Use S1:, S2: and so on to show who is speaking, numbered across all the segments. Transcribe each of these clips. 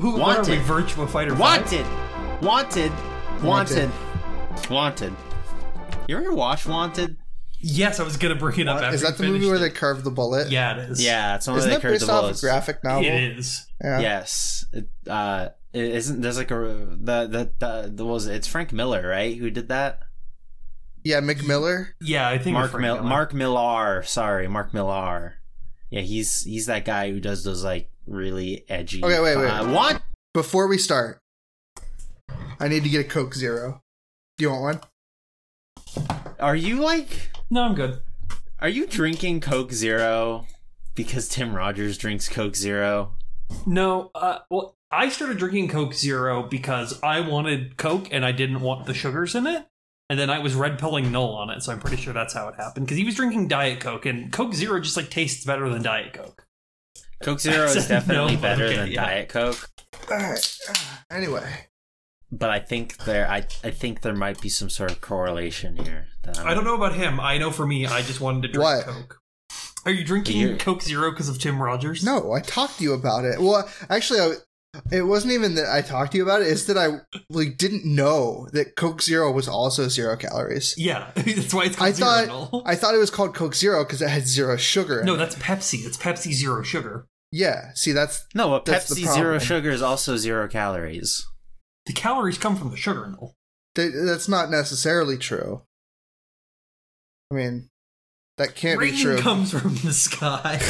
S1: Who what are we,
S2: Wanted.
S1: Virtua Fighter?
S2: Wanted. Wanted. Wanted.
S1: Wanted.
S2: Wanted. You ever watch Wanted?
S1: Yes, I was gonna bring it up. after
S3: Is that the
S1: you
S3: movie where they
S1: finished
S3: carved the bullet?
S1: it. Yeah, it is.
S2: Yeah, it's one
S3: Isn't
S2: of
S3: that
S2: the
S3: based
S2: Curse
S3: off a graphic novel?
S1: it is.
S3: Yeah.
S2: Yes. It, uh, it isn't there's like a the the the, the what was it? it's Frank Miller right who did that?
S3: Yeah, Mick Miller.
S1: Yeah, I think
S2: Mark
S1: Frank
S2: Mil-
S1: Miller.
S2: Mark Millar. Sorry, Mark Millar. Yeah, he's he's that guy who does those like really edgy.
S3: Okay, wait, wait.
S2: Uh, what?
S3: Before we start, I need to get a Coke Zero. Do you want one?
S2: Are you like?
S1: No, I'm good.
S2: Are you drinking Coke Zero because Tim Rogers drinks Coke Zero?
S1: No, uh, well, I started drinking Coke Zero because I wanted Coke and I didn't want the sugars in it. And then I was red pilling Null on it, so I'm pretty sure that's how it happened. Because he was drinking Diet Coke, and Coke Zero just like tastes better than Diet Coke.
S2: Coke Zero is
S1: That's a
S2: definitely
S1: no,
S2: better
S1: okay,
S2: than
S1: yeah.
S2: Diet Coke,
S3: All right. Ah, Anyway,
S2: but I think there I I think there might be some sort of correlation here. that I'm-
S1: I don't know about him. I know for me, I just wanted to drink
S3: What?
S1: Coke. Are you drinking
S2: You're-
S1: Coke Zero because of Tim Rogers?
S3: no, I talked to you about it. Well, actually, I, it wasn't even that I talked to you about it. It's that I like didn't know that Coke Zero was also zero calories.
S1: Yeah, that's why it's called
S3: I
S1: Zero
S3: thought
S1: Null.
S3: I thought it was called Coke Zero because it had zero sugar. In
S1: no,
S3: it.
S1: that's Pepsi. It's Pepsi Zero Sugar.
S3: yeah. See, that's
S2: No, but
S3: That's the
S2: Pepsi Zero
S3: problem.
S2: Sugar is also zero calories.
S1: The calories come from the sugar, Null.
S3: that, that's not necessarily true. I mean, that can't
S1: Rain
S3: be true.
S1: comes from the sky.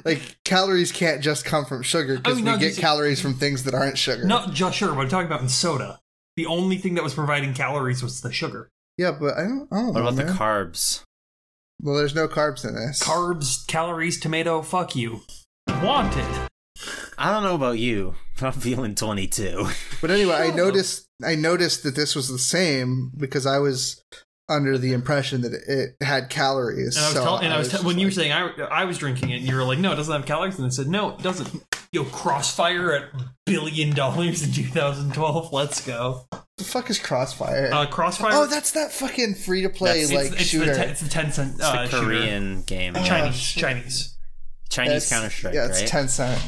S3: like calories can't just come from sugar because
S1: I mean,
S3: we
S1: no,
S3: get
S1: these-
S3: calories from things that aren't sugar.
S1: Not just sugar, but I'm talking about in soda. The only thing that was providing calories was the sugar.
S3: Yeah, but I don't, I don't
S2: What
S3: know.
S2: about the
S3: man.
S2: carbs?
S3: well, there's no carbs in this.
S1: Carbs, calories, tomato, fuck you. Wanted.
S2: I don't know about you, but I'm feeling 22.
S3: But anyway, I
S1: Sure.
S3: noticed I noticed that this was the same because I was under the impression that it had calories.
S1: And I was,
S3: so
S1: tell- and I was,
S3: just
S1: te- when you were
S3: like-
S1: saying I, I was drinking it, and you were like, no, it doesn't have calories. And I said, no, it doesn't. Yo, crossfire at billion dollars in 2012. Let's go.
S3: the fuck is Crossfire?
S1: Uh, crossfire.
S3: oh, that's that fucking free to play
S1: it's,
S3: like
S1: it's
S3: shooter.
S1: The ten, it's the 10 cent
S2: It's
S1: uh,
S2: the
S1: shooter.
S2: Korean game.
S1: Chinese,
S3: shit.
S1: Chinese.
S2: Chinese
S3: It's-
S2: Counter Strike,
S3: Yeah,
S2: right?
S3: it's ten cent.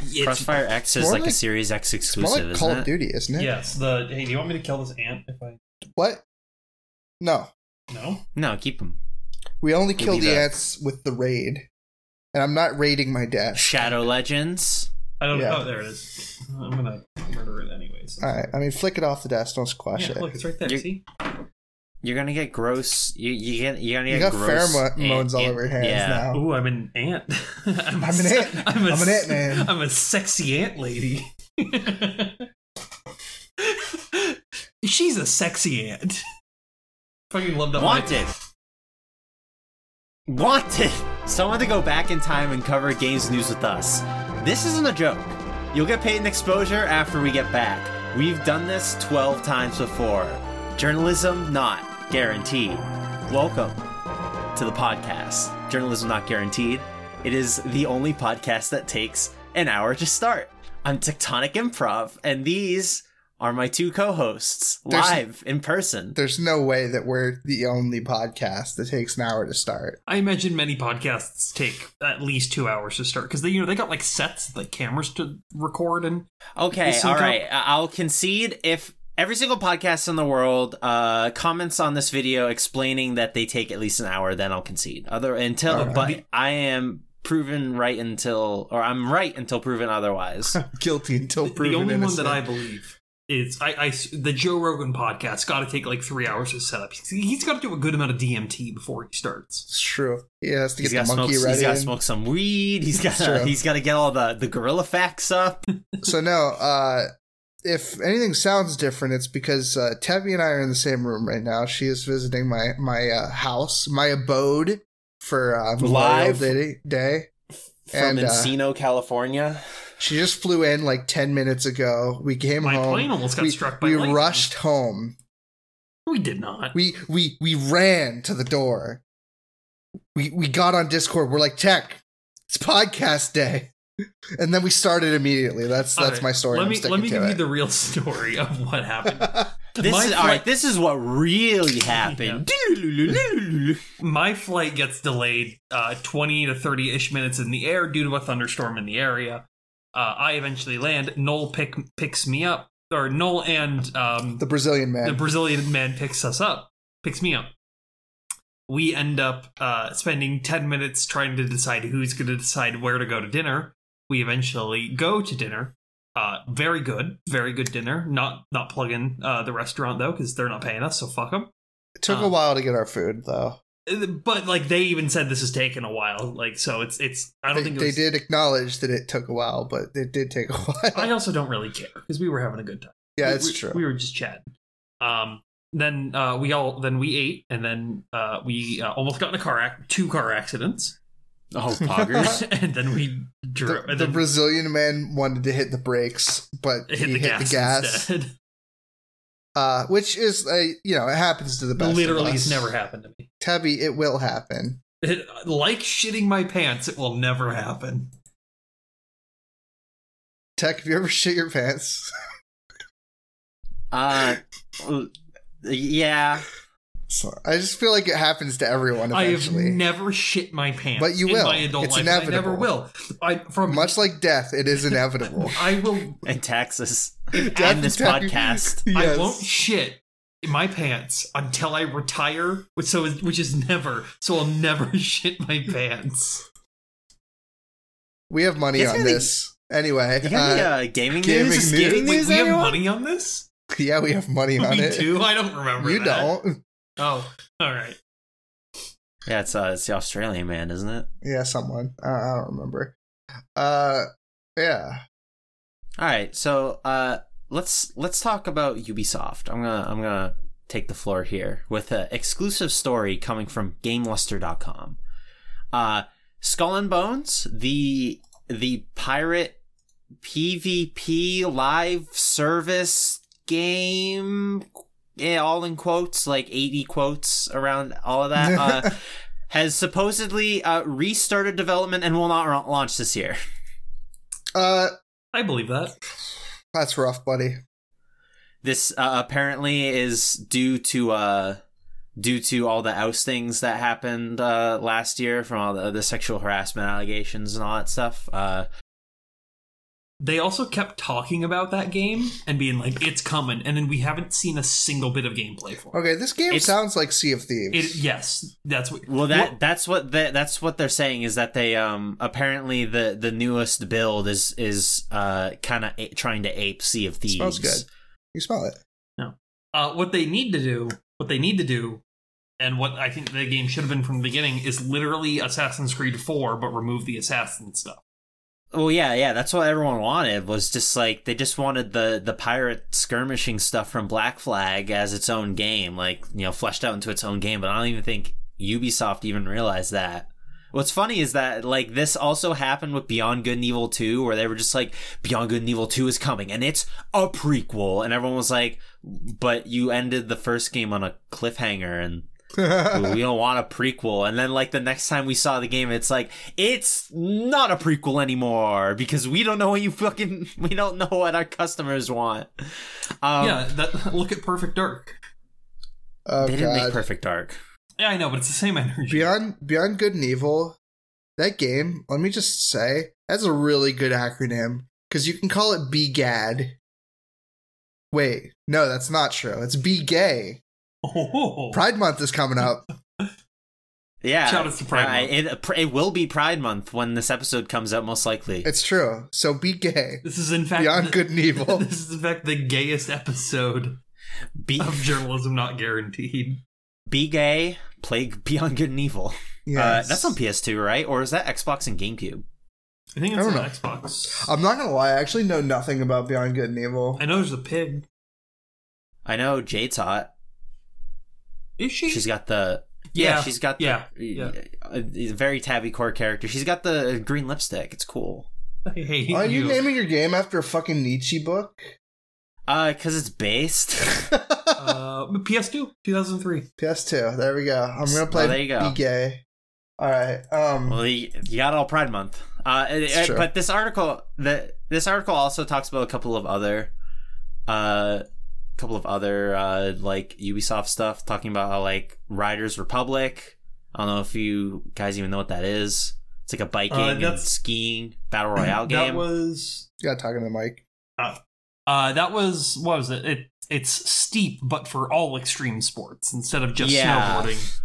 S1: It's-
S2: Crossfire X is
S3: more
S2: like, a
S3: like-
S2: Series X
S3: More
S2: exclusive,
S3: like
S2: isn't
S3: Call
S2: it?
S3: of Duty, isn't it?
S1: Yes. The hey, do you want me to kill this ant? If I
S3: What? No,
S1: no.
S2: No, keep them.
S3: we only
S2: We'll
S3: kill
S2: be
S3: the
S2: back.
S3: ants with the raid, and I'm not raiding my dad.
S2: Shadow Legends.
S1: I don't
S3: Yeah. Ah,
S1: know. Oh, there it is. I'm gonna murder it anyways.
S3: All right, I mean, flick it off the desk, don't
S1: yeah,
S3: squash it.
S1: look, it's right there.
S2: You-
S1: see?
S2: You're gonna get gross. You you get you're gonna
S3: You
S2: get
S3: got
S2: gross ant-
S3: pheromones all over your hands
S2: yeah.
S3: now.
S1: Ooh, I'm an ant. I'm,
S3: I'm an
S1: se-
S3: ant. I'm an
S1: se-
S3: ant man.
S1: I'm a sexy ant lady. She's a sexy ant. Fucking love that. line.
S2: Wanted. Wanted. Someone to go back in time and cover games news with us. This isn't a joke. You'll get paid an exposure after we get back. We've done this 12 times before. Journalism not guaranteed. Welcome to the podcast. Journalism not guaranteed. It is the only podcast that takes an hour to start. I'm Tectonic Improv, and these are my two co-hosts
S3: There's-
S2: live in person.
S3: There's no way that we're the only podcast that takes an hour to start.
S1: I imagine many podcasts take at least two hours to start because they, you know, they got like sets, like cameras to record and
S2: Okay,
S1: Listen
S2: all
S1: to-
S2: right. I- I'll concede if every single podcast in the world uh, comments on this video explaining that they take at least an hour, then I'll concede. Other until,
S3: All right.
S2: but I am proven right until, or I'm right until proven otherwise.
S3: Guilty until proven
S1: the only one
S3: innocent.
S1: that I believe is I, I- the Joe Rogan podcast got to take like three hours to set up. He's- He's got to do a good amount of DMT before he starts.
S3: It's true. He has to
S2: he's
S3: get
S2: got
S3: the monkey
S2: smoke. He's
S3: ready.
S2: got to smoke some weed. He's got.
S3: It's true.
S2: He's got to get all the the gorilla facts up.
S3: so no, uh, if anything sounds different, it's because uh, Tevye and I are in the same room right now. She is visiting my my uh, house, my abode for uh, Memorial
S2: Live?
S3: Day. Day.
S2: From
S3: And, uh,
S2: Encino, California.
S3: She just flew in like ten minutes ago. We came
S1: My
S3: home.
S1: plane almost got
S3: we,
S1: struck by
S3: We
S1: lightning.
S3: rushed home.
S1: We did not.
S3: We we we ran to the door. We we got on Discord. We're like, tech, it's podcast day, and then we started immediately. That's
S1: All
S3: that's
S1: right,
S3: my story.
S1: Let
S3: I'm
S1: me
S3: sticking
S1: let me
S3: to
S1: give you
S3: it.
S1: the real story of what happened.
S2: This
S1: my
S2: is all
S1: flight-
S2: right. This is what really happened.
S1: My flight gets delayed uh, twenty to thirty ish minutes in the air due to a thunderstorm in the area. Uh, I eventually land. Noel pick, picks me up, or Noel and um,
S3: The Brazilian man.
S1: the Brazilian man picks us up, picks me up. We end up uh, spending 10 minutes trying to decide who's going to decide where to go to dinner. We eventually go to dinner. Uh, very good, very good dinner. Not not plugging uh, the restaurant though, because they're not paying us, so fuck them.
S3: it took a
S1: uh,
S3: while to get our food, though.
S1: But like they even said, this has taken a while. Like so, it's it's. I don't
S3: They,
S1: think it
S3: they
S1: was-
S3: did acknowledge that it took a while, but it did take a while.
S1: I also don't really care because we were having a good time.
S3: yeah,
S1: we,
S3: it's
S1: we-
S3: true.
S1: We were just chatting. Um, then uh, we all then we ate, and then uh, we uh, almost got in a car ac- two car accidents,
S2: Oh, poggers.
S1: and then we drove.
S3: Uh-huh. the,
S1: and
S3: the
S1: then
S3: Brazilian man wanted to hit the brakes, but
S1: hit
S3: he
S1: the
S3: hit
S1: gas.
S3: the gas,
S1: instead.
S3: uh, which is a you know it happens to the best.
S1: Literally,
S3: of
S1: it's
S3: us.
S1: never happened to me.
S3: Tubby, it will happen.
S1: It, like shitting my pants, it will never happen.
S3: Tech, have you ever shit your pants?
S2: uh, l- yeah.
S3: So, I just feel like it happens to everyone eventually.
S1: I have never shit my pants,
S3: But you
S1: in
S3: will.
S1: My adult
S3: It's
S1: life, and I never
S3: inevitable.
S1: will. I from
S3: Much like death, it is inevitable.
S1: I will
S2: And taxes.
S3: Death
S2: and this
S3: attack-
S2: podcast.
S1: I
S3: Yes.
S1: won't shit in my pants until I retire, which so is, which is never. So I'll never shit my pants.
S3: We have money
S2: It's
S3: on
S2: really-
S3: this. Anyway,
S2: You got any,
S3: uh,
S2: uh, gaming,
S3: gaming
S2: news? Is
S3: news?
S2: Gaming
S1: Wait,
S2: news,
S1: we have
S2: anyone?
S1: money on this.
S3: yeah, we have money on
S1: we
S3: it.
S1: do. I don't remember.
S3: You
S1: that.
S3: don't.
S1: Oh, all right.
S2: Yeah, it's, uh, it's the Australian man, isn't it?
S3: Yeah, someone. I, I don't remember. Uh, yeah.
S2: All right, so uh, let's let's talk about Ubisoft. I'm gonna I'm gonna take the floor here with an exclusive story coming from GameLuster.com. Uh, Skull and Bones, the the pirate PvP live service game, yeah, all in quotes, like 80 quotes around all of that, uh, has supposedly uh, restarted development and will not ra- launch this year.
S3: Uh,
S1: I believe that.
S3: that's rough, buddy.
S2: this uh, apparently is due to uh due to all the outstings that happened uh last year from all the, the sexual harassment allegations and all that stuff uh
S1: They also kept talking about that game and being like, "It's coming," and then we haven't seen a single bit of gameplay for it.
S3: Okay, this game
S2: It's-
S3: sounds like Sea of
S1: It,
S3: Thieves.
S1: yes, that's what.
S2: well that
S1: What-
S2: that's what they, that's what they're saying is that they um apparently the the newest build is is uh kind of a- trying to ape sea of thieves
S3: Smells good. You smell it.
S1: Uh, what they need to do, what they need to do, and what I think the game should have been from the beginning is literally Assassin's Creed 4, but remove the assassin stuff.
S2: Well, yeah, yeah, that's what everyone wanted was just like they just wanted the the pirate skirmishing stuff from Black Flag as its own game, like you know, fleshed out into its own game. But I don't even think Ubisoft even realized that. What's funny is that like this also happened with Beyond Good and Evil 2 where they were just like Beyond Good and Evil 2 is coming and it's a prequel and everyone was like but you ended the first game on a cliffhanger and we don't want a prequel. And then like the next time we saw the game, it's like it's not a prequel anymore because we don't know what you fucking we don't know what our customers want. Um,
S1: yeah, that, look at Perfect Dark.
S3: oh,
S2: they didn't make
S3: God.
S2: Perfect Dark.
S1: Yeah, I know, but it's the same energy.
S3: Beyond Beyond Good and Evil, that game, let me just say, that's a really good acronym. Because you can call it BGAD. Wait, no, that's not true. It's Be Gay.
S1: Oh,
S3: Pride Month is coming up.
S2: Yeah, Uh,
S1: Shout out to Pride Month.
S2: It it will be Pride Month when this episode comes out, most likely.
S3: It's true. So be gay.
S1: this is in fact
S3: Beyond
S1: the-
S3: Good and Evil.
S1: This is in fact the gayest episode
S2: Be
S1: of journalism not guaranteed.
S2: be gay, play Beyond Good and Evil.
S3: Yes.
S2: Uh, that's on PS2, right? Or is that Xbox and GameCube?
S1: I think
S3: I
S1: it's
S3: don't
S1: on
S3: know.
S1: Xbox.
S3: I'm not gonna lie, I actually know nothing about Beyond Good and Evil.
S1: I know there's a pig.
S2: I know Jade's hot.
S1: Is she?
S2: She's got the yeah,
S1: Yeah,
S2: she's got the
S1: yeah, yeah.
S2: uh, very tabby core character. She's got the green lipstick. It's cool.
S1: I hate
S3: Are
S1: you.
S3: you naming your game after a fucking Nietzsche book?
S2: Uh, cause it's based.
S1: uh, PS2, 2003.
S3: PS2. There we go. I'm gonna play
S2: Oh, there you go.
S3: Be Gay. Alright. Um
S2: well, you, you got all Pride Month. Uh, and-
S3: It's
S2: and-
S3: true.
S2: but this article, the this article also talks about a couple of other, uh, couple of other uh like Ubisoft stuff, talking about how like Riders Republic. I don't know if you guys even know what that is. It's like a biking
S1: Uh,
S2: and
S1: that's-
S2: skiing battle royale
S1: That
S2: game.
S1: was
S3: You gotta talk into the mic.
S1: uh, that was what was it? it? It's steep, but for all extreme sports instead of just
S2: Yeah.
S1: snowboarding.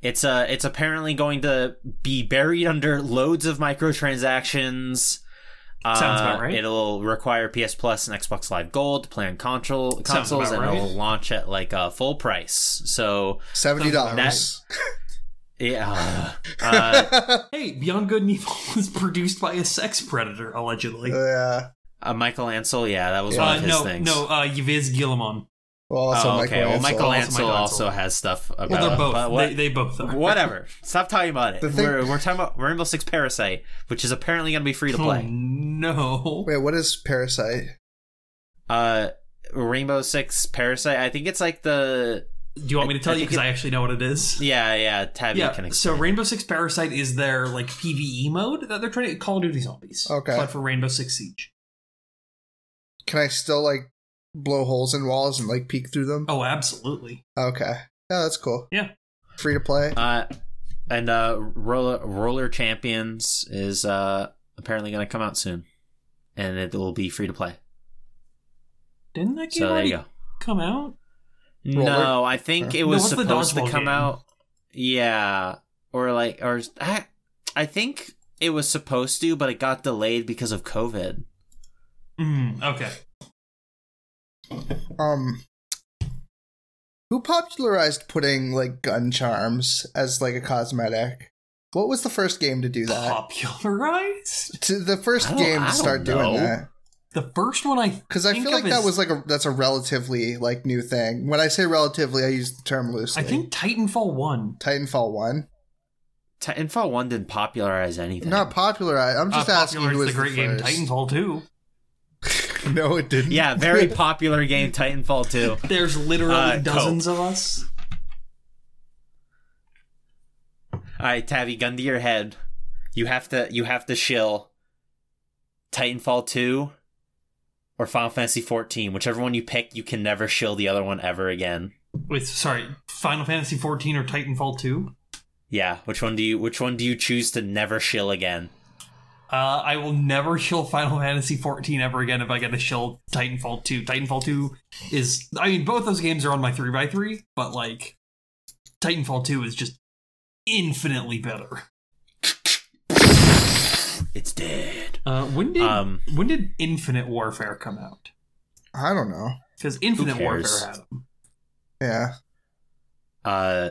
S2: It's uh it's apparently going to be buried under loads of microtransactions. Uh,
S1: Sounds about right.
S2: It'll require PS Plus and Xbox Live Gold to play on console
S1: Sounds
S2: consoles, and
S1: about right.
S2: it'll launch at like a full price. So
S3: Seventy dollars.
S2: yeah, uh,
S1: Hey, Beyond Good and Evil was produced by a sex predator, allegedly. Uh,
S3: yeah.
S2: uh, Michael Ansel, yeah, that was
S3: Yeah.
S2: one of his
S1: no,
S2: things.
S1: no, uh, Yviz Guillemon.
S3: Well, also
S2: oh,
S3: Michael
S2: okay, well,
S3: Ansel.
S2: Michael
S1: Also
S2: Ansel
S1: Michael
S2: also
S1: Ansel.
S2: has stuff about.
S1: Well, they're
S2: Uh, but
S1: both.
S2: what-
S1: They, they both are.
S2: Whatever. Stop talking about it.
S3: The thing-
S2: we're, we're talking about Rainbow Six Parasite, which is apparently going to be free to
S1: Oh,
S2: play.
S1: no.
S3: Wait, what is Parasite?
S2: Uh, Rainbow Six Parasite. I think it's like the
S1: Do you want me to tell
S2: I
S1: you?
S2: think
S1: Because
S2: it-
S1: I actually know what it is.
S2: Uh, yeah yeah Tabby
S1: yeah.
S2: can
S1: So
S2: explain.
S1: Rainbow Six Parasite is their like PVE mode that they're trying to Call of Duty Zombies.
S3: Okay.
S1: But for Rainbow Six Siege.
S3: Can I still like blow holes in walls and like peek through them?
S1: Oh, absolutely.
S3: Okay. Yeah, that's cool.
S1: Yeah.
S3: Free to play.
S2: uh, and uh, Roller Roller Champions is uh apparently going to come out soon, and it will be free to play.
S1: Didn't that game
S2: So there
S1: already
S2: you go.
S1: come out?
S2: No, I think it
S1: No,
S2: was
S1: what's the
S2: supposed to
S1: dodgeball
S2: come
S1: game?
S2: out. Yeah, or like, or I, I think it was supposed to, but it got delayed because of COVID.
S1: Mm, okay.
S3: Um Who popularized putting like gun charms as like a cosmetic? What was the first game to do that?
S1: Popularized?
S3: To the
S2: I
S3: first
S2: don't-
S3: game
S2: I
S3: to
S2: don't
S3: start doing
S2: know.
S3: that.
S1: The first one I
S3: Because I
S1: Think
S3: feel
S1: of
S3: like that
S1: as-
S3: was like a that's a relatively like new thing. When I say relatively, I use the term loosely.
S1: I think Titanfall one.
S3: Titanfall one.
S2: Titanfall One didn't popularize anything.
S3: Not popularized. I'm just
S1: uh,
S3: asking who was
S1: popularized the great game
S3: first.
S1: Titanfall two.
S3: no, it didn't.
S2: yeah, very popular game Titanfall Two.
S1: There's literally
S2: Uh,
S1: dozens of us.
S2: All right, Tabby, gun to your head. You have to. You have to shill. Titanfall Two, or Final Fantasy Fourteen, whichever one you pick, you can never shill the other one ever again.
S1: Wait, sorry, Final Fantasy fourteen or Titanfall two.
S2: Yeah, which one do you? Which one do you choose to never shill again?
S1: Uh, I will never shill Final Fantasy fourteen ever again if I get to shill Titanfall two. Titanfall two is I mean both those games are on my three by three, but like Titanfall two is just infinitely better.
S2: It's dead.
S1: Uh, when did
S2: Um,
S1: when did Infinite Warfare come out?
S3: I don't know.
S1: Because Infinite
S2: cares?
S1: Warfare had them.
S3: Yeah.
S2: Uh,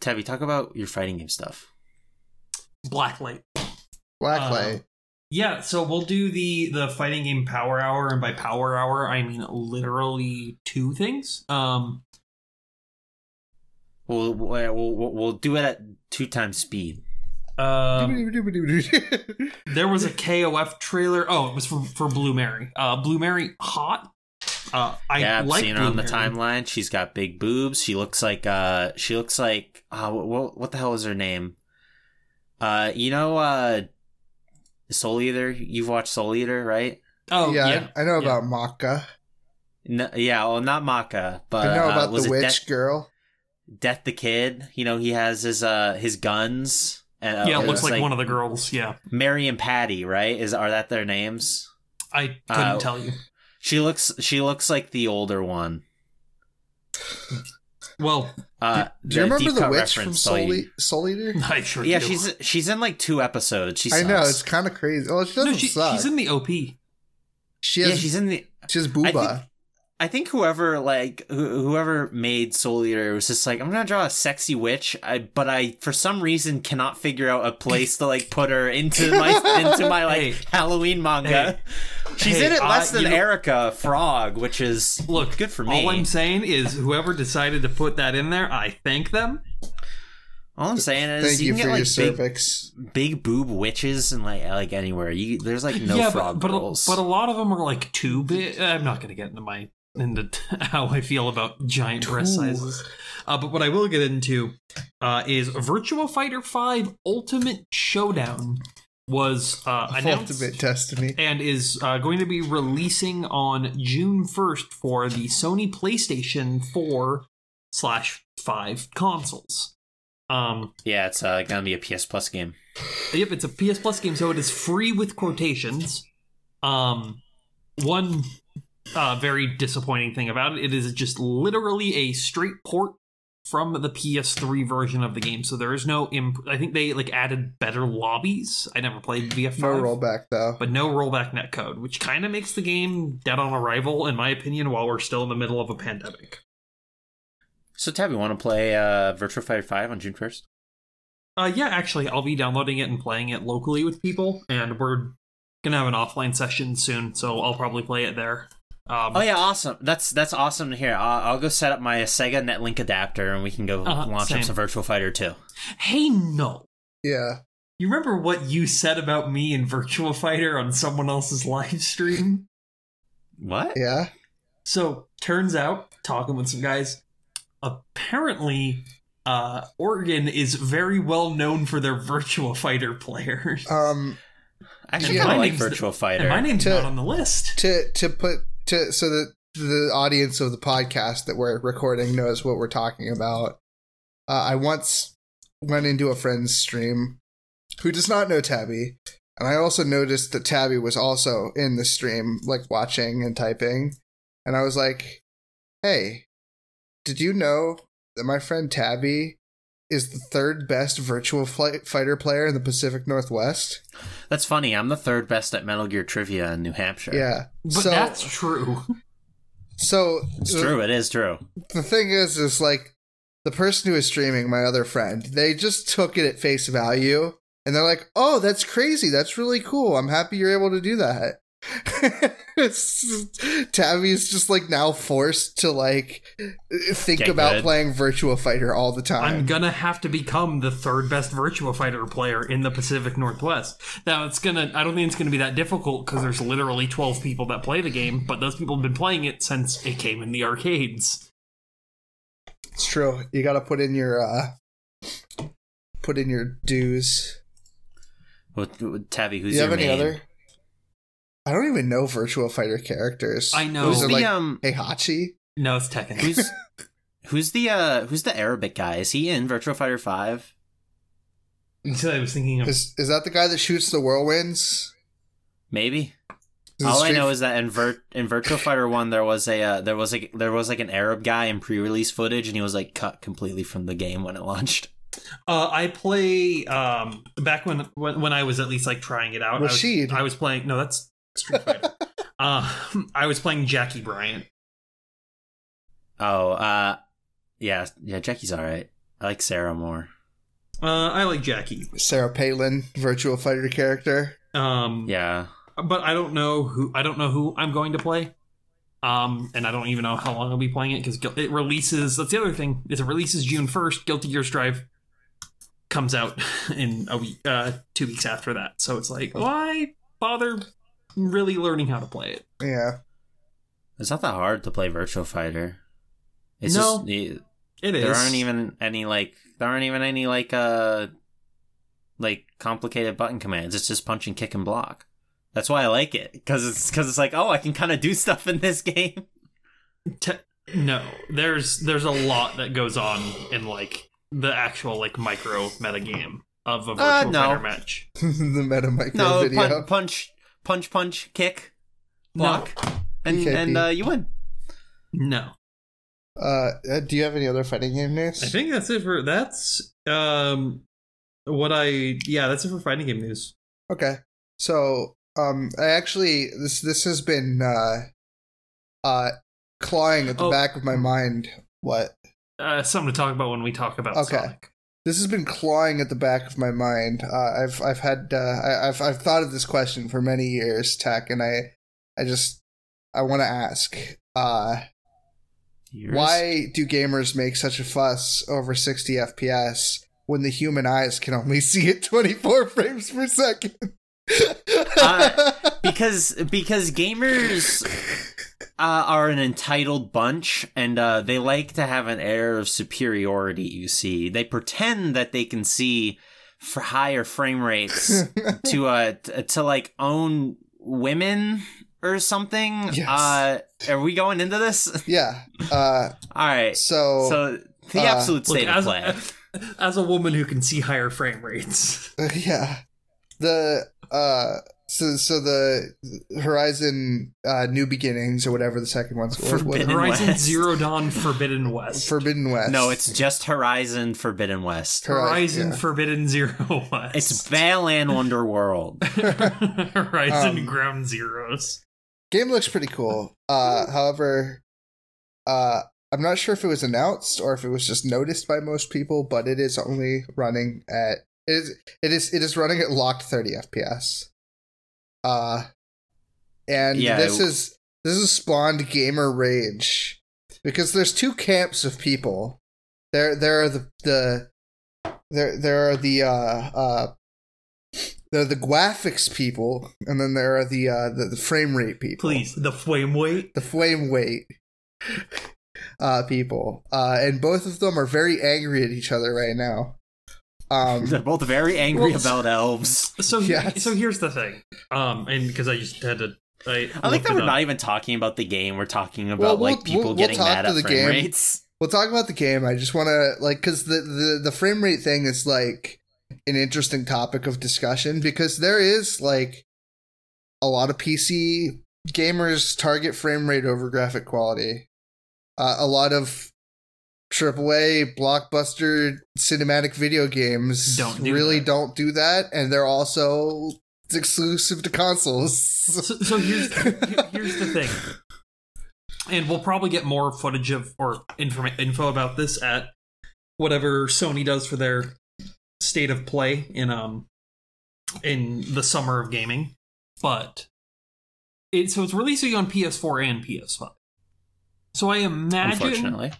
S2: Tabby, talk about your fighting game stuff.
S1: Blacklight.
S3: Blacklight.
S1: Um, Yeah, so we'll do the the fighting game power hour, and by power hour I mean literally two things. Um,
S2: We'll we'll we'll, we'll do it at two times speed.
S1: um there was a KOF trailer. Oh, it was for for Blue Mary. Uh, Blue Mary hot. Uh, I
S2: yeah, I've
S1: like
S2: seen her
S1: Blue
S2: on the
S1: Mary.
S2: timeline. She's got big boobs. She looks like uh, she looks like uh, what what the hell is her name? Uh, you know uh, Soul Eater. You've watched Soul Eater, right?
S1: Oh
S3: yeah,
S1: yeah,
S3: I- I know
S1: yeah.
S3: about Maka.
S2: No, yeah, well, not Maka, but
S3: I know
S2: uh,
S3: about
S2: was
S3: the
S2: it
S3: witch
S2: Death-
S3: girl.
S2: Death the Kid. You know, he has his uh his guns. And, uh,
S1: yeah. It
S3: it
S1: looks
S3: was
S1: like, one of the girls. Yeah,
S2: Mary and Patty, right? Is are that their names?
S1: I couldn't
S2: Uh,
S1: tell you.
S2: She looks she looks like the older one.
S1: Well,
S2: Uh,
S3: Do
S2: the
S3: you remember
S2: deep
S3: the
S2: cut
S3: witch from
S2: reference,
S3: Soul,
S2: though, you-
S3: E- Soul Eater?
S1: I sure.
S2: Yeah,
S1: do.
S2: she's she's in like two episodes. She
S3: I know
S2: sucks.
S3: it's kind of crazy. Well, she doesn't
S1: no, she,
S3: suck.
S1: she's in the OP.
S3: she has
S2: yeah, she's in the.
S3: she has
S2: I
S3: booba.
S2: think, I think whoever like who, whoever made Soul Eater was just like I'm gonna draw a sexy witch, I, but I for some reason cannot figure out a place to like put her into my into my like
S1: Hey.
S2: Halloween manga. She's
S1: Hey,
S2: in it
S1: uh,
S2: less
S1: you
S2: than
S1: know-
S2: Erica Frog, which is
S1: Look,
S2: good for me.
S1: All I'm saying is, whoever decided to put that in there, I thank them.
S2: All I'm saying is
S3: Thank
S2: you,
S3: you,
S2: can
S3: for your
S2: get like big,
S3: cervix.
S2: big boob witches and like like anywhere. You there's like no
S1: yeah,
S2: frog
S1: but but a,
S2: girls.
S1: but a lot of them are like too big. I'm not going to get into my into how I feel about giant breast
S3: Too.
S1: sizes. Uh, but what I will get into uh, is Virtua Fighter Five Ultimate Showdown was uh, announced
S3: Ultimate destiny.
S1: and is uh, going to be releasing on June 1st for the Sony PlayStation 4 slash 5 consoles. Um,
S2: Yeah, it's uh, gonna be a PS Plus game.
S1: yep, it's a PS Plus game, so it is free with quotations. Um, one uh, very disappointing thing about it, it is just literally a straight port from the PS3 version of the game. So there is no imp- I think they like added better lobbies. I never played VF5.
S3: No rollback though.
S1: but no rollback netcode, which kind of makes the game dead on arrival, in my opinion, while we're still in the middle of a pandemic.
S2: So Tabby, want to play uh, Virtual Fighter Five on June first?
S1: Uh, yeah, actually, I'll be downloading it and playing it locally with people, and we're gonna have an offline session soon, so I'll probably play it there. Um,
S2: Oh yeah, awesome. That's that's awesome to hear. I'll, I'll go set up my Sega NetLink adapter, and we can go
S1: Uh-huh,
S2: launch
S1: same.
S2: up some Virtual Fighter Two.
S1: Hey, no.
S3: Yeah.
S1: You remember what you said about me in Virtua Fighter on someone else's live stream?
S2: What?
S3: Yeah.
S1: So turns out, talking with some guys, apparently uh, Oregon is very well known for their Virtua Fighter players.
S3: Um
S2: I actually
S3: Yeah.
S2: kind
S1: My
S2: of like
S1: name's the-
S2: Virtual
S1: and my
S2: Fighter.
S1: name's
S3: To-
S1: not on the list.
S3: to to put to so that the audience of the podcast that we're recording knows what we're talking about. Uh, I once went into a friend's stream who does not know Tabby, and I also noticed that Tabby was also in the stream, like watching and typing, and I was like, "Hey, did you know that my friend Tabby?" Is the third best virtual flight fighter player in the Pacific Northwest.
S2: That's funny. I'm the third best at Metal Gear Trivia in New Hampshire.
S3: Yeah,
S1: But
S3: so
S1: that's true.
S3: so
S2: it's true. It is true.
S3: the thing is is like the person who is streaming my other friend they just took it at face value and they're like oh that's crazy that's really cool i'm happy you're able to do that It's just- tabby's just like now forced to like think
S2: Get
S3: about
S2: good.
S3: playing virtua fighter all the time
S1: I'm gonna have to become the third best Virtua Fighter player in the Pacific Northwest. Now it's gonna. I don't think it's gonna be that difficult because there's literally 12 people that play the game, but those people have been playing it since it came in the arcades.
S3: it's true you gotta put in your uh put in your dues
S2: With, with Tabby,
S3: do
S2: who's
S3: you have
S2: your
S3: any
S2: main?
S3: other i don't even know virtua fighter characters
S1: I know.
S3: Those
S2: Who's
S3: are
S2: the
S3: like
S2: um?
S3: heihachi
S1: No, it's Tekken.
S2: Who's who's the uh? Who's the Arabic guy? Is he in Virtual Fighter Five?
S1: Until I was thinking of
S3: Is is that the guy that shoots the whirlwinds?
S2: Maybe.
S3: Is it
S2: All I
S3: Street-
S2: know is that in Vir- in Virtual Fighter One, there was a uh, there was like there was like an Arab guy in pre-release footage, and he was like cut completely from the game when it launched.
S1: Uh, I play um, back when, when when I was at least like trying it out.
S3: Rashid.
S1: I was, I was playing. No, that's Street Fighter. uh, I was playing Jackie Bryant.
S2: Oh, uh, yeah, yeah. Jackie's all right. I like Sarah more.
S1: Uh, I like Jackie.
S3: Sarah Palin, virtual fighter character.
S1: Um,
S2: Yeah,
S1: but I don't know who I don't know who I'm going to play. Um, and I don't even know how long I'll be playing it because it releases. That's the other thing is it releases June first. Guilty Gear Strive comes out in a week, uh, two weeks after that. So it's
S2: Oh.
S1: like, why bother really learning how to play it?
S3: Yeah.
S2: it's not that hard to play Virtual Fighter. It's
S1: No,
S2: just eh,
S1: It is.
S2: there aren't even any like there aren't even any like uh like complicated button commands. It's just punch and kick and block. That's why I like it because it's because it's like oh I can kind of do stuff in this game.
S1: Te- no, there's there's a lot that goes on in like the actual like micro metagame of a virtual
S2: Uh, no.
S1: fighter match.
S3: the meta micro
S2: No,
S3: video.
S2: pun- punch, punch, punch, kick,
S1: No.
S2: block, and
S3: PKP.
S2: and uh, you win.
S1: No,
S3: Uh, uh, do you have any other fighting game news?
S1: I think that's it for that's um what I yeah that's it for fighting game news.
S3: Okay. So, um, I actually this this has been uh, uh, clawing at the
S1: Oh.
S3: back of my mind. What?
S1: Uh, something to talk about when we talk about
S3: Okay.
S1: Sonic.
S3: This has been clawing at the back of my mind. Uh, I've I've had uh, I, I've I've thought of this question for many years, Tech, and I I just I want to ask. Uh, Why do gamers make such a fuss over 60 FPS when the human eyes can only see it 24 frames per second?
S2: Uh, because because gamers uh, are an entitled bunch, and uh, they like to have an air of superiority. You see, they pretend that they can see for higher frame rates to uh t- to like own women or something.
S3: Yes.
S2: Uh, are we going into this?
S3: yeah. Uh,
S2: All right.
S3: so,
S2: So the
S3: Uh,
S2: absolute state
S1: Look, as,
S2: of play.
S1: uh, as a woman who can see higher frame rates.
S3: yeah. The uh so so the Horizon uh New Beginnings or whatever the second one's called.
S2: Forbidden-
S3: what-
S1: Horizon
S2: West.
S1: Zero Dawn Forbidden West.
S3: Forbidden West.
S2: No, it's just Horizon Forbidden West.
S1: Horizon
S3: yeah.
S1: Forbidden Zero West.
S2: It's Balan Wonderworld.
S1: Horizon
S3: Um,
S1: Ground Zeroes.
S3: Game looks pretty cool.
S2: Hmm.
S3: Uh however uh I'm not sure if it was announced or if it was just noticed by most people, but it is only running at it is it is it is running at locked 30 FPS. Uh and
S2: Yeah,
S3: this
S2: it-
S3: is this is spawned gamer rage because there's two camps of people. There there are the the there there are the uh uh there are the graphics people and then there are the uh the, the frame rate people
S1: Please, the flame weight.
S3: the flame weight uh people uh and both of them are very angry at each other right now um
S2: They're both very angry
S1: Well,
S2: about elves.
S1: So
S3: Yes.
S1: so here's the thing. Um, and because I just had to. I,
S2: I like
S1: looked
S2: that
S1: it
S2: we're
S1: up.
S2: not even talking about the game. We're talking about
S3: Well, we'll-
S2: like people
S3: we'll- we'll
S2: getting
S3: talk
S2: mad
S3: to
S2: at
S3: the
S2: frame
S3: game.
S2: rates.
S3: we'll talk about the game i just want to like because the, the the frame rate thing is like an interesting topic of discussion because there is like a lot of pc gamers target frame rate over graphic quality uh, a lot of AAA blockbuster cinematic video games
S1: Don't do
S3: really
S1: that.
S3: don't do that, and they're also exclusive to consoles.
S1: So, so here's here's the thing, and we'll probably get more footage of or inform- info about this at whatever Sony does for their state of play in um in the summer of gaming. But it so it's releasing on PS4 and PS5. So I imagine
S2: Unfortunately,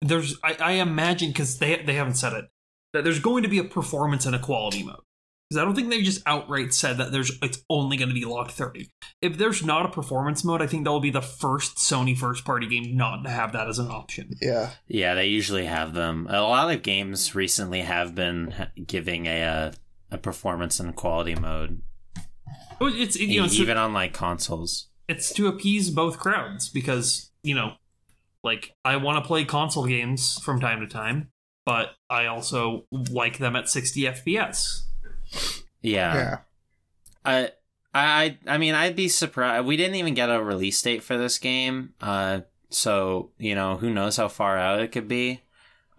S1: there's I, I imagine because they they haven't said it that there's going to be a performance and a quality mode because I don't think they just outright said that there's it's only going to be locked thirty. If there's not a performance mode, I think that'll be the first Sony first party game not to have that as an option.
S3: yeah,
S2: yeah, they usually have them. A lot of games recently have been ha- giving a uh, a performance and quality mode, e-
S1: Oh, It's it- you know, it's,
S2: even on like consoles.
S1: it's to appease both crowds because you know, like I want to play console games from time to time, but I also like them at sixty FPS.
S2: Yeah.
S3: yeah.
S2: I I I mean I'd be surprised. We didn't even get a release date for this game. Uh, so you know who knows how far out it could be.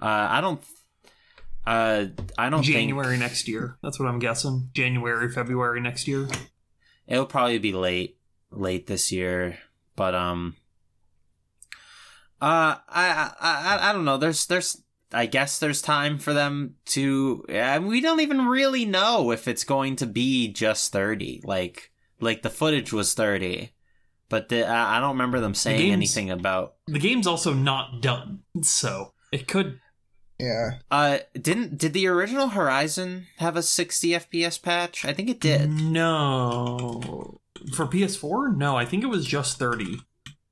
S2: Uh, I don't. Uh, I don't
S1: January
S2: think
S1: next year. That's what I'm guessing. January, February next year.
S2: it'll probably be late late this year. But um, uh, I I I, I don't know. There's there's. I guess there's time for them to. I mean, we don't even really know if it's going to be just thirty. Like, like the footage was thirty, but the, I I don't remember them saying
S1: game's-
S2: anything about.
S1: The game's also not done, so it could.
S3: Yeah.
S2: Uh, didn't did the original Horizon have a sixty FPS patch? I think it did.
S1: Mm. No, for PS4, no. I think it was just thirty.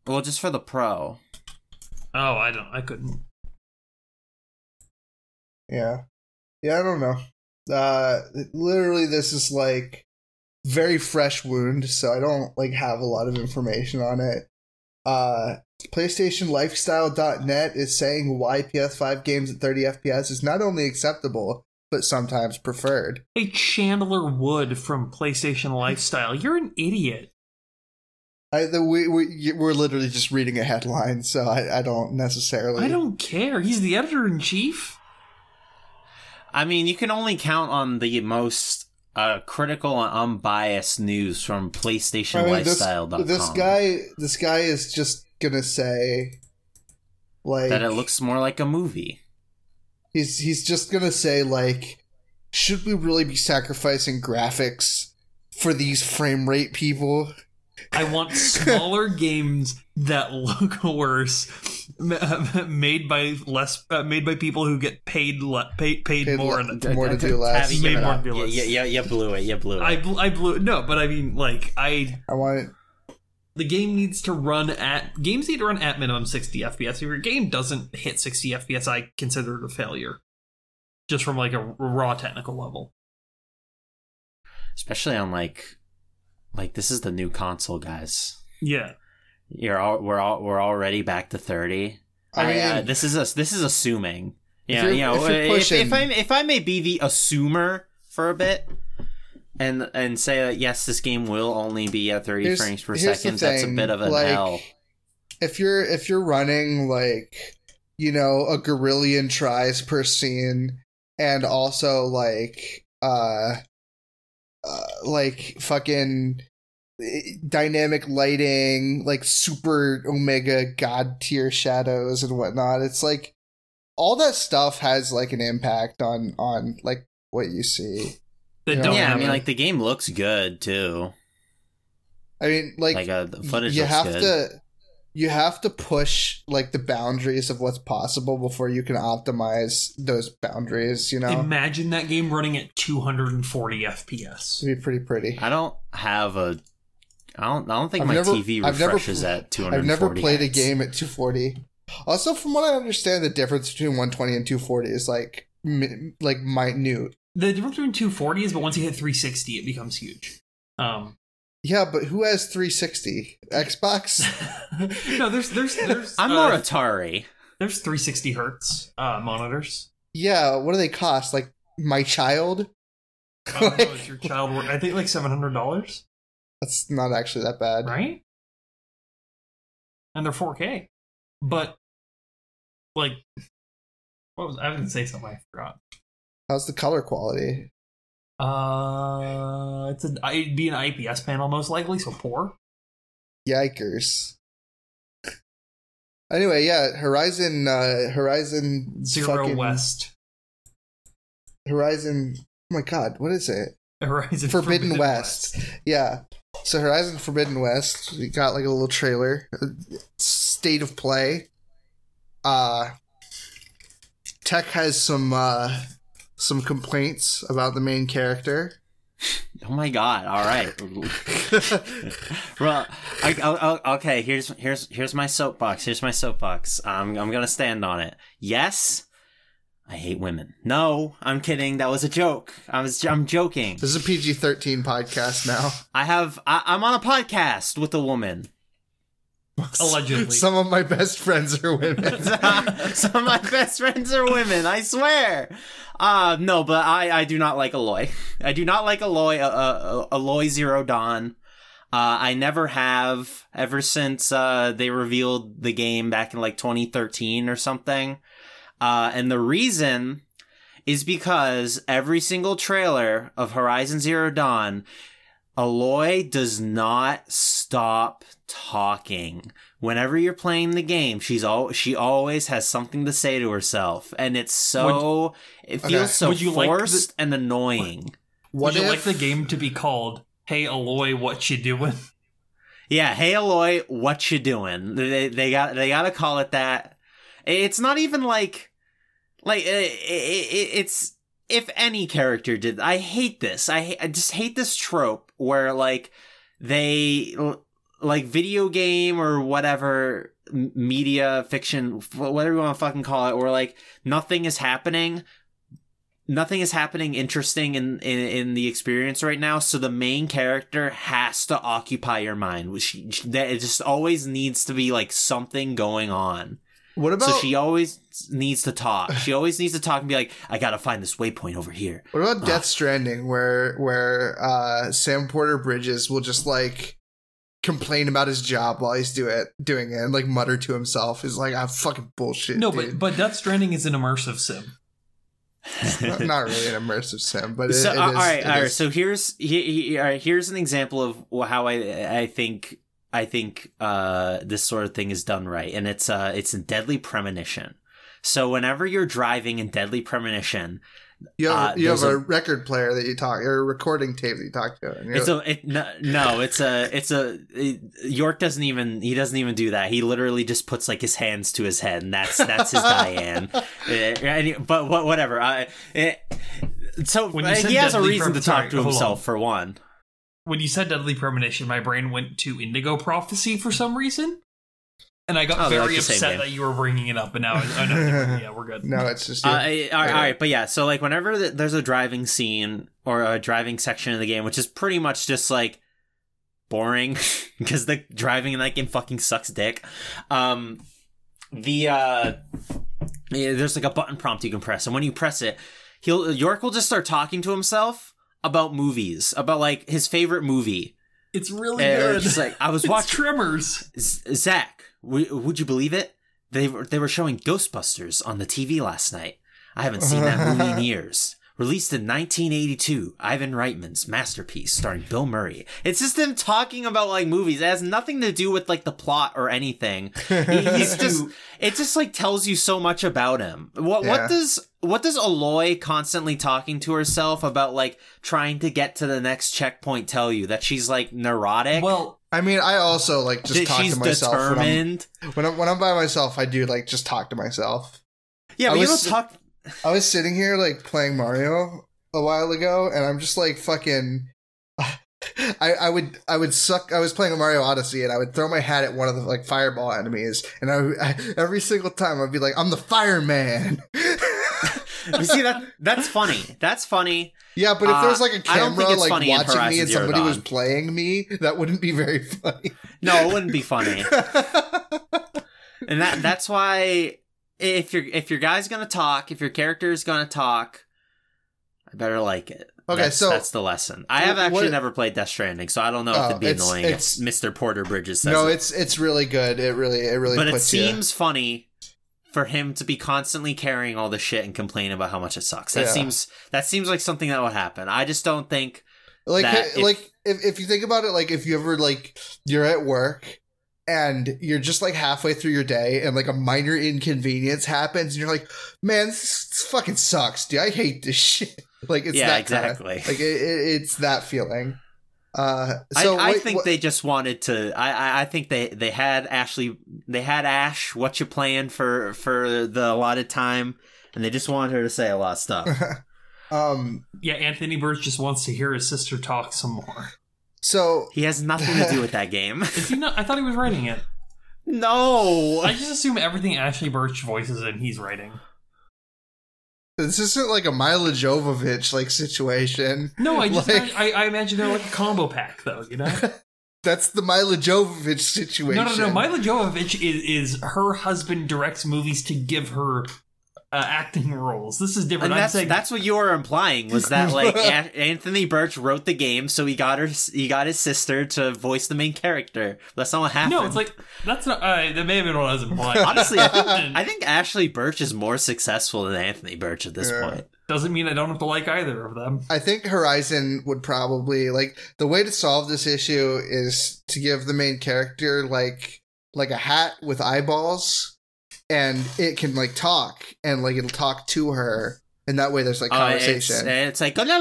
S2: Well, just for the Pro.
S1: Oh, I don't. I couldn't.
S3: Yeah. Yeah, I don't know. Uh literally this is like very fresh wound, so I don't like have a lot of information on it. Uh PlayStationLifestyle.net is saying why PS5 games at 30 FPS is not only acceptable, but sometimes preferred.
S1: Hey, Chandler Wood from PlayStation Lifestyle, you're an idiot.
S3: I, the, we, we, we're literally just reading a headline, so I, I don't necessarily.
S1: I don't care. He's the editor in chief.
S2: I mean, you can only count on the most uh, critical and unbiased news from
S3: I mean, this-
S2: PlayStationLifestyle.com.
S3: This guy, this guy is just gonna say, like
S2: that it looks more like a movie.
S3: He's he's just gonna say like, should we really be sacrificing graphics for these frame rate people?
S1: I want smaller games that look worse, m- uh, made by less, uh, made by people who get paid le- paid, paid,
S3: Paid
S1: more.
S3: le-
S1: than-
S3: More to do less.
S2: Tabby, give
S1: Made
S2: it
S1: more
S2: up.
S1: to do
S2: Yeah,
S1: less.
S2: yeah, yeah, you blew it. You blew it.
S1: I bl- I blew no, but I mean like I
S3: I want
S1: the game needs to run at games need to run at minimum 60 fps if your game doesn't hit 60 fps i consider it a failure just from like a raw technical level
S2: Especially on like, like this is the new console, guys.
S1: yeah
S2: You're all we're all we're already back to thirty.
S3: I mean,
S2: uh, this is us. This is assuming Yeah,
S3: you're-
S2: you know,
S3: if you're
S2: if, if
S3: pushing-
S2: I if I may be the assumer for a bit, and and say that yes, this game will only be at thirty
S3: Here's-
S2: frames per
S3: here's the
S2: second. That's a
S3: thing,
S2: bit of a
S3: like,
S2: hell.
S3: if you're if you're running like you know a gorillion tries per scene and also like uh, uh like fucking eh, dynamic lighting like super omega god tier shadows and whatnot it's like all that stuff has like an impact on on like what you see
S1: That
S3: Yeah.
S1: don't
S2: Yeah, I
S1: have
S2: mean,
S1: it.
S2: like the game looks good too.
S3: i mean
S2: Like, uh, the footage
S3: you
S2: looks
S3: have
S2: good.
S3: to you have to push like the boundaries of what's possible before you can optimize those boundaries you know
S1: Imagine that game running at 240 FPS.
S3: it'd be pretty pretty
S2: I don't have a. I don't. I don't think
S3: I've
S2: my
S3: never-
S2: TV
S3: I've never
S2: refreshes
S3: pl-
S2: at two hundred.
S3: i've never played a game at 240 also from what i understand the difference between 120 and 240 is like mi- like minute
S1: The difference between 240 is, but once you hit 360, it becomes huge. Um,
S3: yeah but who has 360 xbox
S1: no, there's there's there's
S2: I'm
S1: uh,
S2: more Atari.
S1: there's 360 hertz uh, monitors.
S3: yeah what do they cost like my child
S1: I don't know if your child were, I think like seven hundred dollars,
S3: that's not actually that bad
S1: right? And they're 4K, but like, what was I was gonna say something I forgot.
S3: how's the color quality
S1: Uh, it's an it'd be an IPS panel most likely, so poor.
S3: Yikers. Anyway, yeah, Horizon, uh, Horizon
S1: Zero
S3: fucking-
S1: West
S3: Horizon. Oh my God, what is it?
S1: Horizon
S3: Forbidden West. Yeah, so Horizon Forbidden West. We got like a little trailer, uh, state of play. Uh, Tech has some uh, some complaints about the main character.
S2: Oh my god! All right. well, I, I, I- okay. Here's here's here's my soapbox. Here's my soapbox. I'm I'm gonna stand on it. Yes, I hate women. No, I'm kidding. That was a joke. I was I'm joking.
S3: this is a PG thirteen podcast now.
S2: I have I, I'm on a podcast with a woman.
S1: Allegedly.
S3: some of my best friends are women.
S2: Some of my best friends are women. I swear. Uh, no, but I I do not like Aloy. I do not like Aloy. Uh, uh, uh, Aloy Zero Dawn. Uh, I never have ever since uh, they revealed the game back in like 2013 or something. Uh, and the reason is because every single trailer of Horizon Zero Dawn, Aloy does not stop talking. Whenever you're playing the game, she's all she always has something to say to herself, and it's so it feels
S3: Okay.
S2: so
S1: Would you like the-
S2: forced and annoying.
S3: What
S1: Would you
S3: if
S1: like the game to be called "Hey Aloy, what you doing"?
S2: Yeah, hey Aloy, what you doing? They they got they got to call it that. It's not even like like uh, i i i it's if any character did. I hate this. I ha- I just hate this trope where like they l- like video game or whatever m- media fiction f- whatever you want to fucking call it where like nothing is happening nothing is happening interesting in, in in the experience right now so the main character has to occupy your mind which she, she- that it just always needs to be like something going on
S3: What about
S2: so she always needs to talk she always needs to talk and be like i gotta find this waypoint over here
S3: What about Death Stranding, where where uh, Sam Porter Bridges will just like complain about his job while he's do it doing it and like mutter to himself? He's like, "I'm fucking bullshit."
S1: No, but
S3: dude."
S1: but Death Stranding is an immersive sim.
S3: not, not really an immersive sim, but it,
S2: so, uh,
S3: it is.
S2: all right,
S3: it
S2: all right.
S3: is-
S2: So here's he, he, all right, here's an example of wh- how I I think I think uh, this sort of thing is done right, and it's uh it's in Deadly Premonition. So whenever you're driving in Deadly Premonition,
S3: you have,
S2: uh,
S3: you have
S2: there's a-
S3: a, record player that you talk or a recording tape that you talk to. And you're
S2: it's a it, no, no, it's a it's a it, York doesn't even he doesn't even do that. He literally just puts like his hands to his head, and that's that's his Diane. Eh, any- but what whatever. I, it, so
S1: When you
S2: eh,
S1: said
S2: he has a
S1: Deadly
S2: reason to
S1: Premonition-
S2: talk to
S1: hold on.
S2: himself for one.
S1: When you said Deadly Premonition, my brain went to Indigo Prophecy for some reason, and I got
S2: Oh, they're like
S1: very
S2: the same
S1: upset
S2: game.
S1: that you were bringing it up. And now, I, oh, no, never mind. yeah, we're good.
S3: no, it's just
S2: Uh, I- all, right, all right, but yeah, so like whenever th- there's a driving scene or a driving section of the game, which is pretty much just like boring because the driving in that game fucking sucks dick. Um, the uh, Yeah, there's like a button prompt you can press, and when you press it, he'll York will just start talking to himself about movies, about like his favorite movie.
S1: It's really
S2: And
S1: good.
S2: it's just like I
S1: Oh,
S2: was
S1: it's
S2: watching
S1: Tremors.
S2: Z- Zach. W- would you believe it? They were, they were showing Ghostbusters on the TV last night. I haven't seen that movie in years. Released in 1982, Ivan Reitman's masterpiece starring Bill Murray. It's just them talking about like movies. It has nothing to do with like the plot or anything. He- He's just it just like tells you so much about him. What
S3: Yeah.
S2: what does what does Aloy constantly talking to herself about like trying to get to the next checkpoint tell you that she's like neurotic?
S1: Well,
S3: I mean, I also like just
S2: that
S3: talk
S2: she's
S3: to myself when I'm-
S2: determined.
S3: When I'm, when I'm by myself, I do like just talk to myself.
S2: Yeah,
S3: I
S2: but you
S3: was-
S2: don't talk.
S3: I was sitting here like playing Mario a while ago, and I'm just like fucking. I, I would I would suck. I was playing Mario Odyssey, and I would throw my hat at one of the like fireball enemies, and I, would- I every single time I'd be like, "I'm the fireman."
S2: You see that? That's funny. That's funny.
S3: yeah, but if
S2: Uh,
S3: there was like a
S2: I don't think
S3: camera
S2: it's
S3: like
S2: funny in
S3: watching me
S2: Horizon
S3: and
S2: Zero
S3: somebody was
S2: Dawn.
S3: playing me, that wouldn't be very funny.
S2: No, it wouldn't be funny. and that that's why if your if your guy's gonna talk, if your character is gonna talk, I better like it.
S3: Okay,
S2: That's-
S3: so-
S2: that's the lesson. I have
S3: Wh-
S2: actually
S3: what-
S2: never played Death Stranding, so I don't know
S3: Oh,
S2: if it'd be
S3: it's-
S2: annoying
S3: it's-
S2: if Mr. Porter Bridges says
S3: no,
S2: it.
S3: it's it's really good. It really it really
S2: but it
S3: puts you-
S2: seems funny for him to be constantly carrying all this shit and complaining about how much it sucks. That
S3: Yeah.
S2: seems that seems like something that would happen. I just don't think
S3: like
S2: that
S3: h-
S2: if-
S3: like if, if you think about it like if you ever like you're at work and you're just like halfway through your day and like a minor inconvenience happens and you're like man this, this fucking sucks dude i hate this shit like it's
S2: Yeah,
S3: that kinda-
S2: exactly.
S3: like it, it, it's that feeling uh so
S2: I, I
S3: wait,
S2: think
S3: what-
S2: they just wanted to. I, I I think they they had Ashley. They had Ash. What you plan for for the allotted time, and they just wanted her to say a lot of stuff.
S3: um
S1: yeah, Anthony Burge just wants to hear his sister talk some more.
S3: so
S2: he has nothing to do with that game.
S1: Is he not? I thought he was writing it.
S2: no.
S1: I just assume everything Ashley Burch voices and he's writing.
S3: this isn't like a Mila Jovovich like situation.
S1: No, I just
S3: Like-
S1: I, I imagine they're like a combo pack though, you know.
S3: That's the Mila Jovovich situation.
S1: No, no, no. Mila Jovovich is is her husband directs movies to give her uh, acting roles. This is different.
S2: And
S1: I'm
S2: that's
S1: saying
S2: that's what you were implying was that like An- Anthony Birch wrote the game, so he got her he got his sister to voice the main character. That's not what happened.
S1: no. It's like that's not. Uh, that may have been what I was implying.
S2: honestly, I think, I think Ashley Birch is more successful than Anthony Birch at this
S3: Yeah.
S2: point.
S1: doesn't mean I don't have to like either of them.
S3: I think Horizon would probably like the way to solve this issue is to give the main character like like a hat with eyeballs and it can like talk and like it'll talk to her and that way there's like
S2: Oh, it's-
S3: conversation.
S2: It's, like, yeah.
S3: yeah.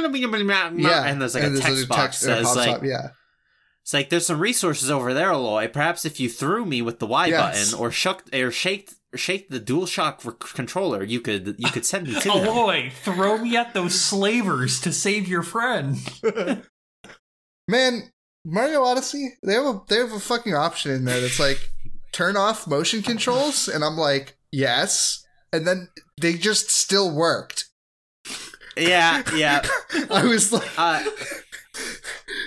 S2: and there's like a text, box
S3: that
S2: that says
S3: pops
S2: like,
S3: up, yeah.
S2: it's like there's some resources over there, Aloy. Perhaps if you threw me with the Y
S3: Yes.
S2: button or shook or shaked shake the DualShock re- controller, you could you could send me to them.
S1: Aloy, throw me at those slavers to save your friend.
S3: Man, Mario Odyssey, they have a they have a fucking option in there that's like turn off motion controls and I'm like, yes. And then they just still worked.
S2: Yeah, yeah.
S3: I was like
S2: Uh,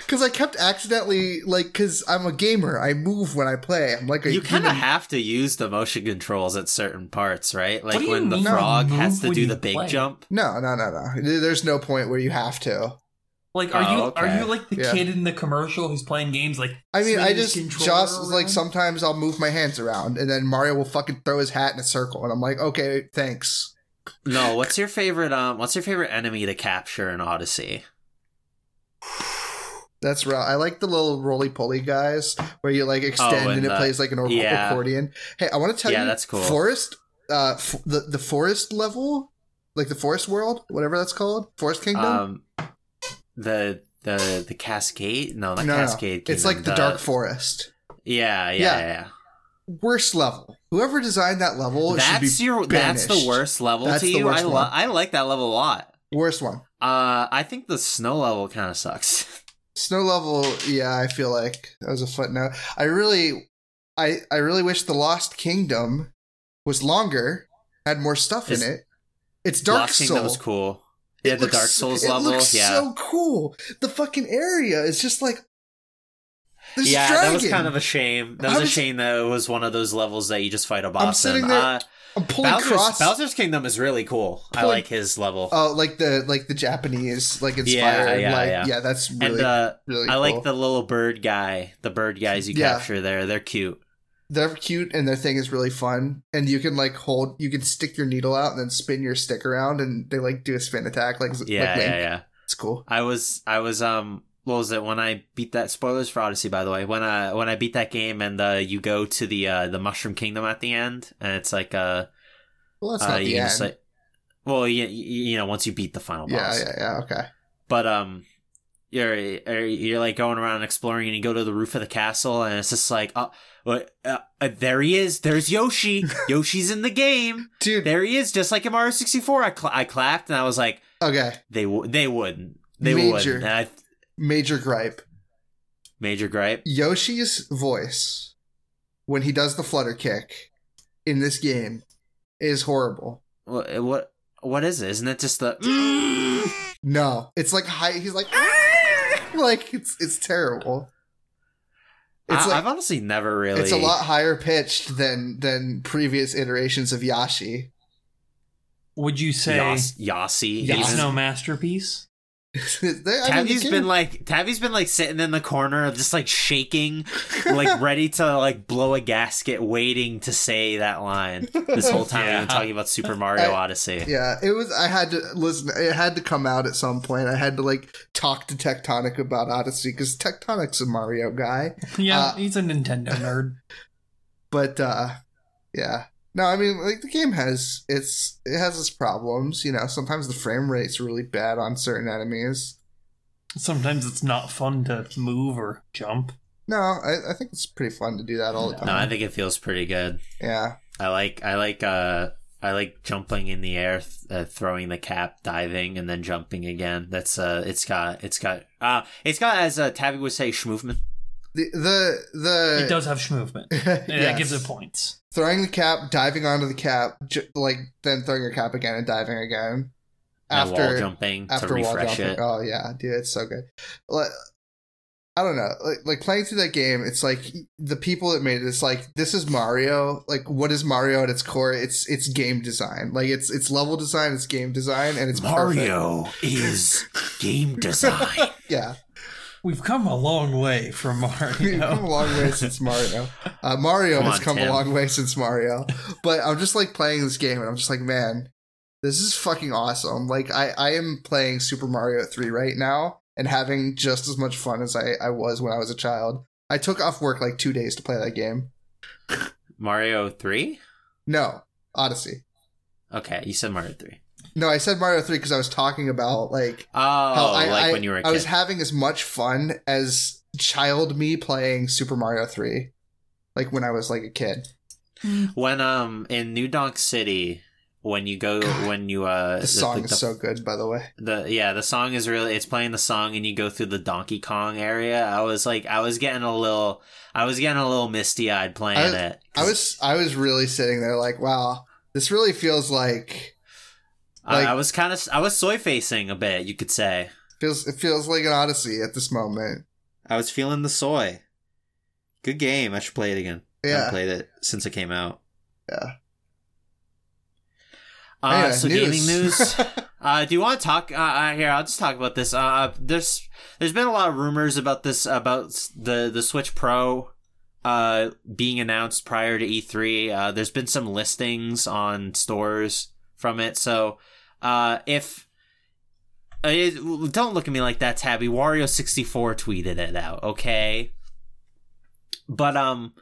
S3: Because I kept accidentally, like, because I'm a gamer. I move when I play. I'm like a
S2: you kind of
S3: human-
S2: have to use the motion controls at certain parts, right? Like
S1: do you
S2: when the
S1: mean
S2: frog
S1: move
S2: has to
S1: when
S2: do
S1: you
S2: the big
S1: play?
S2: jump.
S3: No, no, no, no. There- There's no point where you have to.
S1: Like, are
S2: Oh,
S1: you
S2: okay.
S1: are you like the
S3: Yeah.
S1: kid in the commercial who's playing games? Like,
S3: I mean, I
S1: swinging his
S3: just
S1: controller
S3: just like
S1: around?
S3: sometimes I'll move my hands around, and then Mario will fucking throw his hat in a circle, and I'm like, okay, thanks.
S2: No, what's your favorite? Um, what's your favorite enemy to capture in Odyssey?
S3: That's right. I like the little roly poly guys where you like extend
S2: Oh, and
S3: and it
S2: the-
S3: plays like an or-
S2: yeah.
S3: accordion. Hey, I want to tell
S2: Yeah,
S3: you,
S2: that's cool.
S3: Forest, uh, f- the the forest level, like the forest world, whatever that's called, forest kingdom.
S2: Um, the the the cascade? No, not
S3: No, no.
S2: cascade.
S3: it's
S2: Kingdom,
S3: like the dark forest.
S2: Yeah, yeah,
S3: Yeah.
S2: yeah. yeah.
S3: worst level. Whoever designed that level should
S2: That's
S3: be
S2: your. That's the
S3: banished.
S2: worst level
S3: That's
S2: to
S3: the
S2: you.
S3: worst
S2: I lo-
S3: one.
S2: I like that level a lot.
S3: worst one.
S2: Uh, I think the snow level kind of sucks.
S3: Snow level, yeah, I feel like that was a footnote. I really, I I really wish the Lost Kingdom was longer, had more stuff
S2: Is-
S3: in it. It's Dark
S2: Lost
S3: Soul.
S2: Kingdom was cool. Yeah, the
S3: looks-
S2: Dark Souls
S3: it
S2: level.
S3: looks
S2: yeah,
S3: so cool. The fucking area is just like There's
S2: yeah,
S3: a dragon.
S2: that was kind of a shame. That
S3: I
S2: was, a
S3: was-
S2: shame that it was one of those levels that you just fight a boss.
S3: sitting
S2: in.
S3: there-
S2: Uh,
S3: I'm pulling
S2: Bowser's,
S3: cross.
S2: Bowser's Kingdom is really cool. I
S3: Pulling-
S2: like his level.
S3: Oh, like the like the Japanese like inspired.
S2: yeah,
S3: like
S2: yeah.
S3: yeah, that's really
S2: and uh,
S3: really.
S2: I
S3: cool.
S2: like the little bird guy. The bird guys you
S3: Yeah.
S2: capture there. They're cute.
S3: They're cute and their thing is really fun. And you can like hold, you can stick your needle out and then spin your stick around, and they like do a spin attack. Like like
S2: Yeah,
S3: Link.
S2: yeah, yeah.
S3: it's cool.
S2: I was I was um what was it when I beat that spoilers for Odyssey by the way when I when I beat that game and uh, you go to the uh, the Mushroom Kingdom at the end and it's like uh,
S3: Well, that's
S2: uh
S3: not
S2: you
S3: the
S2: can
S3: end.
S2: just like well you, you know once you beat the final boss
S3: yeah, yeah, yeah. Okay.
S2: but um you're you're like going around and exploring and you go to the roof of the castle and it's just like oh what uh, uh, there he is there's Yoshi Yoshi's in the game
S3: Dude,
S2: there he is just like in Mario 64 I cla I clapped and I was like
S3: okay.
S2: they w- they wouldn't they
S3: Major.
S2: wouldn't and I,
S3: Major gripe.
S2: major gripe
S3: Yoshi's voice when he does the flutter kick in this game is horrible.
S2: What what what is it? Isn't it just the?
S1: Mm.
S3: No, it's like high. He's like, "Ah!" like it's it's terrible. It's
S2: I,
S3: like
S2: I've honestly never really.
S3: it's a lot higher pitched than than previous iterations of Yashi.
S1: Would you say
S2: Yas- Yossi.
S3: Yas-
S1: it's
S2: even-
S1: no masterpiece?
S3: They- I mean, the
S2: Tabby's
S3: game-
S2: been like Tabby's been like sitting in the corner, just like shaking, like ready to like blow a gasket, waiting to say that line this whole time.
S1: Yeah.
S2: We've been talking about Super Mario
S3: I-
S2: Odyssey.
S3: yeah, it was. I had to listen. It had to come out at some point. I had to like talk to Tectonic about Odyssey because Tectonic's a Mario guy.
S1: Yeah,
S3: Uh,
S1: he's a Nintendo nerd.
S3: but uh yeah no i mean like the game has its it has its problems you know sometimes the frame rate's really bad on certain enemies
S1: Sometimes it's not fun to move or jump.
S3: no i, I think it's pretty fun to do that all the time
S2: No, I think it feels pretty good.
S3: yeah
S2: I like I like uh I like jumping in the air, th- uh, throwing the cap, diving, and then jumping again. That's uh, it's got it's got uh, it's got as uh, Tabby would say, schmovement.
S3: the the, the
S1: It does have movement. Yeah, That
S3: Uh, Yes.
S1: gives it points.
S3: throwing the cap diving onto the cap ju- like then throwing your cap again and diving again
S2: and wall
S3: after
S2: jumping to
S3: after wall
S2: refresh
S3: jumping.
S2: it.
S3: Oh yeah, dude, it's so good. Like, I don't know, like, like playing through that game, it's like the people that made it. It's like this is Mario. Like, what is Mario at its core? It's it's game design. Like, it's it's level design, it's game design, and it's
S2: is game design.
S3: perfect. Yeah,
S1: We've come a long way from
S3: we've come a
S1: Mario.
S3: long way since Mario. Uh, Mario
S2: Come
S3: has
S2: on,
S3: come
S2: Tim.
S3: a long way since Mario. But I'm just like playing this game, and I'm just like, man, this is fucking awesome. Like, I I am playing Super Mario Three right now and having just as much fun as I I was when I was a child. I took off work like two days to play that game.
S2: Mario three?
S3: No, Odyssey.
S2: Okay, you said Mario three.
S3: No, I said Mario Three because I was talking about like
S2: Oh,
S3: I,
S2: like
S3: I-
S2: when you were a
S3: I was
S2: kid.
S3: having as much fun as child me playing Super Mario Three, like when I was like a kid.
S2: when um in New Donk City, when you go
S3: God,
S2: when you uh
S3: The song
S2: the,
S3: is so good, by the way.
S2: the yeah the song is really it's playing the song and you go through the Donkey Kong area. I was like I was getting a little I was getting a little misty eyed playing
S3: I-
S2: it.
S3: I was I was really sitting there like, wow, this really feels like
S2: I-
S3: like-
S2: I was kind of I was soy facing a bit, you could say.
S3: feels it feels like an odyssey at this moment.
S2: I was feeling the soy. Good game. I should play it again. I haven't
S3: Yeah.
S2: played it since it came out.
S3: Yeah.
S2: Uh,
S3: Anyway,
S2: so gaming news. uh, do you want to talk? Uh, uh, here, I'll just talk about this. Uh, there's there's been a lot of rumors about this about s- the the Switch Pro uh, being announced prior to E3. Uh, there's been some listings on stores from it. So uh, if uh, it, don't look at me like that, Tabby. Wario sixty four tweeted it out. Okay, but um,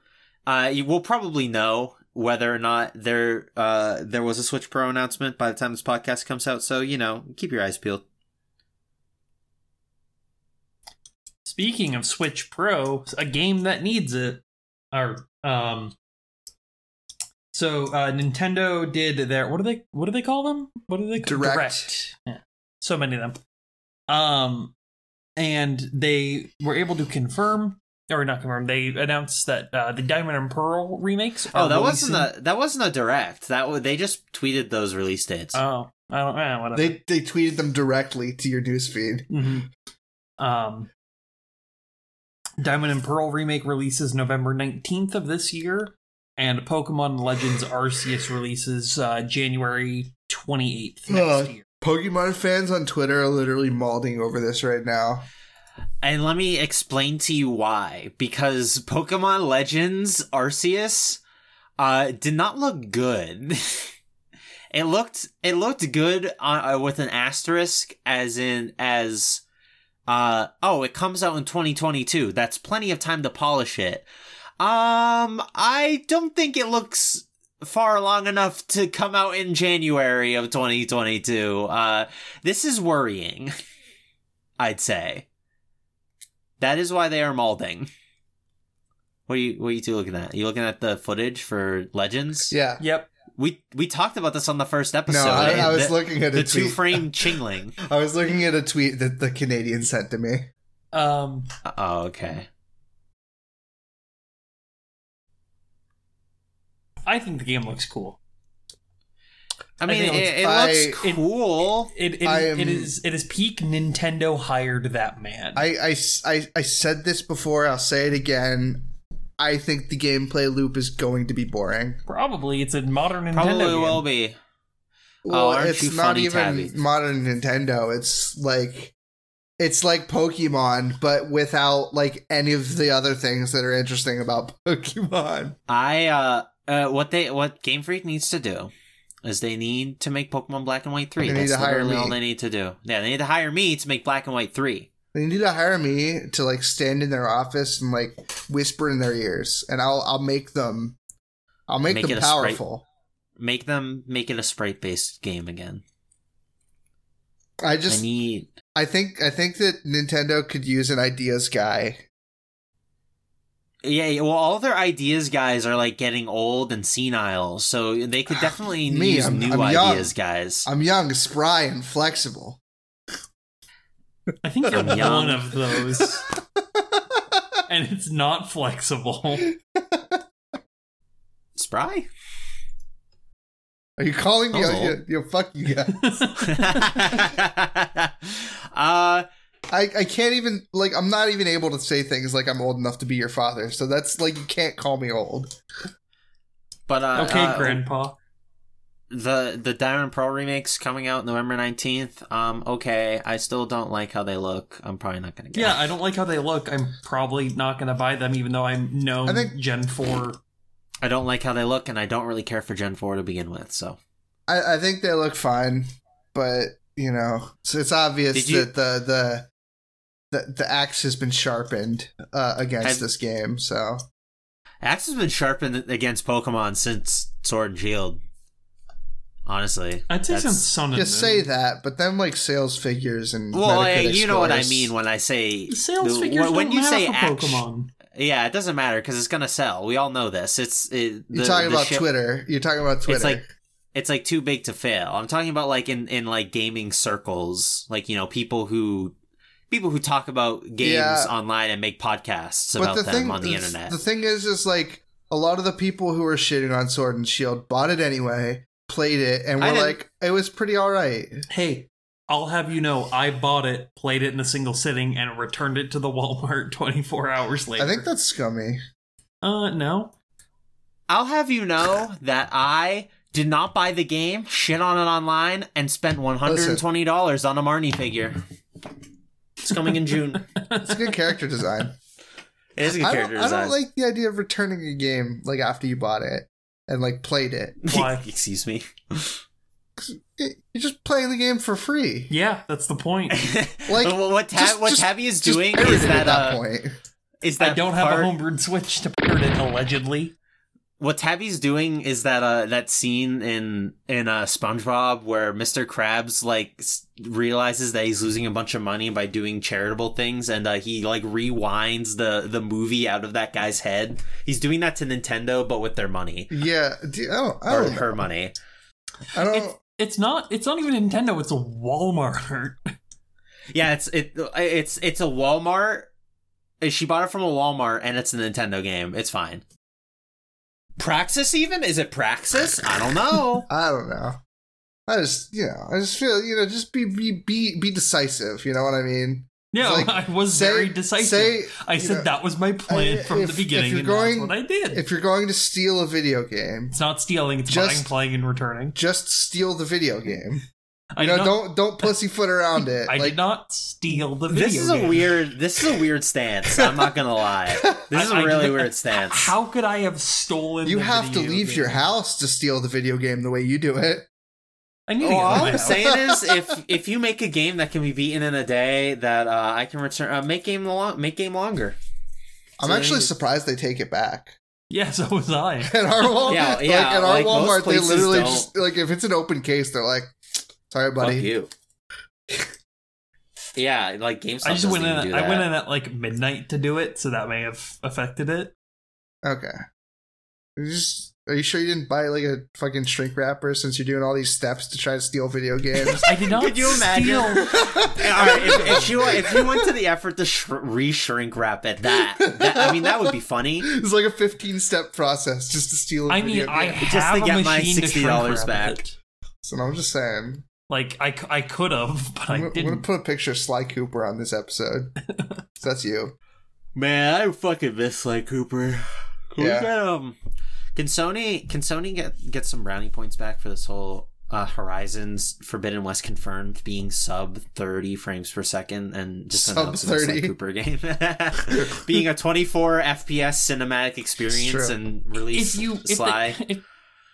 S2: uh, you will probably know whether or not there uh there was a Switch Pro announcement by the time this podcast comes out. So you know, keep your eyes peeled.
S1: Speaking of Switch Pro, a game that needs it. Or um so uh Nintendo did their what do they what do they call them? What do they call
S3: Direct.
S1: Yeah. So many of them. Um and they were able to confirm or not confirm, they announced that uh the Diamond and Pearl remakes are
S2: Oh, that wasn't
S1: releasing-
S2: a that wasn't a direct. That wa- they just tweeted those release dates.
S1: Oh, I don't eh, whatever.
S3: they they tweeted them directly to your newsfeed.
S1: Mhm. Um, Diamond and Pearl remake releases November 19th of this year, and Pokemon Legends Arceus releases uh, January 28th next
S3: Ugh.
S1: year.
S3: Pokemon fans on Twitter are literally malding over this right now.
S2: And let me explain to you why. Because Pokemon Legends Arceus uh, did not look good. it looked it looked good on, uh, with an asterisk, as in as uh, oh, it comes out in 2022. That's plenty of time to polish it. Um, I don't think it looks far long enough to come out in January of 2022. Uh, this is worrying. I'd say. That is why they are maulding. What are you what are you two looking at? you looking at the footage for Legends?
S3: Yeah.
S1: Yep.
S2: We we talked about this on the first episode.
S3: no, I, I
S2: and
S3: was
S2: the,
S3: looking at a
S2: the two
S3: tweet.
S2: frame chingling.
S3: I was looking at a tweet that the Canadian sent to me.
S1: Um,
S2: Oh, okay.
S1: I think the game looks cool.
S2: I mean,
S1: think
S2: it,
S1: it
S2: it
S3: looks-
S2: looks
S1: I- it-
S2: cool.
S1: It it,
S3: I am-
S1: it is it is peak Nintendo hired that man.
S3: I, I s- I- I said this before, I'll say it again. I think the gameplay loop is going to be boring.
S1: Probably it's a modern Nintendo
S2: Probably
S1: game.
S2: will be.
S3: Well,
S2: Oh, aren't
S3: it's
S2: you
S3: not
S2: funny,
S3: even
S2: Tabby?
S3: modern Nintendo. It's like it's like Pokemon, but without like any of the other things that are interesting about Pokemon.
S2: I uh, uh what they what Game Freak needs to do is they need to make Pokemon Black and White 3.
S3: They need
S2: That's
S3: to hire
S2: literally all
S3: me.
S2: they need to do. Yeah, they need to hire me to make Black and White 3.
S3: They need to hire me to like stand in their office and like whisper in their ears, and I'll I'll make them. I'll make,
S2: Make it
S3: them
S2: a sprite.
S3: powerful.
S2: Make them make it a sprite based game again.
S3: I just
S2: I need
S3: I think I think that Nintendo could use an ideas guy.
S2: Yeah, yeah, well, all their ideas guys are like getting old and senile, so they could definitely
S3: Me,
S2: use
S3: I'm-
S2: new
S3: I'm young.
S2: ideas guys.
S3: I'm young, spry, and flexible.
S1: I think you're
S2: I'm young.
S1: one of those, and it's not flexible.
S2: Uh, Spry?
S3: Are you calling me?
S2: Hello.
S3: Oh, you, you fuck you guys.
S2: uh,
S3: I, I can't even like I'm not even able to say things like I'm old enough to be your father. So that's like you can't call me old.
S2: but uh,
S1: okay,
S2: uh,
S1: Grandpa.
S2: the the Diamond Pro remakes coming out November nineteenth. Um, okay, I still don't like how they look. I'm probably not gonna get.
S1: Yeah,
S2: it.
S1: I don't like how they look. I'm probably not going to buy them, even though I'm known
S3: I think-
S1: Gen Four.
S2: I don't like how they look, and I don't really care for Gen Four to begin with. So
S3: I, I think they look fine, but you know, so it's obvious
S2: Did you-
S3: that the the the the axe has been sharpened uh, against
S2: I've-
S3: this game. So
S2: Axe has been sharpened against Pokemon since Sword and Shield. Honestly,
S1: I'd say
S2: that's-
S1: since Sun and
S3: just
S1: Moon.
S3: say that, but then like sales figures and
S2: Hmm. Well, I,
S3: Metacritic
S2: you know what I
S3: scores.
S2: mean when I say
S1: Sales
S2: the-
S1: figures
S2: wh-
S1: when don't you say for
S2: act-
S1: Pokemon.
S2: Yeah, it doesn't matter because it's gonna sell. We all know this. It's it, the-
S3: You're talking
S2: the
S3: about
S2: ship-
S3: Twitter. You're talking about Twitter.
S2: It's like it's like too big to fail. I'm talking about like in in like gaming circles, like you know people who people who talk about games
S3: Yeah.
S2: online and make podcasts about them on the internet.
S3: The thing is, is like a lot of the people who were shitting on Sword and Shield bought it anyway, played it, and
S2: I
S3: were
S2: didn't-
S3: like, it was pretty all right.
S1: Hey, I'll have you know, I bought it, played it in a single sitting, and returned it to the Walmart 24 hours later.
S3: I think that's scummy.
S1: Uh, no.
S2: I'll have you know that I did not buy the game, shit on it online, and spent 120 dollars on a Marnie figure. It's coming in June.
S3: It's good character design.
S2: It is a good
S3: I,
S2: character
S3: don't, I
S2: design.
S3: don't like the idea of returning a game like after you bought it and like played it.
S1: Why?
S2: Excuse me.
S3: It- You're just playing the game for free.
S1: Yeah, that's the point.
S3: Like,
S2: Well, what Tab,
S3: just-
S2: what
S3: just-
S2: Tabby is
S3: Just
S2: doing
S3: parrot
S2: is
S3: it
S2: that,
S3: at that
S2: uh,
S3: point.
S2: is that
S1: I don't have
S2: part-
S1: a homebrewed Switch to put it, allegedly.
S2: What Tabby's doing is that uh that scene in in uh, SpongeBob where Mr. Krabs like s- realizes that he's losing a bunch of money by doing charitable things, and uh, he like rewinds the the movie out of that guy's head. He's doing that to Nintendo, but with their money
S3: Yeah, do, I don't. I
S2: or
S3: don't.
S2: her money.
S3: I don't
S1: It's, it's not. It's not even Nintendo. It's a Walmart.
S2: Yeah, it's it it's it's a Walmart. She bought it from a Walmart, and it's a Nintendo game. It's fine. Praxis, even is it Praxis? I don't know.
S3: I don't know. I just, you know, I just feel, you know, just be be be, be decisive. You know what I mean?
S1: Yeah,
S3: It's
S1: I was
S3: say-
S1: very decisive.
S3: say,
S1: I
S3: you
S1: said
S3: know,
S1: that was my plan
S3: I-
S1: from
S3: if-
S1: the
S3: if
S1: beginning,
S3: you're
S1: and
S3: going-
S1: that's what I did.
S3: If you're going to steal a video game,
S1: it's not stealing; it's
S3: Just-
S1: buying, playing, and returning.
S3: just steal the video game.
S1: I
S3: You know,
S1: did not,
S3: don't don't pussyfoot around it.
S1: I
S3: like,
S1: did not steal the video.
S2: This is a
S1: game.
S2: weird. This is a weird stance. I'm not gonna lie. This is
S1: I- I
S2: a really
S1: did-
S2: weird stance.
S1: How could I have stolen?
S3: you
S1: the
S3: have to
S1: video
S3: leave
S1: game?
S3: your house to steal the video game the way you do it.
S1: I need to
S3: Oh,
S2: Well,
S1: get out of
S2: all
S1: my
S2: I'm
S1: house.
S2: saying is, if if you make a game that can be beaten in a day, that uh, I can return, uh, make game lo- make game longer.
S3: I'm
S2: So
S3: actually
S2: you-
S3: surprised they take it back.
S1: Yeah, so was I.
S3: At our Walmart,
S2: Yeah,
S3: like,
S2: yeah,
S3: at our
S2: like, most
S3: Walmart, they
S2: places
S3: literally
S2: don't.
S3: just like if it's an open case, they're like, "Sorry,
S2: Fuck
S3: buddy."
S2: you. yeah, like GameStop.
S1: I just went in.
S2: doesn't even do
S1: I
S2: that.
S1: went in at like midnight to do it, so that may have affected it.
S3: Okay. You just- are you sure you didn't buy like a fucking shrink wrapper since you're doing all these steps to try to steal video games?
S1: I did not.
S2: Could you imagine?
S1: steal-
S2: All right, if, if you if you went to the effort to sh- re-shrink wrap it, that, that I mean that would be funny.
S3: it's like a 15 step process just to steal. a
S1: I
S3: video
S1: mean, I
S3: game.
S1: have
S2: Just to
S1: a
S2: get my
S1: machine to shrink
S2: $60
S1: wrap
S2: back.
S1: it.
S3: So I'm just saying.
S1: Like I, c- I could have, but I
S3: I'm, gonna- I'm gonna
S1: didn't.
S3: put a picture of Sly Cooper on this episode. so that's you.
S2: Man, I fucking miss Sly Cooper. Can we
S3: Yeah.
S2: get, um, can Sony can Sony get get some brownie points back for this whole uh, Horizons Forbidden West confirmed being sub thirty frames per second and just
S3: Sub
S2: announced it as a Sly
S3: 30.
S2: Cooper game being a twenty four FPS cinematic experience
S3: true.
S2: and release
S1: If you, if
S2: Sly.
S1: They, if,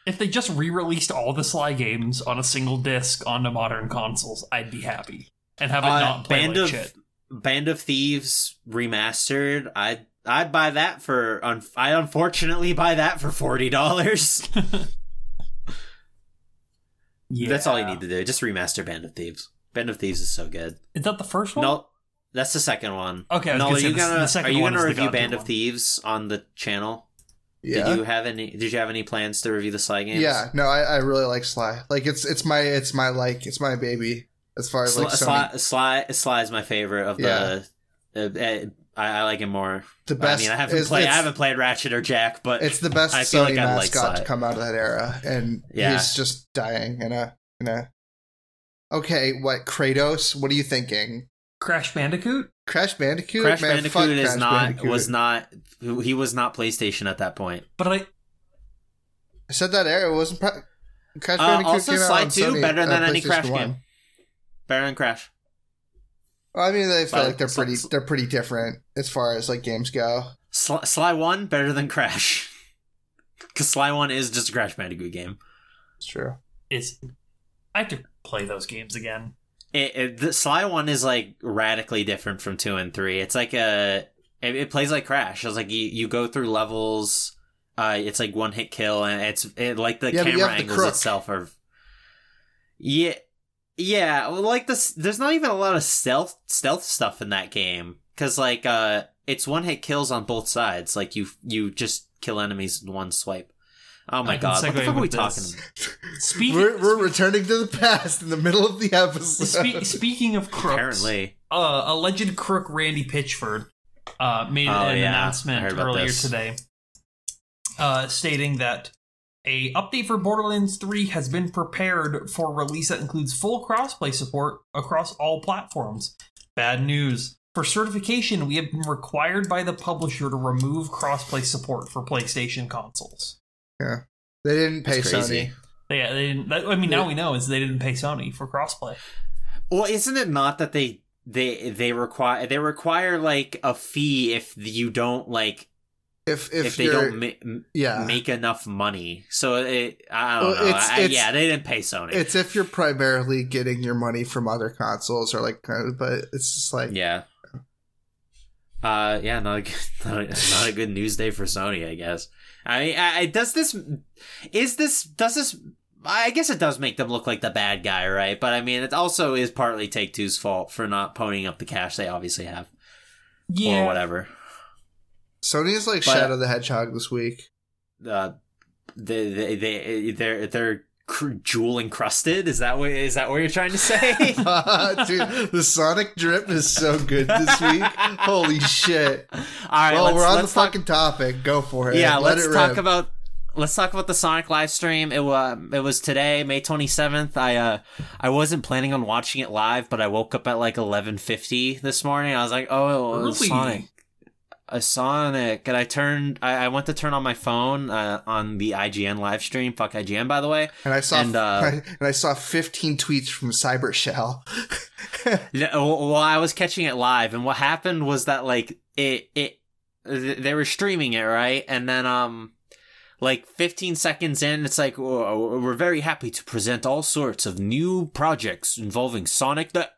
S1: if they just re-released all the Sly games on a single disc onto modern consoles, I'd be happy and have it
S2: Uh,
S1: not play
S2: Band
S1: like
S2: of-
S1: shit.
S2: Band of Thieves remastered. I I'd buy that for. Un- I unfortunately buy that for forty dollars.
S1: Yeah,
S2: That's all you need to do. Just remaster Band of Thieves. Band of Thieves is so good.
S1: Is that the first one?
S2: No, that's the second one.
S1: Okay, I was
S2: no,
S1: gonna
S2: are
S1: say
S2: you
S1: the-
S2: gonna
S1: the second
S2: are you
S1: one
S2: gonna
S1: is the
S2: review
S1: goddamn
S2: Band of
S1: one.
S2: Thieves on the channel?
S3: Yeah.
S2: Did you have any? Did you have any plans to review the Sly games?
S3: Yeah, no, I, I really like Sly. Like it's it's my it's my like it's my baby as far as
S2: Sly,
S3: like Sony.
S2: Sly, Sly, Sly is my favorite of the. Uh, I, I like him more.
S3: the best.
S2: I mean, I haven't
S3: it's,
S2: played. I
S3: it's-
S2: haven't played Ratchet or Jack, but
S3: It's the best
S2: I feel
S3: Sony
S2: like I like
S3: mascot to
S2: Sly.
S3: come out of that era, and
S2: Yeah.
S3: he's just dying in a in a. Okay, what Kratos? What are you thinking?
S1: Crash Bandicoot.
S3: Crash Bandicoot?
S2: Crash
S3: Man,
S2: Bandicoot
S3: fuck
S2: is
S3: Crash
S2: not
S3: Bandicoot.
S2: was not he was not PlayStation at that point.
S1: But I,
S3: I said that era wasn't. Pro- Crash
S2: Uh,
S3: Bandicoot
S2: also,
S3: came out
S2: Sly
S3: on
S2: 2
S3: Sony,
S2: better
S3: uh,
S2: than any
S3: PlayStation
S2: Crash
S3: 1.
S2: game. Better than Crash.
S3: Well, I mean, I feel
S2: But
S3: like they're
S2: Sly-
S3: pretty. They're pretty different as far as like games go.
S2: Sly, Sly One better than Crash, because Sly One is just a Crash Bandicoot game.
S3: It's true.
S1: is I have to play those games again.
S2: It, it- the Sly One is like radically different from two and three. It's like a it, it plays like Crash. It's like you, you go through levels. Uh, it's like one hit kill, and it's it, like the
S3: Yeah, but you
S2: camera
S3: have the
S2: angles
S3: crook.
S2: itself are. Yeah, yeah. well, Like this, there's not even a lot of stealth stealth stuff in that game because like uh, it's one hit kills on both sides. Like you you just kill enemies in one swipe. Oh my
S1: I can
S2: god, what the
S1: segue
S2: fuck are we
S1: with
S2: talking?
S1: this. Speaking
S3: We're, we're returning to the past in the middle of the
S1: spe-
S3: episode.
S1: speaking of crooks,
S2: Apparently,
S1: uh, alleged crook Randy Pitchford uh, made
S2: Oh,
S1: an
S2: yeah. I heard
S1: announcement
S2: about
S1: earlier
S2: this.
S1: today, uh, stating that a update for Borderlands 3 has been prepared for release that includes full crossplay support across all platforms. Bad news. For certification, we have been required by the publisher to remove crossplay support for PlayStation consoles.
S3: they didn't pay
S2: That's crazy.
S3: Sony.
S1: Yeah, they didn't, that, I mean, now we know is they didn't pay Sony for crossplay.
S2: Well, isn't it not that they they they require they require like a fee if you don't like
S3: If if,
S2: if, they
S3: you're,
S2: don't ma- m-
S3: yeah,
S2: make enough money. So it I don't
S3: Well,
S2: know.
S3: it's-
S2: I-
S3: it's-
S2: yeah, they didn't pay Sony.
S3: it's if you're primarily getting your money from other consoles or like, kind of- but it's just like
S2: yeah. Uh yeah, not a good, not a, not a good news day for Sony, I guess. I mean, I, I- does this is this does this I guess it does make them look like the bad guy, right? But I mean, it also is partly Take Two's fault for not ponying up the cash they obviously have
S1: Yeah,
S2: or whatever.
S3: Sony is like
S2: But-
S3: Shadow the Hedgehog this week.
S2: uh, they they they they're they're cr- jewel encrusted. Is that what is that what you're trying to say?
S3: Dude, the Sonic drip is so good this week. Holy shit!
S2: All right,
S3: well,
S2: let's,
S3: we're on the
S2: let's talk,
S3: fucking topic. Go for it.
S2: Yeah,
S3: Let
S2: let's
S3: it
S2: talk
S3: rip.
S2: about let's talk about the Sonic live stream. It was it was today, May 27th. I uh I wasn't planning on watching it live, but I woke up at like 11:50 this morning. I was like, "Oh, it was
S1: Early.
S2: Sonic." A Sonic, and I turned. I, I went to turn on my phone uh, on the IGN live stream. Fuck IGN, by the way.
S3: And I saw
S2: And, uh,
S3: and I saw 15 tweets from Cyber Shell.
S2: No, well, I was catching it live, and what happened was that like it it th- they were streaming it right, and then um like 15 seconds in, it's like "Oh, we're very happy to present all sorts of new projects involving Sonic the.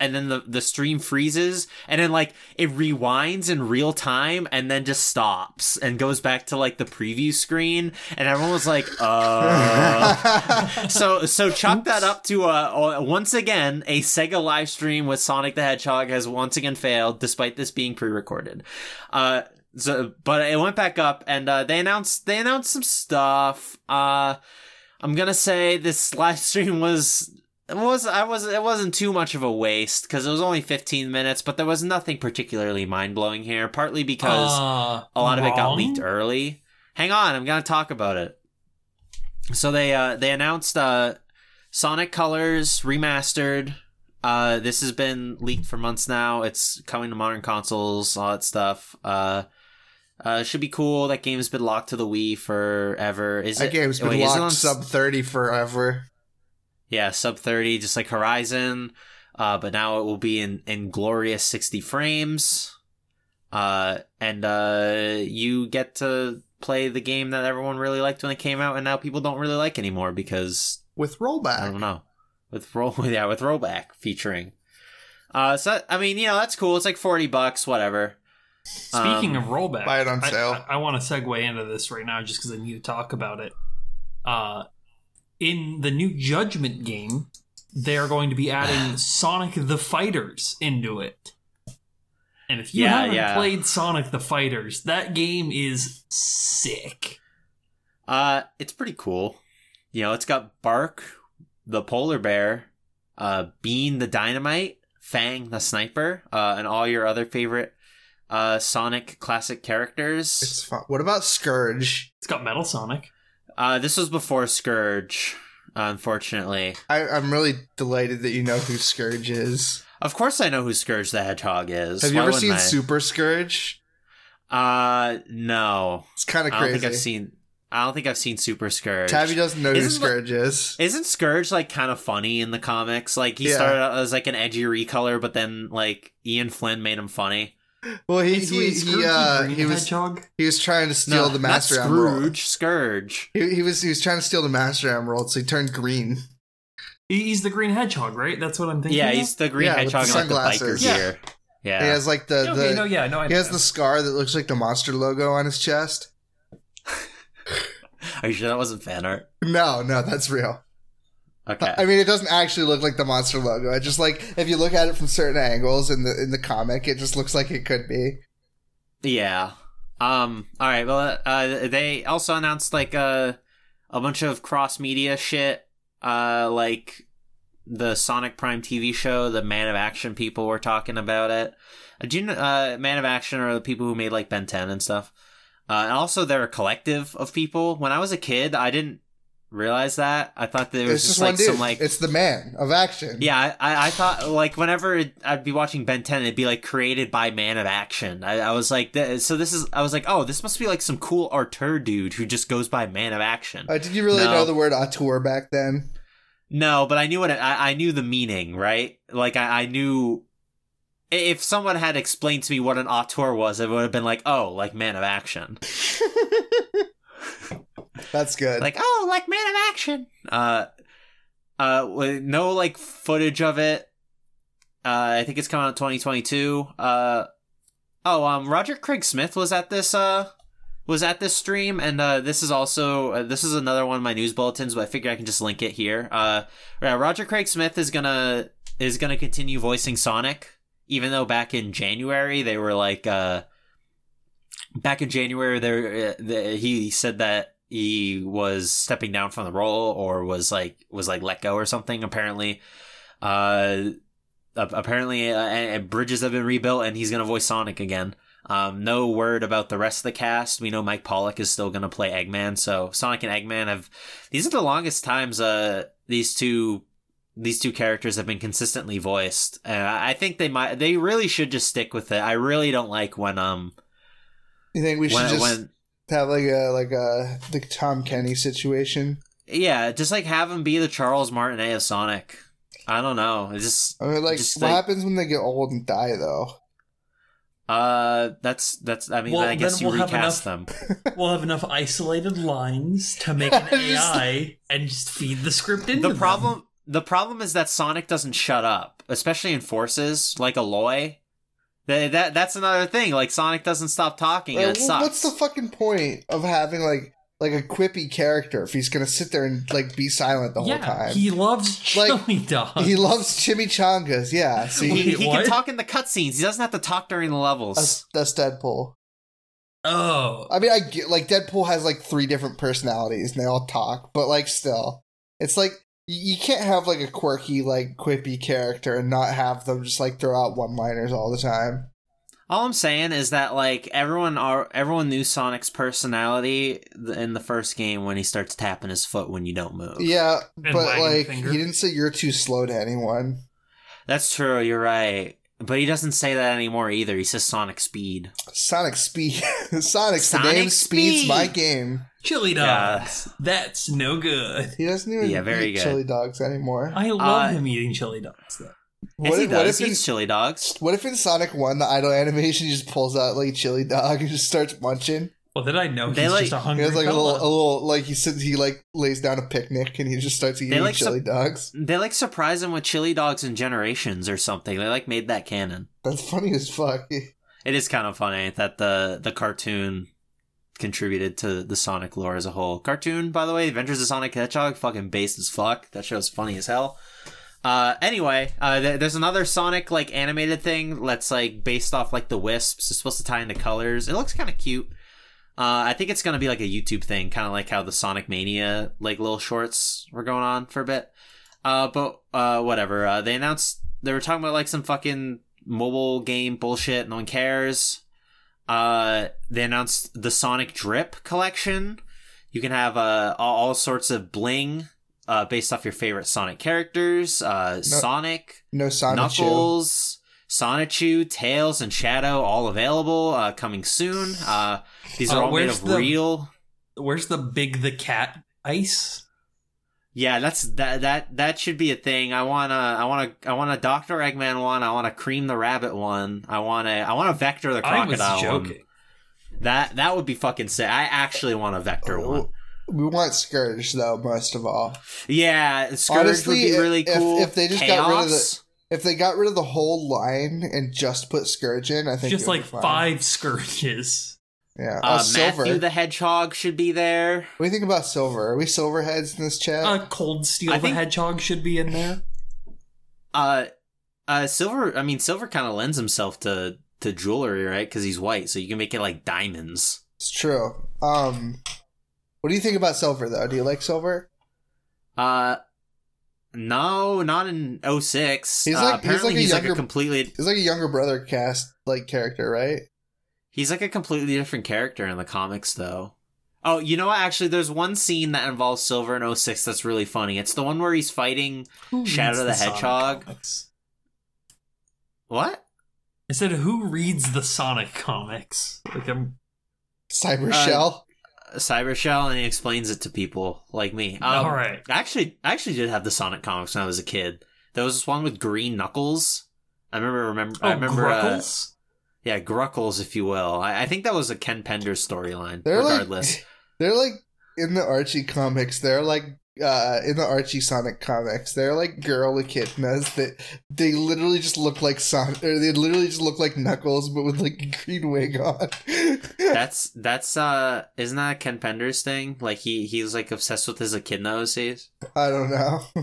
S2: And then the, the stream freezes, and then like it rewinds in real time, and then just stops and goes back to like the preview screen, and everyone was like, "Uh." so so chalk that up to uh, uh, once again a Sega live stream with Sonic the Hedgehog has once again failed despite this being pre-recorded. Uh so but it went back up and uh they announced they announced some stuff. Uh I'm going to say this live stream was it was I was it wasn't too much of a waste cuz it was only 15 minutes but there was nothing particularly mind-blowing here partly because
S1: Uh,
S2: a lot of it got
S1: wrong?
S2: leaked early. Hang on, I'm gonna talk about it. So they uh, they announced uh, Sonic Colors remastered. Uh, this has been leaked for months now. It's coming to modern consoles, all that stuff. Uh, uh, should be cool. That game's been locked to the Wii forever. Is
S3: that
S2: it?
S3: game's been
S2: wait, is it on
S3: locked
S2: s-
S3: sub 30 forever.
S2: yeah, sub 30, just like Horizon. Uh, but now it will be in, in glorious 60 frames. Uh, and uh, you get to play the game that everyone really liked when it came out, and now people don't really like anymore because
S3: With
S2: I
S3: rollback.
S2: don't know. With roll, yeah, with rollback featuring. Uh, so I mean, you know, that's cool. It's like forty bucks, whatever.
S1: Speaking
S2: Um,
S1: of rollback,
S3: buy it on
S1: I-
S3: sale.
S1: I, want to segue into this right now just because I need to talk about it. Uh, in the new Judgment game, they are going to be adding Sonic the Fighters into it. And if you
S2: Yeah,
S1: haven't
S2: yeah.
S1: played Sonic the Fighters, that game is sick.
S2: Uh, it's pretty cool. You know, it's got Bark, the polar bear, uh, Bean the dynamite, Fang the sniper, uh, and all your other favorite uh, Sonic classic characters.
S3: It's fun. What about Scourge?
S1: It's got Metal Sonic.
S2: Uh, this was before Scourge, unfortunately.
S3: I, I'm really delighted that you know who Scourge is.
S2: Of course, I know who Scourge the Hedgehog is.
S3: Have you
S2: Why
S3: ever
S2: wouldn't
S3: seen
S2: I?
S3: Super Scourge?
S2: Uh, no,
S3: It's kind of
S2: I don't think
S3: crazy.
S2: I've seen. I don't think I've seen Super Scourge.
S3: Tabby doesn't know who
S2: Isn't the-
S3: Scourge is.
S2: Isn't Scourge like kind of funny in the comics? Like he
S3: Yeah.
S2: started out as like an edgy recolor, but then like Ian Flynn made him funny.
S3: Well, he
S1: It's
S3: he
S1: with
S3: he,
S1: Scrooge
S3: uh,
S1: the Green
S3: he was
S1: Hedgehog.
S3: he was trying to steal the
S2: not
S3: Master Emerald.
S2: Scrooge. Scourge.
S3: He, he was he was trying to steal the Master Emerald, so he turned green.
S1: He- He's the Green Hedgehog, right? That's what I'm thinking.
S2: yeah,
S1: of?
S2: he's the Green
S3: Yeah, with the
S2: Hedgehog and like the biker
S3: sunglasses.
S1: Yeah.
S2: gear. Yeah.
S3: He has like the,
S1: okay,
S3: Uh, the
S1: no, yeah, no, I
S3: he has
S1: know.
S3: the scar that looks like the monster logo on his chest.
S2: Are you sure that wasn't fan art?
S3: No, no, that's real.
S2: Okay.
S3: I mean, it doesn't actually look like the monster logo. It just like if you look at it from certain angles in the in the comic, it just looks like it could be.
S2: Yeah. Um. All right. Well, uh, they also announced like uh, a bunch of cross media shit. Uh, like the Sonic Prime TV show, the Man of Action people were talking about it. Uh, Do you know uh, Man of Action are the people who made like Ben Ten and stuff? Uh, and also they're a collective of people. When I was a kid, I didn't realize that. I thought there was
S3: it's
S2: just,
S3: just,
S2: like
S3: one dude.
S2: some like
S3: it's the man of action.
S2: yeah, I- I, I thought like whenever it- I'd be watching Ben 10, it'd be like created by Man of Action. I, I was like, th- so this is. I was like, oh, this must be like some cool auteur dude who just goes by Man of Action.
S3: Uh, did you really
S2: No.
S3: know the word auteur back then?
S2: no, but I knew what it, I, I knew the meaning, right? Like I, I knew i- if someone had explained to me what an auteur was, it would have been like, oh, like Man of Action.
S3: That's good.
S2: like oh like man of action uh uh with no like footage of it uh i think it's coming out in 2022 uh oh um roger craig smith was at this uh was at this stream and uh this is also uh, this is another one of my news bulletins but i figure i can just link it here uh yeah, roger craig smith is gonna is gonna continue voicing sonic even though back in january they were like uh back in January, there uh, the, he said that he was stepping down from the role or was like was like let go or something. Apparently, uh, ap- apparently, uh, and- and bridges have been rebuilt, and he's gonna voice Sonic again. Um, no word about the rest of the cast. We know Mike Pollock is still going to play Eggman. So Sonic and Eggman have these are the longest times uh, these two these two characters have been consistently voiced. Uh, I think they might they really should just stick with it. I really don't like when um
S3: You think we should
S2: when,
S3: just
S2: when
S3: have like a like a the Tom Kenny situation?
S2: yeah just like have him be the Charles Martinet of Sonic. I don't know. It's just
S3: I mean, like,
S2: Just
S3: what
S2: like-
S3: happens when they get old and die, though?
S2: uh that's that's I mean
S1: Well,
S2: I guess
S1: then
S2: you
S1: we'll have
S2: recast them.
S1: We'll have enough isolated lines to make an
S3: Just-
S1: AI and just feed the script into
S2: the
S1: them.
S2: problem the problem is that Sonic doesn't shut up, especially in forces like Aloy. That, that that's another thing. Like Sonic doesn't stop talking, and
S3: Like,
S2: it
S3: wh-
S2: sucks.
S3: What's the fucking point of having like like a quippy character if he's gonna sit there and like be silent the
S1: yeah,
S3: whole time?
S1: he loves chili
S3: Like,
S1: dogs.
S3: He loves chimichangas. Yeah, see,
S1: Wait,
S2: he, he
S1: what?
S2: can talk in the cutscenes. He doesn't have to talk during the levels.
S3: that's, that's Deadpool.
S1: oh,
S3: I mean, I get like Deadpool has like three different personalities and they all talk, but like still, it's like you you can't have like a quirky like quippy character and not have them just like throw out one liners all the time.
S2: All I'm saying is that like everyone are everyone knew Sonic's personality th- in the first game when he starts tapping his foot when you don't move.
S3: Yeah,
S1: And
S3: but
S1: wagging the
S3: like
S1: finger.
S3: he didn't say you're too slow to anyone.
S2: That's true. You're right. But he doesn't say that anymore either. He says Sonic speed.
S3: Sonic Speed. Sonic, the
S2: Sonic
S3: name speeds
S2: Speed!
S3: my game.
S1: chili
S2: Yeah.
S1: dogs. That's no good.
S3: He doesn't even
S2: Yeah, very
S3: eat
S2: good.
S3: chili dogs anymore.
S1: I love
S2: Uh,
S1: him eating chili dogs though.
S2: Yes,
S3: What,
S2: he
S3: if- what
S2: does.
S3: if
S2: He
S3: in,
S2: eats chili dogs.
S3: what if in Sonic One the idle animation he just pulls out like chili dog and just starts munching?
S1: Well, then I know
S2: They
S1: he's
S2: like-
S1: just a
S3: He
S1: hungry
S3: has like a little,
S1: fella.
S3: a little like he sits, he like lays down a picnic and he just starts eating
S2: like
S3: chili dogs.
S2: They like surprise him with chili dogs and generations or something. They like made that canon.
S3: That's funny as fuck.
S2: It is kind of funny that the the cartoon contributed to the Sonic lore as a whole. Cartoon, by the way, Adventures of Sonic the Hedgehog, fucking based as fuck. That show's funny as hell. Uh, anyway, uh, th- there's another Sonic like animated thing that's like based off like the wisps. It's supposed to tie into colors. It looks kind of cute. Uh, I think it's gonna be like a YouTube thing, kind of like how the Sonic Mania like little shorts were going on for a bit. Uh, but uh, whatever. Uh, they announced they were talking about like some fucking mobile game bullshit. No one cares. Uh, they announced the Sonic Drip collection. You can have uh all, all sorts of bling, uh, based off your favorite Sonic characters. Uh, Sonic.
S3: No Sonic Chew.
S2: Knuckles, Sonichu, Tails, and Shadow all available uh, coming soon. Uh, these are
S1: Uh,
S2: all made
S1: where's
S2: of
S1: the-
S2: real.
S1: Where's the big the cat ice?
S2: Yeah, that's that that that should be a thing. I wanna I wanna I want a Doctor Eggman one. I want a Cream the Rabbit one. I want a I want a Vector the
S1: I
S2: Crocodile
S1: was
S2: one.
S1: joking.
S2: That that would be fucking sick. I actually want a Vector
S3: Oh.
S2: one.
S3: We want Scourge though, most of all.
S2: Yeah, Scourge
S3: Honestly,
S2: would be
S3: if-
S2: really
S3: if-
S2: cool.
S3: if they just got rid of the-
S2: Chaos?
S3: If they got rid of the whole line and just put Scourge in, I think it
S1: Just
S3: would be
S1: like
S3: fine.
S1: five scourges.
S3: Yeah.
S2: uh,
S3: oh, Silver.
S2: Matthew the Hedgehog should be there.
S3: What do you think about Silver? Are we Silverheads in this chat?
S1: Uh, Cold Steel
S2: I
S1: the
S2: think-
S1: Hedgehog should be in there.
S2: Uh, uh, silver. I mean, silver kind of lends himself to to jewelry, right? Because he's white, so you can make it like diamonds.
S3: it's true. Um, what do you think about Silver though? Do you like Silver?
S2: Uh, no, not in 06.
S3: He's
S2: Uh,
S3: like- he's
S2: apparently,
S3: like a
S2: he's like a
S3: younger-
S2: completely.
S3: He's like a younger brother cast like character, right?
S2: He's like a completely different character in the comics, though. Oh, you know what? Actually, there's one scene that involves Silver in 06 that's really funny. It's the one where he's fighting.
S1: Who
S2: Shadow
S1: reads
S2: the
S1: Sonic
S2: Hedgehog?
S1: comics?
S2: What?
S1: I said, who reads the Sonic comics? Like, I'm
S3: Cyber
S2: Uh,
S3: Shell.
S2: Cyber Shell, and he explains it to people like me. Um,
S1: all right.
S2: I actually I actually did have the Sonic comics when I was a kid. There was this one with green knuckles. I remember remember
S1: Oh,
S2: I remember uh,
S1: Gruckles?
S2: yeah, Gruckles, if you will. I, I think that was a Ken Pender storyline.
S3: They're like-
S2: Regardless.
S3: They're like in the Archie comics. They're like uh, in the Archie Sonic comics. They're like girl echidnas that they literally just look like Sonic, or they literally just look like Knuckles, but with like a green wig on.
S2: that's that's uh isn't that Ken Pender's thing? Like he he was like obsessed with his echidna OCs.
S3: I don't know.
S2: uh,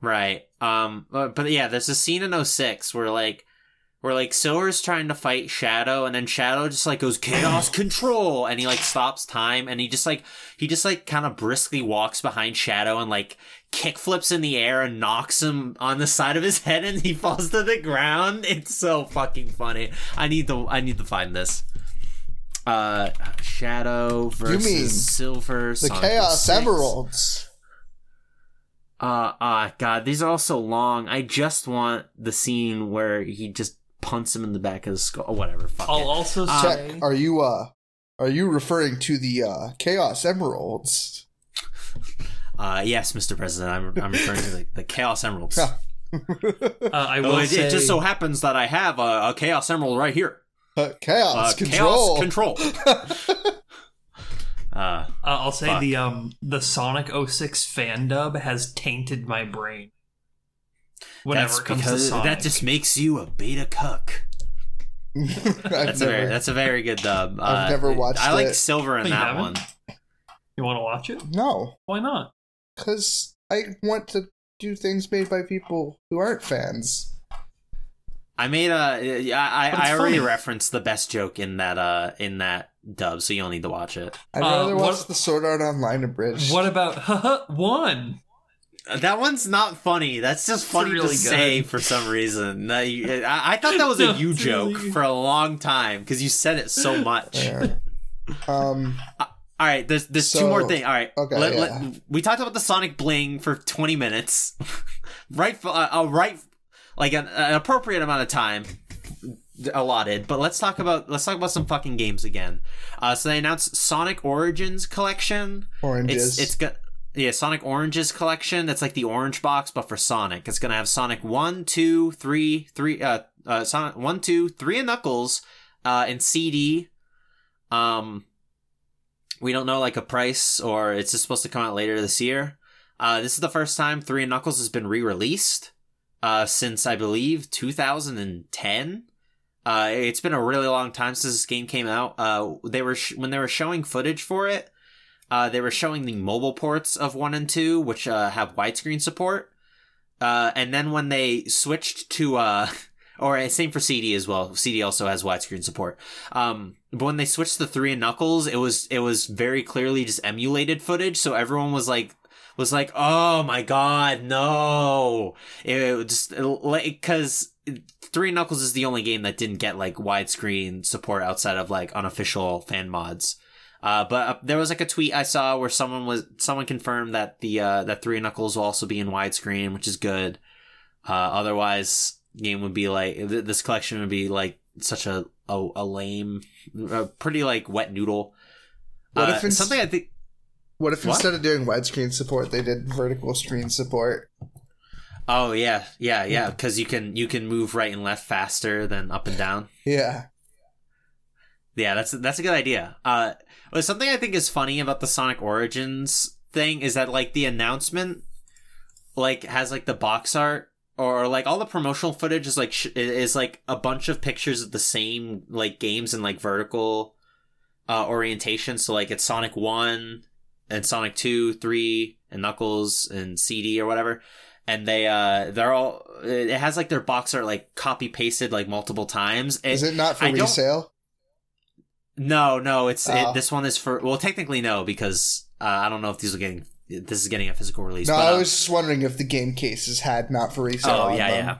S2: Right. Um but, but yeah, there's a scene in 06 where like where like Silver's trying to fight Shadow and then Shadow just like goes chaos control and he like stops time and he just like he just like kind of briskly walks behind Shadow and like kickflips in the air and knocks him on the side of his head and he falls to the ground. It's so fucking funny. I need to I need to find this. Uh Shadow versus
S3: mean
S2: Silver
S3: The
S2: Sonic
S3: Chaos
S2: 06.
S3: Emeralds.
S2: Uh, ah, God, these are all so long. I just want the scene where he just punts him in the back of the skull. Oh, whatever. Fuck
S1: I'll
S2: it.
S1: also
S2: Uh,
S1: say
S3: Check. Are you uh are you referring to the uh Chaos Emeralds?
S2: Uh, yes, Mr. President, I'm, I'm referring to the, the Chaos Emeralds.
S3: Yeah.
S1: uh, I will
S2: Oh, it,
S1: say
S2: it just so happens that I have a, a Chaos Emerald right here.
S3: Uh,
S2: Uh,
S3: chaos control.
S2: Chaos Control. uh,
S1: uh, I'll say
S2: Fuck.
S1: the um the Sonic 06 fan dub has tainted my brain. Whenever
S2: that's
S1: it comes to
S2: because
S1: Sonic,
S2: that just makes you a beta cuck.
S3: I've
S2: That's a very
S3: never,
S2: that's a very good dub.
S3: I've
S2: Uh,
S3: never watched
S2: I like
S3: it.
S2: Silver in
S1: You
S2: that
S1: haven't?
S2: one.
S1: you want to watch it?
S3: no,
S1: Why not?
S3: because I want to do things made by people who aren't fans.
S2: I made a. I
S1: But it's
S2: I, I already
S1: funny.
S2: referenced the best joke in that uh in that dub, so you'll need to watch it.
S3: I'd
S1: Uh,
S3: rather
S1: what-
S3: watch the Sword Art Online abridged.
S1: What about haha, one?
S2: Uh, That one's not funny. That's just
S1: It's
S2: funny
S1: really
S2: to
S1: good.
S2: say for some reason. That you- I, I thought that was a
S1: No,
S2: you
S1: it's
S2: joke
S1: really-
S2: for a long time because you said it so much.
S3: Yeah. um,
S2: All right, there's there's two
S3: So-
S2: more things. All right,
S3: okay,
S2: let-
S3: yeah.
S2: let- we talked about the Sonic Bling for 20 minutes, right? f- Uh, a right, like an, an appropriate amount of time allotted. But let's talk about let's talk about some fucking games again. Uh, so they announced Sonic Origins Collection.
S3: oranges.
S2: It's it's got yeah Sonic Oranges Collection. That's like the orange box, but for Sonic. It's gonna have Sonic one, two, three, three. Uh, uh, Sonic one, two, three, and Knuckles. Uh, and CD. Um, we don't know like a price, or it's just supposed to come out later this year. Uh, this is the first time Three and Knuckles has been re-released uh, since I believe 2010. Uh, it's been a really long time since this game came out. Uh, they were sh- when they were showing footage for it. Uh, they were showing the mobile ports of one and two, which uh, have widescreen support. Uh, and then when they switched to, uh, or uh, same for CD as well. CD also has widescreen support. Um, but when they switched to three and knuckles, it was it was very clearly just emulated footage. So everyone was like was like, oh my god, no! It, it was just it- like because three and knuckles is the only game that didn't get like widescreen support outside of like unofficial fan mods. Uh, but uh, there was like a tweet I saw where someone was someone confirmed that the uh, that Three Knuckles will also be in widescreen, which is good. Uh, otherwise, game would be like th- this collection would be like such a a, a lame, a pretty like wet noodle.
S3: What
S2: Uh,
S3: if it's-
S2: something I think
S3: what if
S2: what?
S3: instead of doing widescreen support, they did vertical screen support?
S2: Oh yeah, yeah, yeah. Because you can you can move right and left faster than up and down.
S3: Yeah.
S2: Yeah, that's that's a good idea. Uh, well, something I think is funny about the Sonic Origins thing is that like the announcement, like has like the box art or like all the promotional footage is like sh- is like a bunch of pictures of the same like games in like vertical uh, orientation. So like it's Sonic One and Sonic Two, Three, and Knuckles and CD or whatever. And they uh they're all it it has like their box art like copy pasted like multiple times. It-
S3: Is it not for
S2: I don't-
S3: resale?
S2: no, no, it's
S3: Oh.
S2: it, this one is for well, technically no, because uh, I don't know if these are getting this is getting a physical release.
S3: No,
S2: but,
S3: I
S2: uh,
S3: was just wondering if the game cases had not for resale.
S2: oh
S3: on
S2: yeah,
S3: them.
S2: yeah.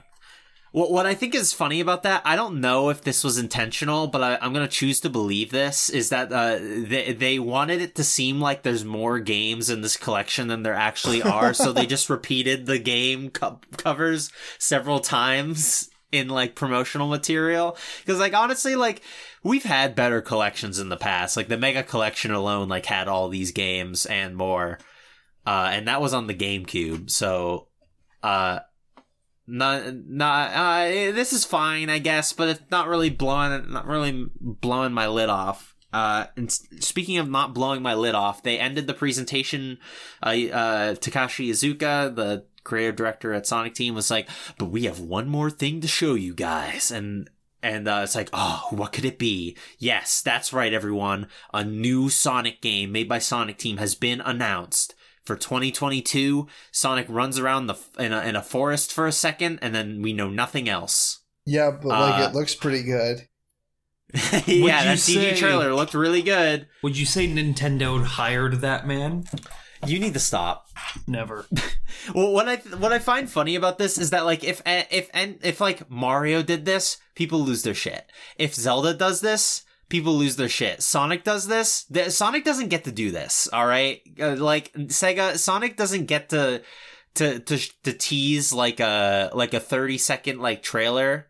S2: What what I think is funny about that, I don't know if this was intentional, but I, I'm gonna choose to believe this is that uh, they they wanted it to seem like there's more games in this collection than there actually are, so they just repeated the game co- covers several times in like promotional material because like honestly like we've had better collections in the past like the mega collection alone like had all these games and more uh and that was on the gamecube so uh not not uh, this is fine i guess but it's not really blowing not really blowing my lid off uh and s- speaking of not blowing my lid off they ended the presentation uh, uh takashi izuka the creative director at sonic team was like but we have one more thing to show you guys and and uh, it's like, oh, what could it be? Yes, that's right, everyone. A new Sonic game made by Sonic Team has been announced for 2022. Sonic runs around the in a, in a forest for a second, and then we know nothing else.
S3: Yeah, but like
S2: Uh,
S3: it looks pretty good.
S1: you
S2: yeah, that CG
S1: say-
S2: trailer looked really good.
S1: Would you say Nintendo hired that man?
S2: You need to stop.
S1: Never.
S2: Well, what I what I find funny about this is that like if if and if like Mario did this, people lose their shit. If Zelda does this, people lose their shit. Sonic does this. The, Sonic doesn't get to do this. All right, uh, like Sega, Sonic doesn't get to to to sh- to tease like a like a thirty second like trailer.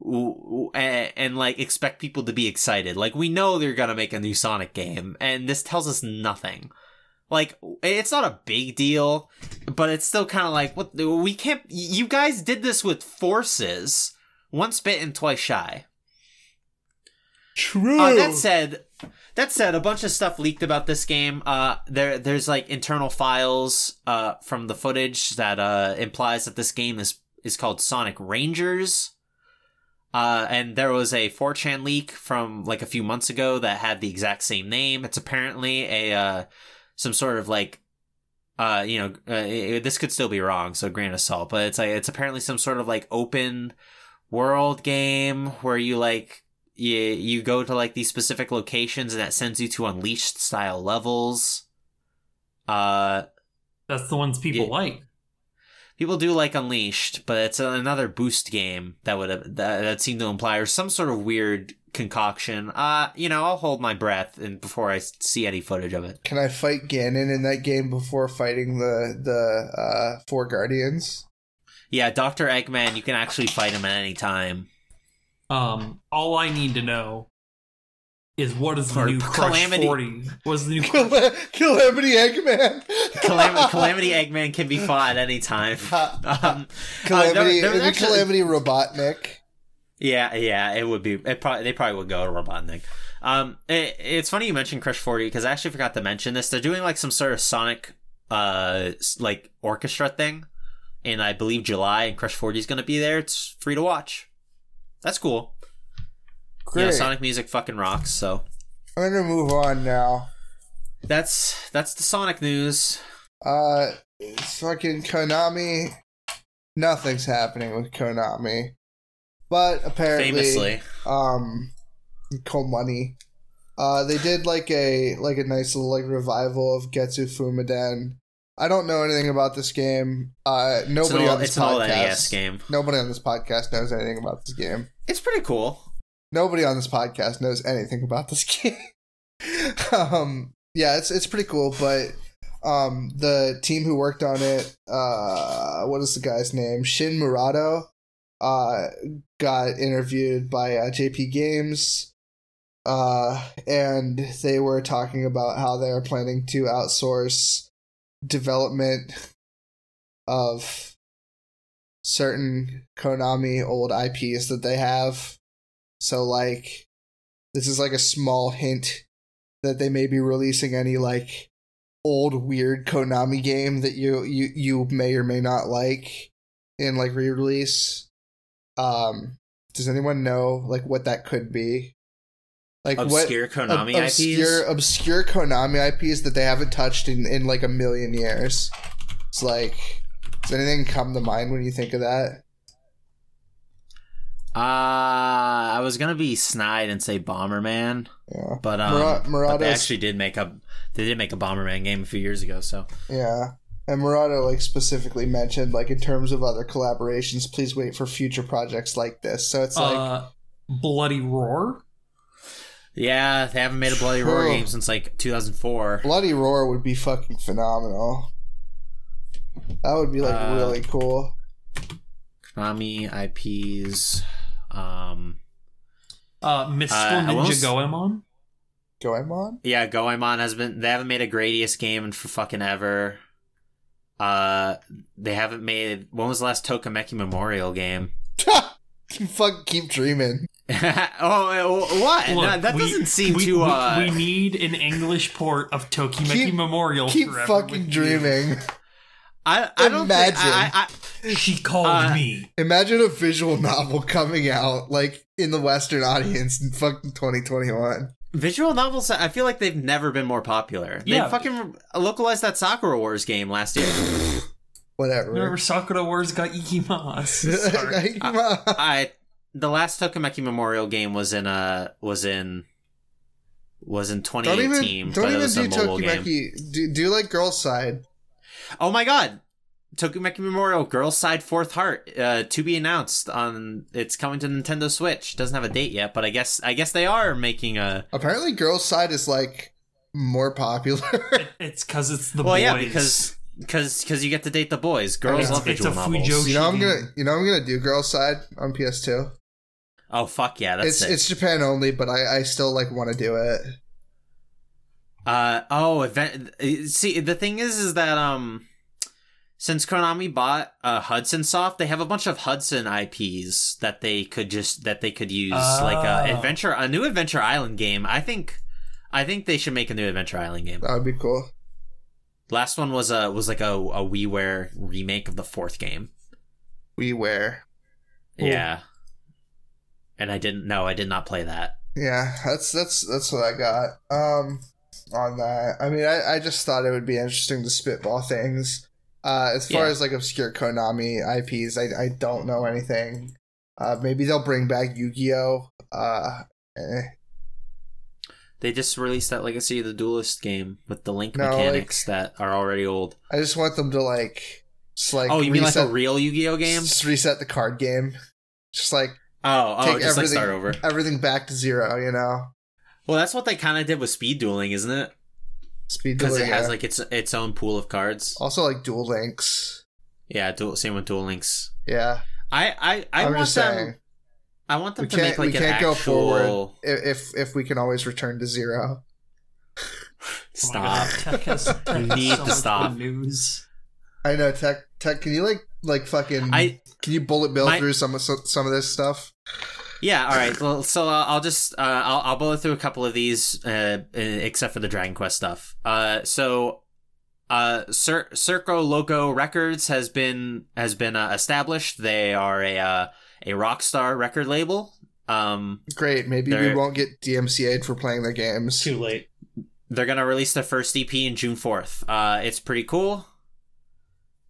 S2: w- w- And, and like expect people to be excited. Like we know they're gonna make a new Sonic game, and this tells us nothing. Like it's not a big deal but it's still kind of like what we can't you guys did this with forces once bitten twice shy
S3: True.
S2: uh, that said that said a bunch of stuff leaked about this game uh there there's like internal files uh from the footage that uh implies that this game is is called sonic rangers uh, and there was a 4chan leak from like a few months ago that had the exact same name. It's apparently a uh, some sort of like uh, you know uh, it- this could still be wrong, so grain of salt. But it's like it's apparently some sort of like open world game where you like you you go to like these specific locations and that sends you to unleashed style levels. Uh,
S1: That's the ones people
S2: Yeah.
S1: like.
S2: People do like Unleashed, but it's another boost game that would that, that seemed to imply or some sort of weird concoction. Uh, you know, I'll hold my breath and before I s- see any footage of it.
S3: Can I fight Ganon in that game before fighting the the uh, four guardians?
S2: Yeah, Doctor Eggman, you can actually fight him at any time.
S1: Um, all I need to know is what is the
S2: Or
S1: new
S2: Calamity.
S1: Crush Forty? What is the new Crush?
S3: Cal- Calamity Eggman.
S2: Calam- Calamity Eggman can be fought at any time.
S3: Ha.
S2: Um,
S3: Calamity.
S2: there- there
S3: it
S2: was
S3: would be
S2: actually-
S3: Calamity E- Robotnik.
S2: Yeah, yeah, it would be. It probably they probably would go to Robotnik. Um, it, it's funny you mentioned Crush Forty because I actually forgot to mention this. They're doing like some sort of Sonic, uh, s- like orchestra thing, and I believe July and Crush Forty is gonna be there. It's free to watch. That's cool.
S3: Great.
S2: You know, Sonic music fucking rocks. So
S3: I'm gonna move on now.
S2: that's that's the Sonic news.
S3: Uh, fucking Konami. Nothing's happening with Konami, but apparently,
S2: Famously,
S3: um, Komani. Uh, they did like a like a nice little like revival of Getsu Fumiden. I don't know anything about this game. Uh,
S2: it's an
S3: nobody on
S2: old,
S3: this
S2: it's an old NES
S3: podcast.
S2: game.
S3: Nobody on this podcast knows anything about this game.
S2: It's pretty cool.
S3: Nobody on this podcast knows anything about this game. um, yeah, it's it's pretty cool, but um, the team who worked on it, uh, what is the guy's name? Shin Murado, uh, got interviewed by uh, JP Games, uh, and they were talking about how they are planning to outsource development of certain Konami old IPs that they have. So like this is like a small hint that they may be releasing any like old weird Konami game that you you you may or may not like in like re-release. Um does anyone know like what that could be? Like what
S2: Obscure Konami
S3: ob- obscure,
S2: IPs.
S3: obscure Konami IPs that they haven't touched in, in like a million years. It's like, does anything come to mind when you think of that?
S2: Uh, I was gonna be snide and say Bomberman.
S3: Yeah,
S2: But um,
S3: Murad-
S2: but they
S3: Murada's-
S2: actually did make a they did make a Bomberman game a few years ago. So
S3: yeah. And Murata like specifically mentioned like in terms of other collaborations, please wait for future projects like this. So it's like
S1: uh, Bloody Roar.
S2: yeah, they haven't made a Bloody Roar
S3: True.
S2: game since like 2004.
S3: Bloody Roar would be fucking phenomenal. That would be like
S2: Uh,
S3: really cool.
S2: Konami IPs. Um,
S1: Uh, Mystical
S2: Uh, I
S1: Ninja
S2: was-
S1: Goemon.
S3: Goemon?
S2: yeah, Goemon has been. They haven't made a Gradius game in for fucking ever. Uh, they haven't made. When was the last Tokameki Memorial game?
S3: Fuck keep dreaming.
S2: oh, eh, what?
S1: Look,
S2: No, that
S1: we-
S2: doesn't seem
S1: we,
S2: too.
S1: we-
S2: uh,
S1: we need an English port of Tokimeki
S3: Keep-
S1: Memorial.
S3: Keep
S1: forever with
S3: fucking
S1: you.
S3: dreaming.
S2: I, I don't think-
S3: Imagine.
S2: I- I- I-
S1: She called
S2: Uh,
S1: me.
S3: Imagine a visual novel coming out like in the Western audience in fucking 2021.
S2: Visual novels, I feel like they've never been more popular.
S1: Yeah.
S2: They fucking localized that Sakura Wars game last year.
S3: Whatever.
S1: Remember Sakura Wars got Ikimas. Sorry.
S3: Like,
S2: I the last Tokameki Memorial game was in uh was in was in
S3: Don't
S2: 2018.
S3: even
S2: but
S3: don't
S2: it
S3: even
S2: was
S3: do
S2: a mobile game.
S3: Tokimeki. Do, do like girls side.
S2: Oh my god. Tokumeki Memorial Girls Side Fourth Heart uh, to be announced on it's coming to Nintendo Switch. Doesn't have a date yet, but I guess I guess they are making a
S3: Apparently, girls side is like more popular.
S1: It's because it's the
S2: well,
S1: boys.
S2: yeah, because because because you get to date the boys. Girls
S3: It's-
S2: love
S1: it's
S2: visual
S1: a
S2: novels.
S1: Fujoshi.
S3: you know, I'm
S1: Cheating.
S3: gonna you know I'm gonna do girls side on PS2.
S2: Oh fuck yeah, that's
S3: it's
S2: it.
S3: it's Japan only, but I I still like want to do it.
S2: Uh oh, event. See, the thing is, is that um, since Konami bought uh, Hudson Soft, they have a bunch of Hudson IPs that they could just that they could use, like
S1: Oh.
S2: a adventure, a new Adventure Island game. I think, I think they should make a new Adventure Island game.
S3: That would be cool.
S2: Last one was a was like a a WiiWare remake of the fourth game.
S3: We wear.
S1: Cool.
S2: Yeah, and I didn't. No, I did not play that.
S3: Yeah, that's that's that's what I got. Um on that. I mean I, I just thought it would be interesting to spitball things. Uh as far
S2: Yeah.
S3: as like obscure Konami IPs, I, I don't know anything. Uh maybe they'll bring back Yu-Gi-Oh! Uh eh.
S2: They just released that Legacy of the Duelist game with the link
S3: No, like-
S2: mechanics that are already old.
S3: I just want them to like s- like
S2: oh, you mean like a
S3: reset-
S2: real Yu-Gi-Oh game?
S3: s- reset the card game. Just like
S2: Oh, oh,
S3: Take
S2: just like
S3: everything-
S2: start over.
S3: everything back to zero, you know.
S2: Well, that's what they kind of did with speed dueling, isn't it?
S3: Speed
S2: Because it
S3: delay,
S2: has
S3: yeah.
S2: like its its own pool of cards.
S3: also like dual links.
S2: Yeah, dual, same with dual links.
S3: Yeah.
S2: I I, I
S3: I'm
S2: want
S3: just
S2: them.
S3: saying.
S2: I want them
S3: We
S2: to
S3: can't-
S2: make like
S3: we
S2: an
S3: can't go
S2: actual.
S3: forward. I- if if we can always return to zero.
S1: Oh my God,
S2: Stop.
S1: Tech has, tech
S2: You
S1: has
S2: need
S1: so
S2: to
S1: much good
S2: stop.
S1: News.
S3: I know tech tech. Can you like like fucking?
S2: I
S3: can you bullet bill
S2: my-
S3: through some of some, some of this stuff?
S2: yeah. All right. Well, so uh, I'll just uh, I'll I'll bullet through a couple of these, uh, uh, except for the Dragon Quest stuff. Uh, so. Uh, Cir- Circo Loco Records has been has been uh, established. They are a uh, a rock star record label. Um,
S3: Great. Maybe we
S2: There-
S3: won't get DMCA'd for playing their games.
S1: Too late.
S2: they're gonna release their first EP in June fourth. Uh, it's pretty cool.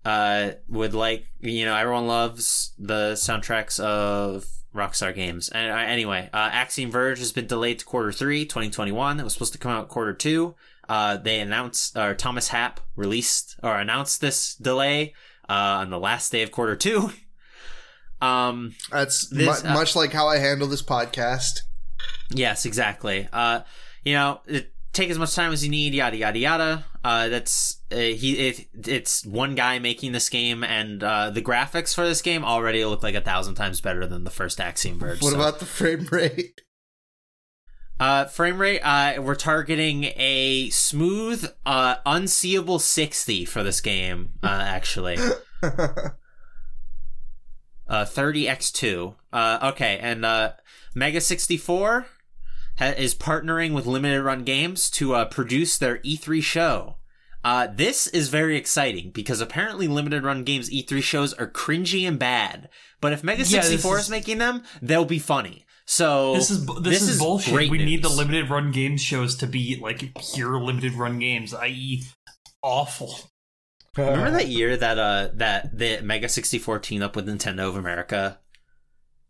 S2: Uh, would like you know everyone loves the soundtracks of Rockstar games. And uh, anyway, uh, Axiom Verge has been delayed to quarter three, 2021. It was supposed to come out quarter two. Uh, they announced or Thomas Happ released or announced this delay uh, on the last day of quarter two. um,
S3: That's mu-
S2: This, uh,
S3: much like how I handle this podcast.
S2: Yes, exactly. Uh, you know, it, take as much time as you need. Yada yada yada. Uh, that's uh, he. It, it's one guy making this game, and uh, the graphics for this game already look like a thousand times better than the first Axiom Verge.
S3: What
S2: so-
S3: about the frame rate?
S2: uh, frame rate? Uh, we're targeting a smooth, uh, unseeable sixty for this game. Uh, actually, uh, thirty x two. Uh, okay, and uh, Mega sixty four ha- is partnering with Limited Run Games to uh, produce their E three show. Uh, this is very exciting because apparently Limited Run Games E three shows are cringy and bad. But if Mega
S1: Yeah, this
S2: sixty four is,
S1: is-
S2: making them, they'll be funny. So
S1: This is bu- this,
S2: this
S1: is,
S2: is
S1: bullshit.
S2: great
S1: We need the
S2: news.
S1: limited run game shows to be like pure limited run games, i.e., awful.
S2: Remember that year that uh that the Mega sixty four teamed up with Nintendo of America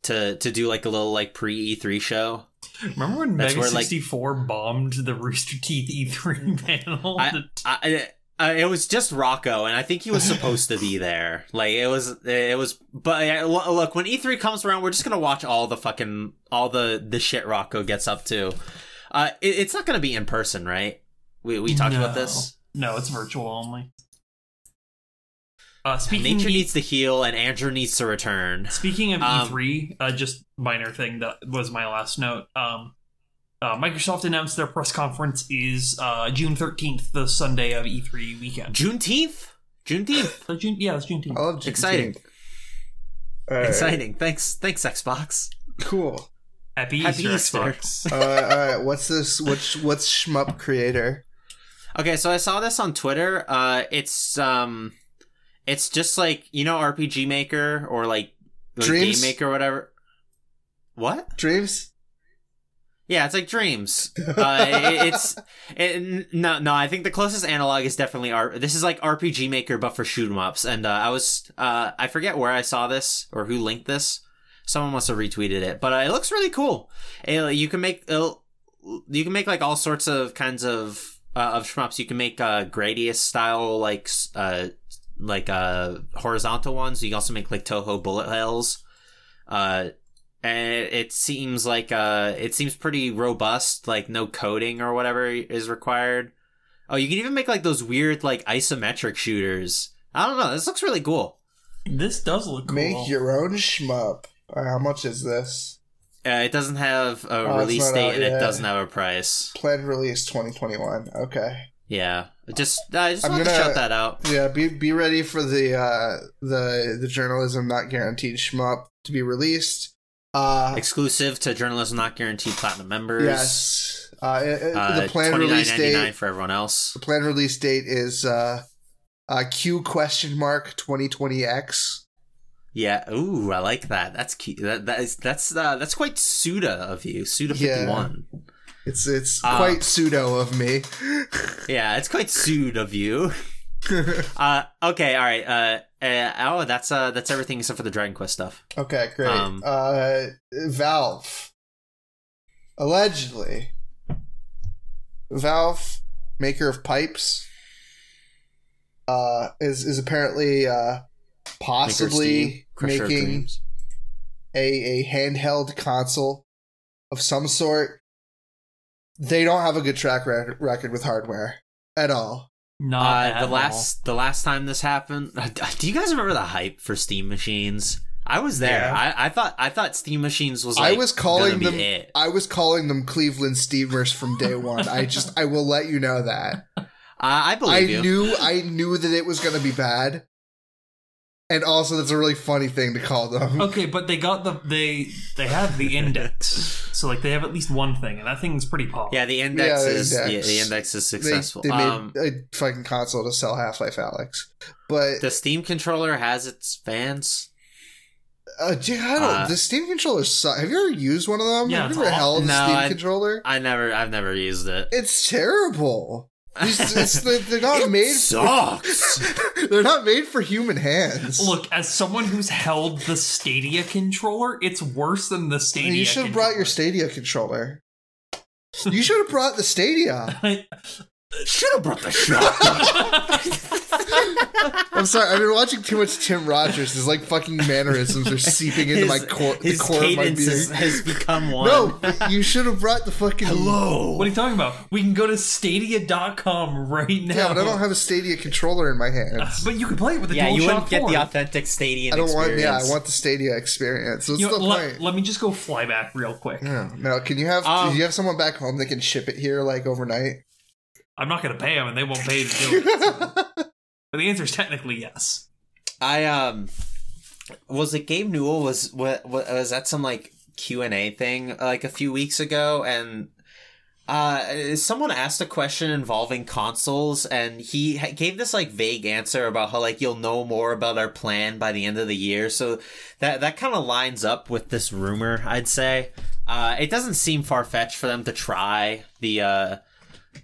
S2: to to do like a little like pre E three show.
S1: Remember when
S2: That's
S1: Mega
S2: where, like-
S1: sixty four bombed the Rooster Teeth E three panel?
S2: I, I, uh, it was just Rocco, and I think he was supposed to be there. Like it was, it was. But uh, lo- look, when E three comes around, we're just gonna watch all the fucking all the the shit Rocco gets up to. Uh, it, it's not gonna be in person, right? We we talked about
S1: No.
S2: this. Uh,
S1: no, it's virtual only. Uh, speaking
S2: Nature
S1: of E-
S2: needs to heal, and Andrew needs to return.
S1: Speaking of
S2: Um,
S1: E3, uh, just minor thing that was my last note. Um, uh, Microsoft announced their press conference is uh, June thirteenth, the Sunday of E3 weekend.
S2: Juneteenth, Juneteenth,
S1: So June, yeah, it's Juneteenth.
S3: I love Juneteenth.
S2: Exciting.
S3: All right,
S2: exciting. Thanks, thanks Xbox.
S3: Cool.
S1: Happy,
S2: Happy
S1: Easter!
S2: Easter.
S1: Xbox.
S3: Uh, all right. What's this? What's what's shmup creator?
S2: Okay, so I saw this on Twitter. Uh, it's um, it's just like you know RPG Maker or like, like Game
S3: Dreams?
S2: Maker or whatever. What?
S3: Dreams.
S2: Yeah, it's like Dreams. Uh, it, it's it, n- no, no. I think the closest analog is definitely R. This is like RPG Maker, but for shoot 'em ups. And uh, I was uh, I forget where I saw this or who linked this. Someone must have retweeted it, but uh, it looks really cool. It, you can make it'll- you can make like all sorts of kinds of uh, of shmups. You can make uh, Gradius style like s- uh like uh horizontal ones. You can also make like Toho bullet hells. Uh, and it, it seems like uh it seems pretty robust. Like no coding or whatever is required. Oh, you can even make like those weird like isometric shooters. I don't know. This looks really cool.
S1: This does look cool.
S3: Make your own shmup. Uh, how much is this?
S2: Uh, it doesn't have a
S3: Oh, it's
S2: release
S3: not
S2: date
S3: out
S2: and it
S3: yet.
S2: doesn't have a price.
S3: Planned release 2021. Okay.
S2: Yeah, just I just
S3: I'm
S2: wanted to
S3: gonna-
S2: shout that out.
S3: Yeah, be be ready for the uh the the journalism not guaranteed shmup to be released. Uh
S2: Exclusive to journalists not guaranteed platinum members.
S3: yes. Uh, it- it-
S2: uh,
S3: the planned release
S2: $29.99
S3: date
S2: for everyone else.
S3: the planned release date is uh uh Q question mark 2020X.
S2: Yeah. Ooh, I like that. That's cute. That, that is that's uh, that's quite Suda of you. Suda
S3: Yeah.
S2: fifty one.
S3: It's it's
S2: Uh.
S3: quite pseudo of me.
S2: Yeah, it's quite Suda of you. Uh, okay, all right. Uh, uh, oh, that's uh, that's everything except for the Dragon Quest stuff.
S3: okay, great.
S2: Um.
S3: uh Valve allegedly Valve maker of pipes uh is is apparently uh
S2: Maker of Steam,
S3: possibly
S2: Crusher of
S3: making
S2: Dreams.
S3: a, a handheld console of some sort, they don't have a good track re- record with hardware at all.
S1: Not
S2: Uh, the last the last time this happened, do you guys remember the hype for Steam machines? I was there.
S1: Yeah.
S2: I, I thought I thought Steam machines was.
S3: I
S2: Like,
S3: was
S2: gonna
S3: calling
S2: be
S3: them.
S2: It. Uh,
S3: I was calling them Cleveland Steamers from day one. I just, I will let you know that.
S2: I I
S3: I
S2: believe you.
S3: knew, I knew that it was going to be bad, and also that's a really funny thing to call them.
S1: Okay, but they got the they they have the index, so like they have at least one thing, and that thing's pretty pop.
S2: yeah, the index
S3: the
S2: is
S3: index.
S2: The, the index is
S3: They-
S2: successful.
S3: They,
S2: um,
S3: made a fucking console to sell Half Life Alex, but
S2: the Steam controller has its fans.
S3: uh, dude, I don't.
S2: uh,
S3: the Steam controllers suck. Have you ever used one of them?
S1: Yeah,
S3: Have
S1: it's
S3: you ever
S1: awful.
S3: held a
S2: No,
S3: Steam
S2: I-
S3: controller?
S2: I never I've never used it.
S3: It's terrible. It's, it's, they're, they're not
S2: It
S3: made.
S2: sucks.
S3: They're not made for human hands.
S1: Look, as someone who's held the Stadia controller, it's worse than the Stadia.
S3: you should have brought your Stadia controller. You should have brought the Stadia.
S1: controller.
S2: Should have brought the shot.
S3: I'm sorry. I've been watching too much Tim Rogers. His like fucking mannerisms are seeping into my core. The
S2: his
S3: core of my being.
S2: cadence has, has become one.
S3: No, you should have brought the fucking.
S2: Hello.
S1: What are you talking about? We can go to Stadia.com right now.
S3: Yeah, but I don't have a Stadia controller in my hands.
S1: But you can play it with a
S2: yeah,
S1: DualShock
S2: you wouldn't get
S1: 4.
S2: the authentic stadium.
S3: I don't want. Yeah, I
S2: experience.
S3: want the Stadia experience. What's
S1: You know,
S3: the
S1: let-
S3: point?
S1: let me just go fly back real quick.
S3: No, no, can you have?
S2: Um,
S3: do you have someone back home that can ship it here like overnight?
S1: I'm not going to pay them, and they won't pay to do it. But the answer is technically yes.
S2: I um was it Gabe Newell was what was at some like Q and A thing like a few weeks ago and uh someone asked a question involving consoles and he ha- gave this like vague answer about how like you'll know more about our plan by the end of the year so that that kind of lines up with this rumor I'd say uh it doesn't seem far fetched for them to try the uh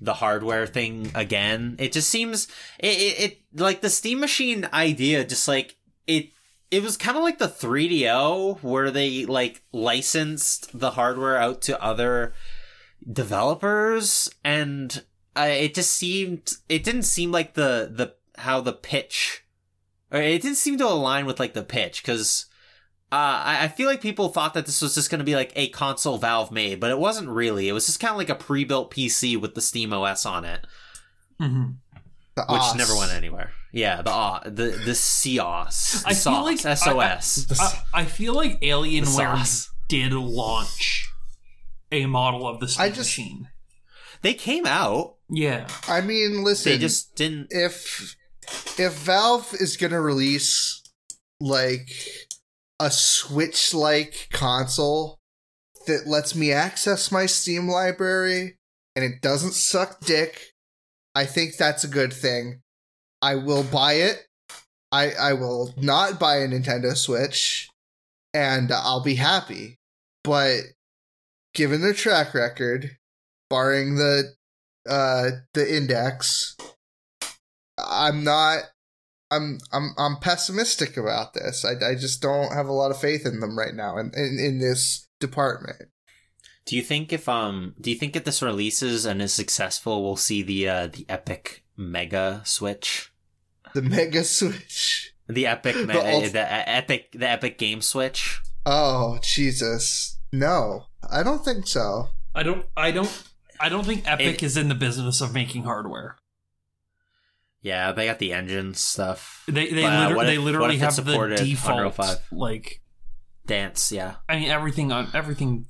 S2: the hardware thing again. It just seems it, it, it like the Steam Machine idea. Just like it, it was kind of like the 3DO where they like licensed the hardware out to other developers, and uh, it just seemed it didn't seem like the the how the pitch, or it didn't seem to align with like the pitch because. Uh, I, I feel like people thought that this was just going to be like a console Valve made, but it wasn't really. It was just kind of like a pre-built PC with the Steam OS on it,
S1: Mm-hmm.
S3: The
S2: which
S3: OS.
S2: never went anywhere. Yeah, the uh, the the COS, the
S1: I feel
S2: SOS,
S1: like I- I-
S2: SOS.
S1: I, I feel like
S2: The
S1: Alienware
S2: sauce.
S1: did launch a model of the Steam
S3: I just-
S1: machine.
S2: they came out.
S1: Yeah.
S3: I mean, listen.
S2: They just didn't.
S3: if if Valve is gonna release like a Switch like console that lets me access my Steam library and it doesn't suck dick, I think that's a good thing. I will buy it. I I will not buy a Nintendo Switch, and I'll be happy. But given their track record, barring the uh the index, I'm not I'm I'm I'm pessimistic about this. I, I just don't have a lot of faith in them right now in, in, in this department.
S2: Do you think if um do you think if this releases and is successful, we'll see the uh the epic mega switch?
S3: The Mega Switch.
S2: The epic me-
S3: The
S2: the,
S3: ult-
S2: uh, epic the epic game switch?
S3: Oh Jesus! No, I don't think so.
S1: I don't. I don't. I don't think Epic
S2: It-
S1: is in the business of making hardware.
S2: Yeah, they got the engine stuff.
S1: They they,
S2: But, uh,
S1: liter-
S2: what
S1: they
S2: if- what
S1: literally
S2: if it
S1: have the
S2: supported Unreal
S1: default
S2: 5?
S1: like
S2: Dance, yeah.
S1: I mean everything on everything.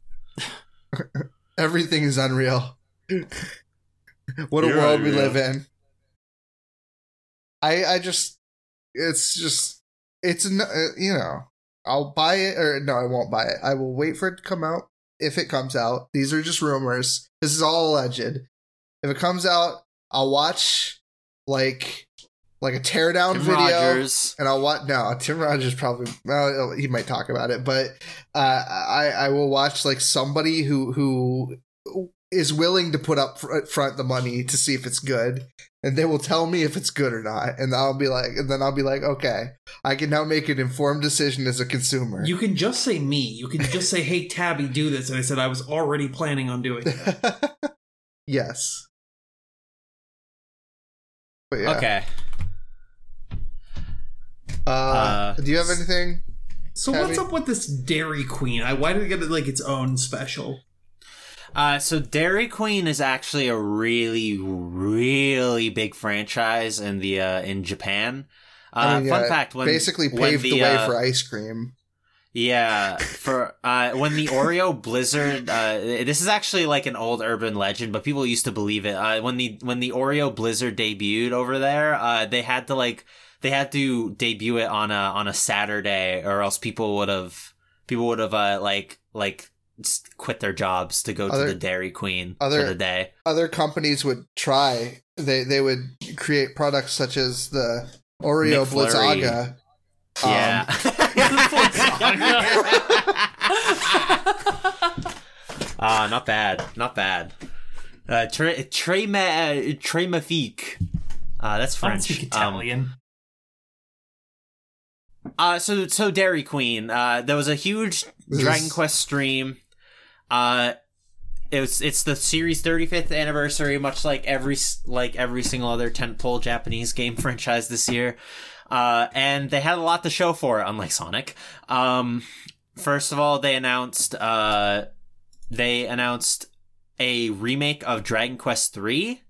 S3: Everything is unreal. what a
S2: You're
S3: world we
S2: unreal.
S3: live in. I I just it's just it's n- uh, you know I'll buy it or no I won't buy it. I will wait for it to come out if it comes out. These are just rumors. This is all alleged. If it comes out, I'll watch like like a teardown
S2: Tim
S3: video
S2: Rogers.
S3: and I'll watch. No, Tim Rogers probably. Well, he might talk about it, but uh, I I will watch like somebody who who is willing to put up fr- front the money to see if it's good, and they will tell me if it's good or not, and I'll be like, and then I'll be like, okay, I can now make an informed decision as a consumer.
S1: You can just say me. You can just say, "Hey Tabby, do this," and I said I was already planning on doing. it.
S3: yes. But yeah.
S2: Okay.
S3: Uh,
S2: Uh,
S3: do you have anything?
S1: So what's up with this Dairy Queen? I why did it get like its own special?
S2: Uh, so Dairy Queen is actually a really, really big franchise in the uh, in Japan. Uh,
S3: I mean,
S2: fun
S3: yeah,
S2: fact: when
S3: Basically
S2: when
S3: paved the, way
S2: uh,
S3: for ice cream.
S2: yeah for uh, when the Oreo Blizzard. Uh, this is actually like an old urban legend, but people used to believe it. Uh, when the when the Oreo Blizzard debuted over there, uh, they had to like they had to debut it on a on a Saturday, or else people would have people would have uh, like like s- quit their jobs to go
S3: Other-
S2: to the Dairy Queen
S3: other-
S2: for the day.
S3: other companies would try. They they would create products such as the Oreo
S2: McFlurry.
S3: Blitzaga. Um,
S2: Yeah. Ah, not bad. Not bad. Uh, tre, tre, ma, tre mafique. Uh, that's
S1: I don't
S2: French.
S1: speak
S2: Um,
S1: Italian.
S2: uh, so so Dairy Queen. Uh, there was a huge
S3: This
S2: Dragon
S3: is-
S2: Quest stream. Uh, it was it's the series 35th anniversary, much like every s- like every single other tentpole Japanese game franchise this year. Uh, and they had a lot to show for it, unlike Sonic. Um, first of all, they announced uh, they announced a remake of Dragon Quest three.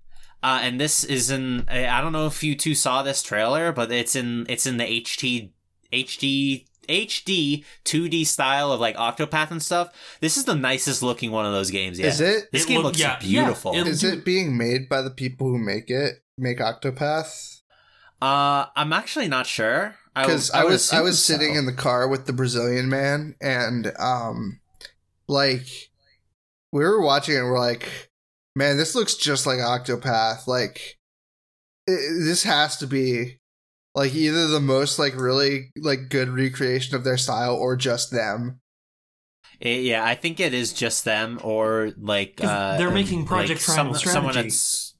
S2: Uh, and this is in I I don't know if you two saw this trailer, but it's in it's in the HT HD HD 2D style of like Octopath and stuff. This is the nicest looking one of those games yet.
S3: Is it
S2: This
S1: It
S2: game
S1: look-
S2: looks
S1: yeah,
S2: beautiful.
S1: yeah,
S3: is it being made by the people who make it? Make Octopath?
S2: uh, I'm actually not sure. I
S3: Because
S2: would-
S3: I,
S2: would
S3: was I
S2: assume
S3: was
S2: so.
S3: sitting in the car with the Brazilian man and um like we were watching it and we're like, man, this looks just like Octopath. Like i this has to be like either the most like really like good recreation of their style or just them.
S2: It- Eh, yeah, I think it is just them or like
S1: 'Cause
S2: uh,
S1: they're making Project Triangle
S2: Someone
S1: Strategy.
S2: at s-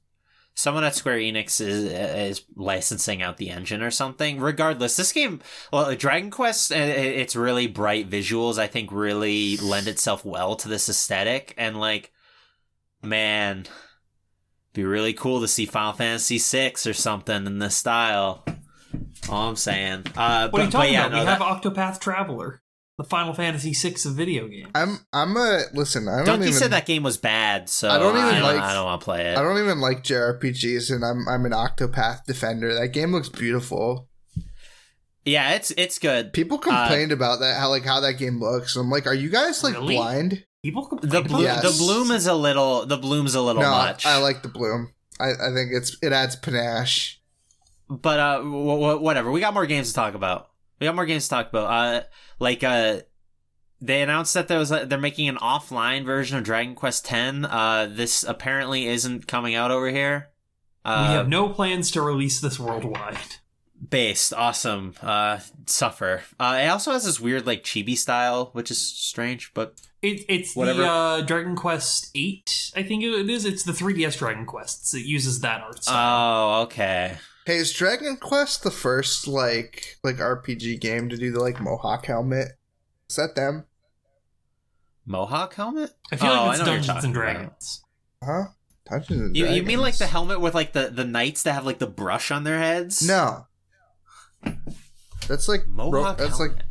S2: someone at Square Enix is is licensing out the engine or something. Regardless, this game, well, uh, Dragon Quest, i- i- it's really bright visuals. I think really lend itself well to this aesthetic, and like, man, be really cool to see Final Fantasy VI or something in this style. All I'm saying. Uh,
S1: What
S2: but,
S1: are you
S2: but
S1: talking
S2: yeah,
S1: about?
S2: no,
S1: we
S2: that-
S1: have Octopath Traveler, the Final Fantasy VI of video games.
S3: I'm I'm a listen, I don't,
S2: Donkey
S3: even
S2: said that game was bad, so
S3: I
S2: I
S3: don't
S2: don't
S3: even
S2: I don't,
S3: like-
S2: want to play it.
S3: I don't even like JRPGs, and I'm I'm an Octopath defender. That game looks beautiful.
S2: yeah, it's it's good.
S3: People complained about that, how like how that game looks. I'm like, are you guys like
S1: Really?
S3: blind?
S1: People complain
S2: The bloom,
S3: Yes.
S2: the bloom is a little the bloom's a little
S3: no,
S2: much.
S3: I like the bloom. I, I think it's it adds panache.
S2: but uh, w- w- whatever. We got more games to talk about. We got more games to talk about. Uh, like uh, they announced that there was a, they're making an offline version of Dragon Quest X. Uh, this apparently isn't coming out over here. Uh,
S1: we have no plans to release this worldwide.
S2: based awesome uh suffer uh it also has this weird like chibi style which is strange but
S1: It, it's
S2: Whatever.
S1: the uh, Dragon Quest Eight, I think it is. It's the 3DS Dragon Quests. It uses that art style.
S2: Oh, okay.
S3: Hey, is Dragon Quest the first like like RPG game to do the like Mohawk helmet? Is that them?
S2: Mohawk helmet?
S1: I feel
S2: Oh,
S1: like it's
S2: know what you're
S1: Dungeons and
S2: talking about.
S1: Dragons.
S3: Huh? Dungeons and
S2: You, you mean like the
S3: Dragons.
S2: helmet with like the, the knights that have like the brush on their heads?
S3: No. That's like ro-
S2: Mohawk
S3: that's
S2: helmet.
S3: like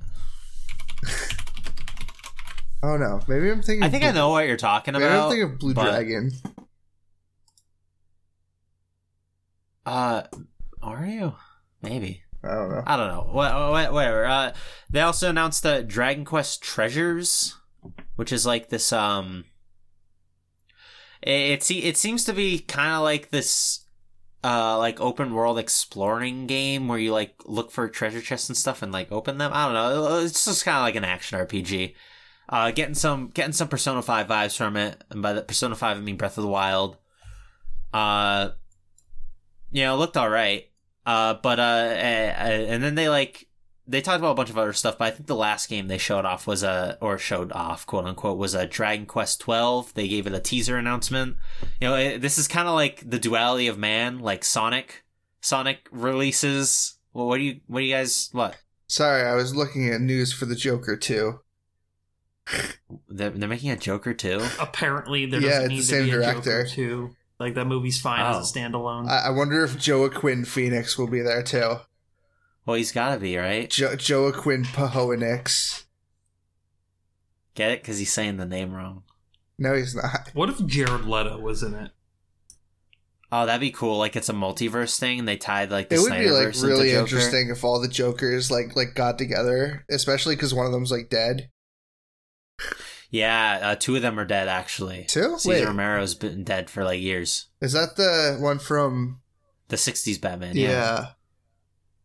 S3: oh no. Maybe I'm thinking
S2: I think I know what you're talking
S3: Maybe
S2: about.
S3: I'm thinking of Blue
S2: but-
S3: Dragon.
S2: Uh, are you? Maybe.
S3: I don't know.
S2: I don't know. Wha- wha- Whatever. Uh, they also announced the Dragon Quest Treasures, which is like this. Um, it it, se- it seems to be kind of like this, uh, like open world exploring game where you like look for treasure chests and stuff and like open them. I don't know. It's just kind of like an action RPG. Uh, getting some getting some Persona Five vibes from it, and by the Persona Five I mean Breath of the Wild. Uh, you know, it looked all right. Uh, but uh, eh, eh, and then they like they talked about a bunch of other stuff, but I think the last game they showed off was a or showed off quote unquote was a Dragon Quest twelve. They gave it a teaser announcement. You know, eh, this is kind of like the duality of man, like Sonic. Sonic releases. Well, what do you what do you guys what?
S3: Sorry, I was looking at news for the Joker too.
S2: They're, they're making a Joker too.
S1: Apparently, there
S3: Yeah,
S1: doesn't
S3: it's
S1: need
S3: the
S1: to
S3: same
S1: be a
S3: director.
S1: Joker too. Like that movie's fine
S2: Oh.
S1: as a standalone.
S3: I, I wonder if Joaquin Phoenix will be there too.
S2: Well, he's gotta be right.
S3: Jo- Joaquin Pahoenix.
S2: Get it? Because he's saying the name wrong.
S3: No, he's not.
S1: what if Jared Leto was in it?
S2: Oh, that'd be cool. Like it's a multiverse thing, and they tied like the
S3: it would be
S2: Snyderverse
S3: like
S2: into
S3: really
S2: Joker.
S3: interesting if all the Jokers like like got together, especially because one of them's like dead.
S2: Yeah, uh, two of them are dead actually.
S3: Two?
S2: Cesar
S3: Wait.
S2: Romero's been dead for like years.
S3: Is that the one from?
S2: The '60s Batman.
S3: Yeah.
S2: Yeah.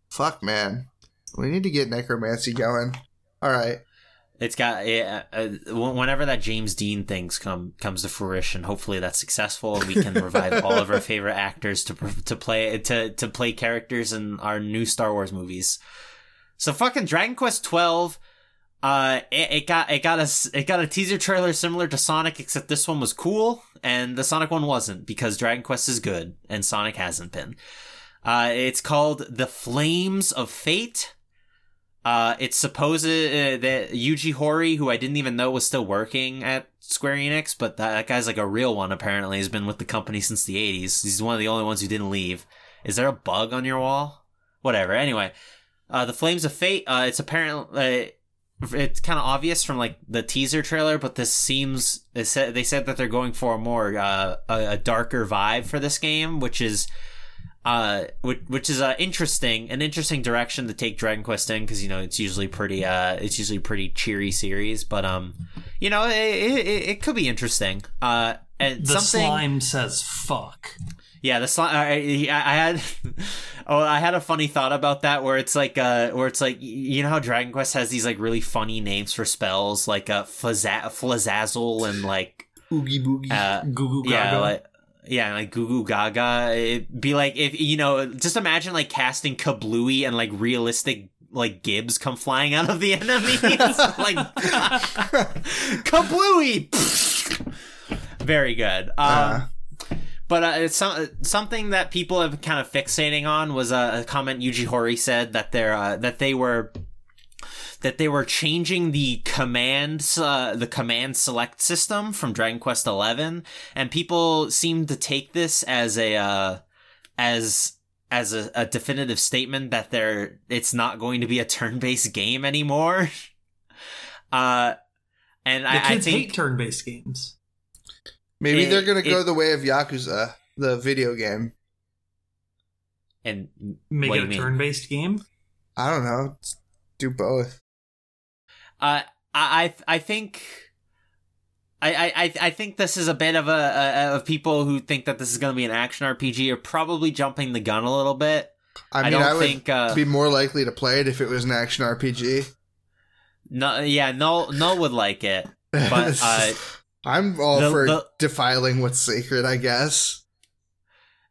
S3: Fuck, man. We need to get necromancy going. All right.
S2: It's got yeah, uh, wh- whenever that James Dean things come comes to fruition, hopefully that's successful and we can revive all of our favorite actors to pr- to play to to play characters in our new Star Wars movies. So fucking Dragon Quest 12 uh it, it got it got a s- it got a teaser trailer similar to Sonic except this one was cool and the Sonic one wasn't because Dragon Quest is good and Sonic hasn't been. Uh it's called The Flames of Fate. Uh, it's supposed uh, that Yuji Horii, who I didn't even know was still working at Square Enix, but that, that guy's like a real one apparently. He's been with the company since the 80s. He's one of the only ones who didn't leave. Is there a bug on your wall? Whatever. Anyway, uh, the Flames of Fate. Uh, it's apparent. Uh, it's kind of obvious from like the teaser trailer, but this seems. It said, they said that they're going for a more uh, a, a darker vibe for this game, which is uh, which, which is uh, interesting, an interesting direction to take Dragon Quest in because you know it's usually pretty, uh, it's usually pretty cheery series, but um, you know it, it, it it could be interesting. Uh, and
S1: The
S2: something,
S1: slime says "fuck."
S2: yeah, the slime. I, I I had, oh, I had a funny thought about that where it's like, uh, where it's like, y- you know how Dragon Quest has these like really funny names for spells, like uh, Flaza- Flazazzle and like
S3: Oogie boogie.
S2: uh,
S1: Goo Goo
S2: yeah,
S1: Gaga.
S2: like, yeah, like Goo Goo Gaga. It'd be like if you know, just imagine like casting Kablooey and like realistic like Gibbs come flying out of the enemy. It's like Kablooey. Very good. Um,
S3: Uh.
S1: Uh-huh.
S2: But uh, it's some, something that people have kind of fixating on was a, a comment Yuji Horii said that they're uh, that they were that they were changing the commands uh, the command select system from Dragon Quest Eleven, and people seem to take this as a uh, as as a, a definitive statement that they're it's not going to be a turn based game anymore. Uh, and
S1: the
S2: I, I
S1: kids
S2: think
S1: hate turn-based games.
S3: Maybe
S2: it-
S3: they're gonna go
S2: it-
S3: the way of Yakuza, the video game.
S2: and
S1: Make
S2: What do
S1: it
S2: you
S1: a
S2: mean?
S1: turn-based game.
S3: I don't know. Do both.
S2: Uh, I I I think. I, I- I, I think this is a bit of a, a of people who think that this is going to be an action RPG are probably jumping the gun a little bit.
S3: I
S2: I
S3: mean,
S2: don't
S3: I would
S2: think, uh,
S3: be more likely to play it if it was an action RPG.
S2: No, yeah, Null Null would like it, but uh,
S3: I'm all
S2: the-
S3: for
S2: the-
S3: defiling what's sacred, I guess.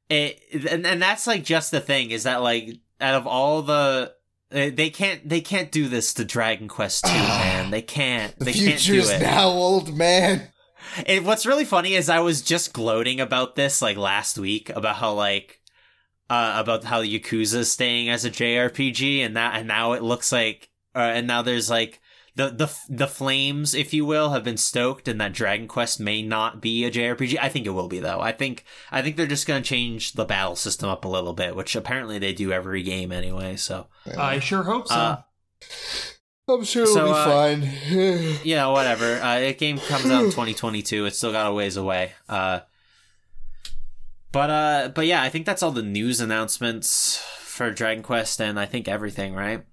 S2: it and, and that's like just the thing is that like out of all the eh, they can't they can't do this to Dragon Quest Two man they can't
S3: The
S2: they can't
S3: future
S2: do
S3: is
S2: it.
S3: now, old man.
S2: And what's really funny is I was just gloating about this like last week about how like uh, about how Yakuza is staying as a JRPG, and that and now it looks like, uh, and now there's like the the the flames, if you will, have been stoked, and that Dragon Quest may not be a JRPG. I think it will be though. I think I think they're just gonna change the battle system up a little bit, which apparently they do every game anyway. So
S1: I sure hope so.
S2: Uh,
S3: I'm sure it'll
S2: so,
S3: be
S2: uh,
S3: fine.
S2: yeah, whatever. Uh, that game comes out in 2022. It's still got a ways away. Uh, but uh, but yeah, I think that's all the news announcements for Dragon Quest, and I think everything. Right?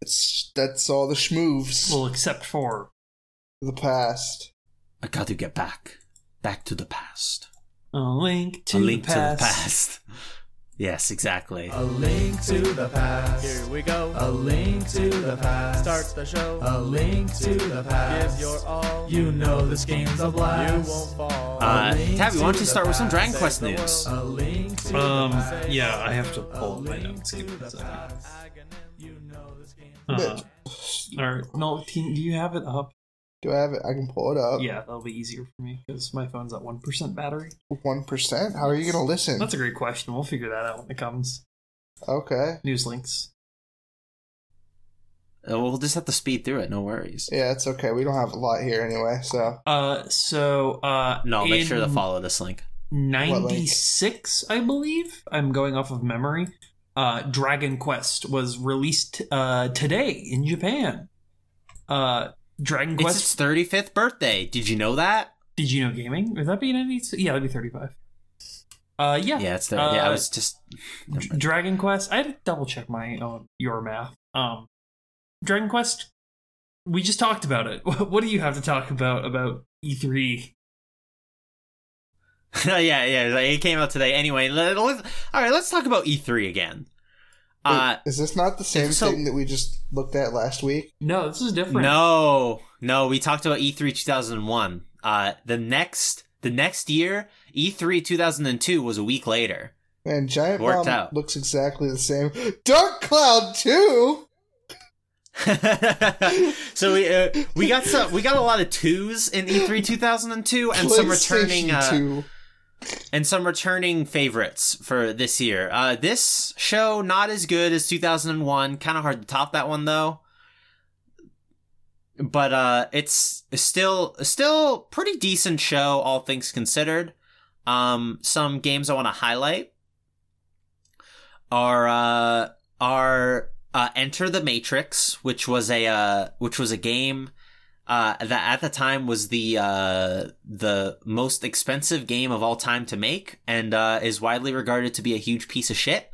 S3: it's, that's all the schmoves
S1: well, except for
S3: of the past.
S2: I got to get back, back to the past.
S1: a link to
S2: a link
S1: the past. Oh.
S2: to the past. yes, exactly.
S4: A link to the past.
S5: Here we go.
S4: A link to the past.
S5: Start the show.
S4: A link to the past.
S5: Give your all.
S4: You know this game's a
S5: You
S4: blast.
S5: won't fall.
S2: Uh,
S4: A link
S2: Tabby, why don't
S4: to
S2: you
S4: the
S2: start with some
S4: past.
S2: Dragon
S5: Save
S2: Quest
S5: the
S2: news?
S5: world.
S4: A link to
S1: Um,
S4: the past.
S1: yeah, I have to pull
S4: A
S1: my
S4: link
S1: notes. uh,
S4: to
S1: Give me a
S4: the
S1: second.
S4: past. You know this game's
S1: Uh, all right, no, can, do you have it up?
S3: Do I have it? I can pull it up.
S1: Yeah, that'll be easier for me because my phone's at one percent battery.
S3: One percent. How are you gonna listen?
S1: That's a great question. We'll figure that out when it comes.
S3: okay.
S1: News links.
S2: Uh, we'll just have to speed through it. No worries.
S3: Yeah, it's okay. We don't have a lot here anyway, so
S1: Uh, so uh,
S2: No, make sure to
S1: in
S2: follow this link.
S3: link?
S1: 96, I believe. I'm going off of memory. Uh, Dragon Quest was released uh, today in Japan. Uh, Dragon
S2: It's
S1: Quest.
S2: its 35th birthday. Did you know that?
S1: Did you know gaming? Would that be 96? Yeah, that'd be 35. Uh, yeah.
S2: Yeah, it's there. yeah, I
S1: Uh,
S2: was just.
S1: D- Dragon Quest. I had to double check my own your math. Um, Dragon Quest. We just talked about it. What do you have to talk about about E E3?
S2: yeah, yeah, it came out today. Anyway, let, let's, all right, let's talk about E3 again. Uh,
S3: is this not the same
S2: so-
S3: thing that we just looked at last week?
S1: No, this is different.
S2: no, no, we talked about E E3 2001. Uh, the next, the next year, E E3 2002 was a week later.
S3: Man, Giant
S2: Worked
S3: Bomb
S2: out.
S3: looks exactly the same. Dark Cloud Two.
S2: so we uh, we got some, we got a lot of twos in E E3 2002, and some returning.
S3: PlayStation
S2: Uh,
S3: Two.
S2: and some returning favorites for this year. Uh, this show not as good as 2001. Kind of hard to top that one though. But uh, it's still still pretty decent show, all things considered. Um, some games I want to highlight are uh, are uh, Enter the Matrix, which was a uh, which was a game uh, that at the time was the uh, the most expensive game of all time to make, and uh, is widely regarded to be a huge piece of shit.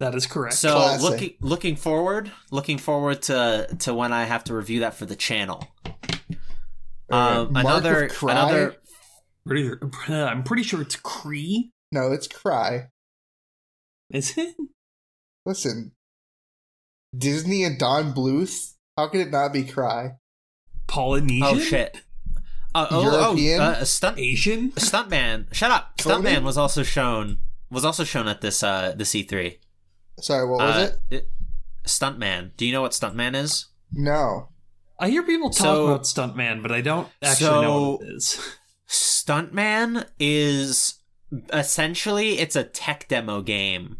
S1: that is correct.
S2: So
S3: Classic.
S2: looking looking forward, looking forward to to when I have to review that for the channel. Um,
S3: Mark of
S2: another
S3: Cry?
S2: another
S1: Pretty- I'm pretty sure it's Cree.
S3: No, it's Cry.
S1: Is it?
S3: Listen, Disney and Don Bluth. How could it not be Cry?
S1: Polynesian?
S2: oh shit, uh, oh, oh
S3: European?
S2: uh, a stunt
S1: Asian?
S2: a stuntman. Shut up,
S3: Conan?
S2: stuntman was also shown was also shown at this uh the C three.
S3: Sorry, what was
S2: Uh,
S3: it?
S2: Stuntman. Do you know what stuntman is?
S3: No.
S1: I hear people talk
S2: So-
S1: about stuntman, but I don't actually
S2: So-
S1: know what it is.
S2: Stuntman is essentially it's a tech demo game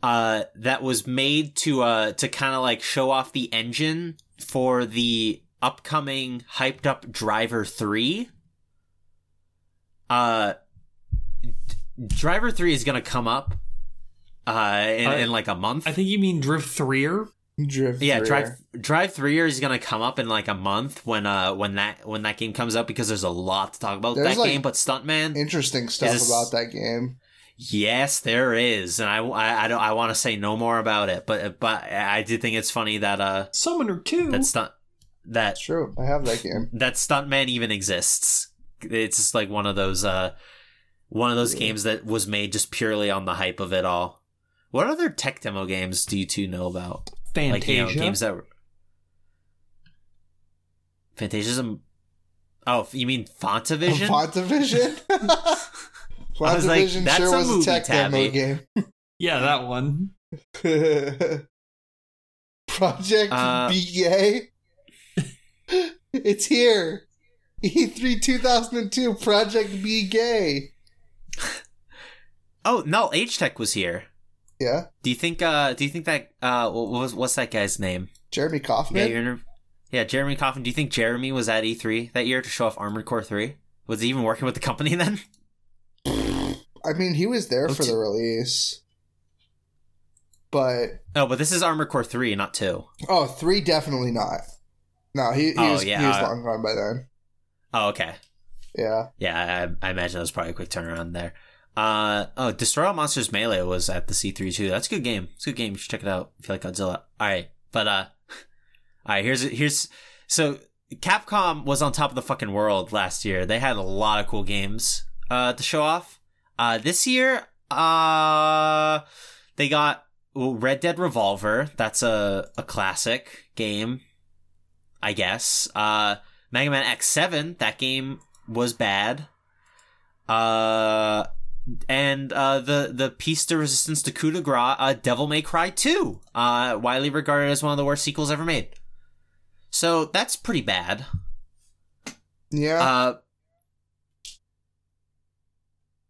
S2: uh, that was made to uh, to kind of like show off the engine for the upcoming hyped up Driver Three. Uh, D- Driver Three is gonna come up uh, in,
S1: I-
S2: in like a month.
S1: I think you mean Drift Threer.
S3: Drift
S2: Yeah,
S3: Thru.
S2: Drive Drive Three is gonna come up in like a month when uh when that when that game comes out because there's a lot to talk about with
S3: There's,
S2: that
S3: like,
S2: game. But Stuntman,
S3: Interesting stuff
S2: this-
S3: about that game.
S2: yes, there is, and I I, I don't I want to say no more about it, but but I do think it's funny that uh
S1: Summoner 2.
S2: that stunt that
S3: That's true. I have that game.
S2: that Stuntman even exists. It's just like one of those uh one of those games that was made just purely on the hype of it all. What other tech demo games do you two know about? like
S1: Fantasia.
S2: you know games that were Fantasia's a oh you mean Fontavision?
S3: Fontavision.
S2: I was like,
S3: Fontavision
S2: that's
S3: sure
S2: a
S3: was a
S2: movie,
S3: tech
S2: Tabby.
S3: demo game.
S1: yeah, that one.
S3: Project
S2: Uh,
S3: BA. it's here. E E3 2002 Project B Gay.
S2: Oh no, H Tech was here.
S3: Yeah,
S2: Do you think? Uh, do you think that? Uh, what was what's that guy's name?
S3: Jeremy
S2: Yeah,
S3: Kaufman.
S2: your inter- yeah, Jeremy Coffin. Do you think Jeremy was at E3 that year to show off Armored Core Three? Was he even working with the company then?
S3: I mean, he was there for
S2: Oops.
S3: the release, but
S2: No, Oh, but this is Armored Core Three, not two.
S3: oh, three definitely not. No, he, he
S2: Oh,
S3: was he
S2: yeah,
S3: was
S2: uh,
S3: long gone by then.
S2: Oh, okay.
S3: Yeah.
S2: Yeah, I, I imagine that was probably a quick turnaround there. Uh oh, Destroy All Monsters Melee was at the C three too. That's a good game. It's a good game. You should check it out if you like Godzilla. Alright. But uh Alright, here's here's so Capcom was on top of the fucking world last year. They had a lot of cool games uh to show off. Uh this year, uh they got well, Red Dead Revolver. That's a, a classic game, I guess. Uh Mega Man X7, that game was bad. Uh, and uh, the the piece de resistance to coup de grace, uh, Devil May Cry 2, uh, widely regarded as one of the worst sequels ever made. So that's pretty bad.
S3: Yeah.
S2: Uh,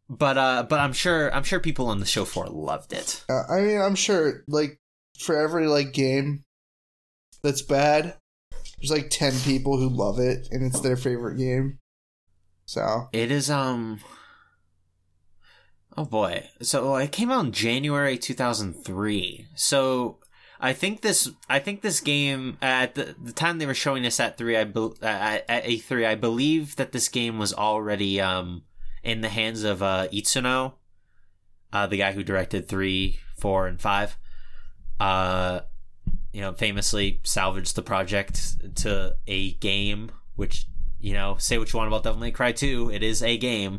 S2: but uh, but I'm sure I'm sure people on the show floor loved it.
S3: Uh, I mean, I'm sure, like, for every, like, game that's bad, there's, like, 10 people who love it, and it's their favorite game. So,
S2: It is um. Oh boy! So it came out in January two thousand three. So I think this I think this game at the, the time they were showing this at three I bel uh, at A three I believe that this game was already um in the hands of uh, Itsuno, uh, the guy who directed three, four, and five. Uh, you know, famously salvaged the project to a game, which you know, say what you want about Devil May Cry 2, it is a game.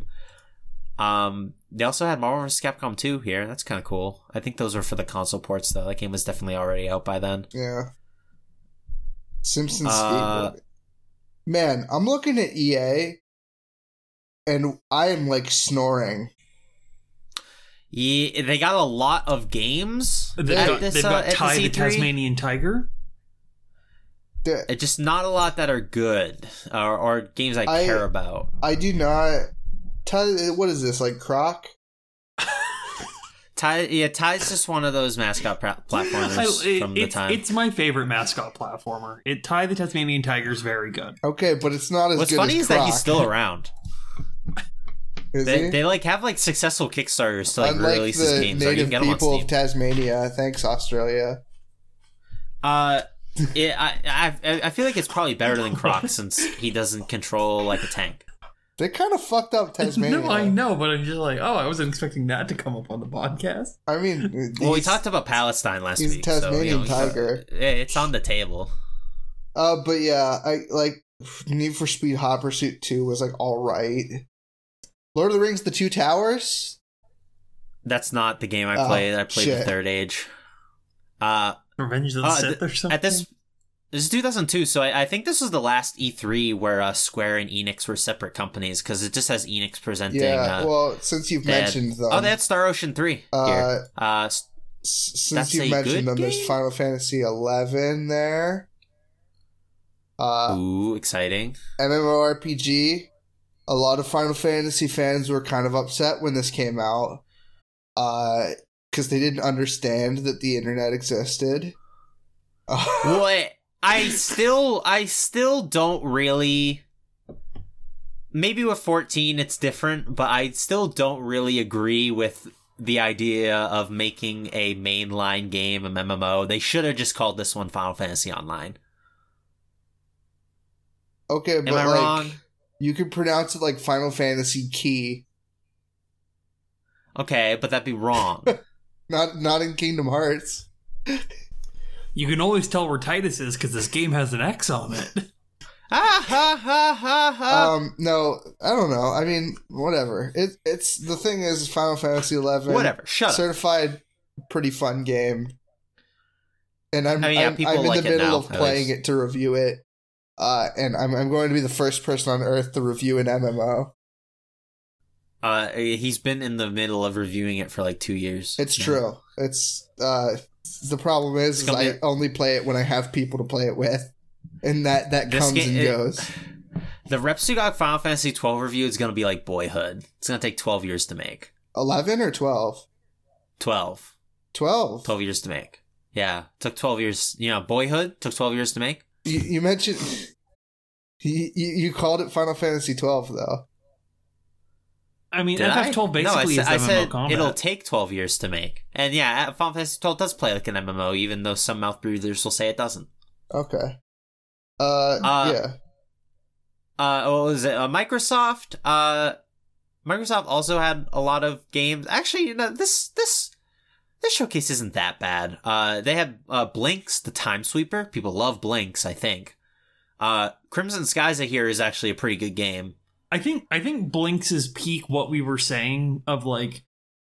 S2: Um, they also had Marvel vs. Capcom 2 here. That's kind of cool. I think those were for the console ports though. That game was definitely already out by then.
S3: yeah. Simpsons
S2: Uh,
S3: skateboard. Man, I'm looking at EA, and I am, like, snoring.
S2: Yeah, they got a lot of games.
S1: They've
S2: at
S1: got,
S2: this,
S1: they've
S2: uh,
S1: got
S2: at this
S1: Ty the
S2: E3.
S1: Tasmanian Tiger.
S3: Th-
S2: Uh, Just not a lot that are good or, or games I,
S3: I-
S2: care about.
S3: I do not. Ty, what is this, like, Croc?
S2: Ty, yeah, Ty's just one of those mascot pra- platformers
S1: I- it-
S2: from the
S1: it's,
S2: time.
S1: it's my favorite mascot platformer. It Ty the Tasmanian Tiger is very good.
S3: Okay, but it's not as
S2: What's
S3: good
S2: funny
S3: as
S2: is
S3: Croc.
S2: that he's still around.
S3: is
S2: They,
S3: he?
S2: they like have like successful kickstarters to like
S3: Unlike
S2: release his
S3: the
S2: games. Like, you
S3: native
S2: can get 'em on
S3: people
S2: Steam.
S3: of Tasmania, thanks, Australia.
S2: Uh, it, I, I I feel like it's probably better than Croc since he doesn't control like a tank.
S3: They kind of fucked up Tasmania.
S1: No, I know, but I'm just like, oh, I wasn't expecting that to come up on the podcast.
S3: I mean,
S2: Well, we
S3: he's-
S2: talked about Palestine last
S3: he's
S2: week. so,
S3: Tasmanian
S2: you know,
S3: tiger.
S2: yeah, It's on the table.
S3: Uh, but yeah, I like Need for Speed Hot Pursuit Two was like all right. Lord of the Rings: The Two Towers.
S2: That's not the game I
S3: Oh,
S2: played. I played the
S3: shit.
S2: Third Age. Uh,
S1: Revenge of the
S2: Uh,
S1: Sith or something.
S2: at this. This is 2002, so I, I think this was the last E3 where uh, Square and Enix were separate companies because it just has Enix presenting.
S3: yeah.
S2: uh,
S3: well, since you've
S2: they had-
S3: mentioned them,
S2: oh, they had Star Ocean 3
S3: uh,
S2: here. Uh, s-
S3: s-
S2: That's
S3: since
S2: a
S3: you
S2: good
S3: mentioned them, there's
S2: game?
S3: Final Fantasy Eleven there. Uh,
S2: ooh, exciting.
S3: MMORPG. A lot of Final Fantasy fans were kind of upset when this came out because they didn't understand that the internet existed.
S2: what I still I still don't really maybe with 14 it's different but I still don't really agree with the idea of making a mainline game a MMO they should have just called this one Final Fantasy Online
S3: okay,
S2: am
S3: but
S2: I
S3: like,
S2: wrong
S3: You could pronounce it like Final Fantasy Key,
S2: okay but that'd be wrong
S3: not not in Kingdom Hearts.
S1: you can always tell where Titus is because this game has an X on it.
S2: ah, ha, ha, ha, ha.
S3: um, no, I don't know. I mean, whatever. It, it's the thing is Final Fantasy Eleven.
S2: whatever shut up
S3: certified pretty fun game and i'm
S2: I mean, yeah,
S3: i'm,
S2: people
S3: I'm in
S2: like it
S3: the middle
S2: now,
S3: of
S2: at
S3: playing
S2: least.
S3: it to review it uh, and I'm, I'm going to be the first person on earth to review an mmo
S2: uh, he's been in the middle of reviewing it for like two years
S3: it's
S2: now.
S3: true it's uh, the problem is,
S2: It's
S3: is
S2: gonna
S3: i
S2: be-
S3: only play it when i have people to play it with and that that
S2: This
S3: comes
S2: game-
S3: and
S2: it-
S3: goes
S2: The Repsugog Final Fantasy 12 review is going to be like Boyhood. It's going to take 12 years to make.
S3: 11 or 12?
S2: 12.
S3: 12.
S2: 12 years to make. Yeah. Took 12 years. You know, Boyhood took 12 years to make.
S3: You, you mentioned. You, you, you called it Final Fantasy 12, though.
S1: I mean,
S2: Did I?
S1: FF12 basically
S2: no,
S1: is MMO
S2: I said, I said
S1: combat.
S2: it'll take 12 years to make. And yeah, Final Fantasy 12 does play like an MMO, even though some mouth breathers will say it doesn't.
S3: Okay. Uh,
S2: Uh,
S3: yeah.
S2: uh what was it uh, microsoft uh microsoft also had a lot of games actually you know this this this showcase isn't that bad uh they had uh blinks the time sweeper people love blinks i think uh crimson skies i hear is actually a pretty good game
S1: I think I think Blinks is peak what we were saying of like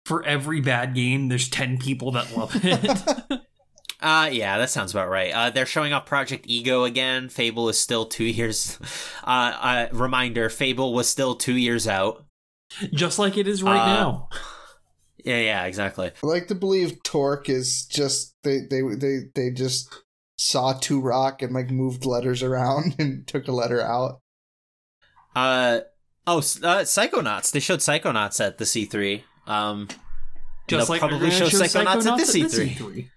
S1: for every bad game, there's ten people that love it.
S2: uh yeah that sounds about right uh they're showing off project ego again fable is still two years uh, uh reminder fable was still two years out
S1: Just like it is right
S2: Uh,
S1: now.
S2: yeah yeah exactly
S3: I like to believe Torque is just. They, they, they, they just saw two rock and like moved letters around and took a letter out.
S2: Uh oh, s- uh, Psychonauts. They showed Psychonauts at the C3. Um,
S1: Just
S2: they'll
S1: like
S2: probably
S1: they're gonna
S2: show Psychonauts at this
S1: this
S2: E3.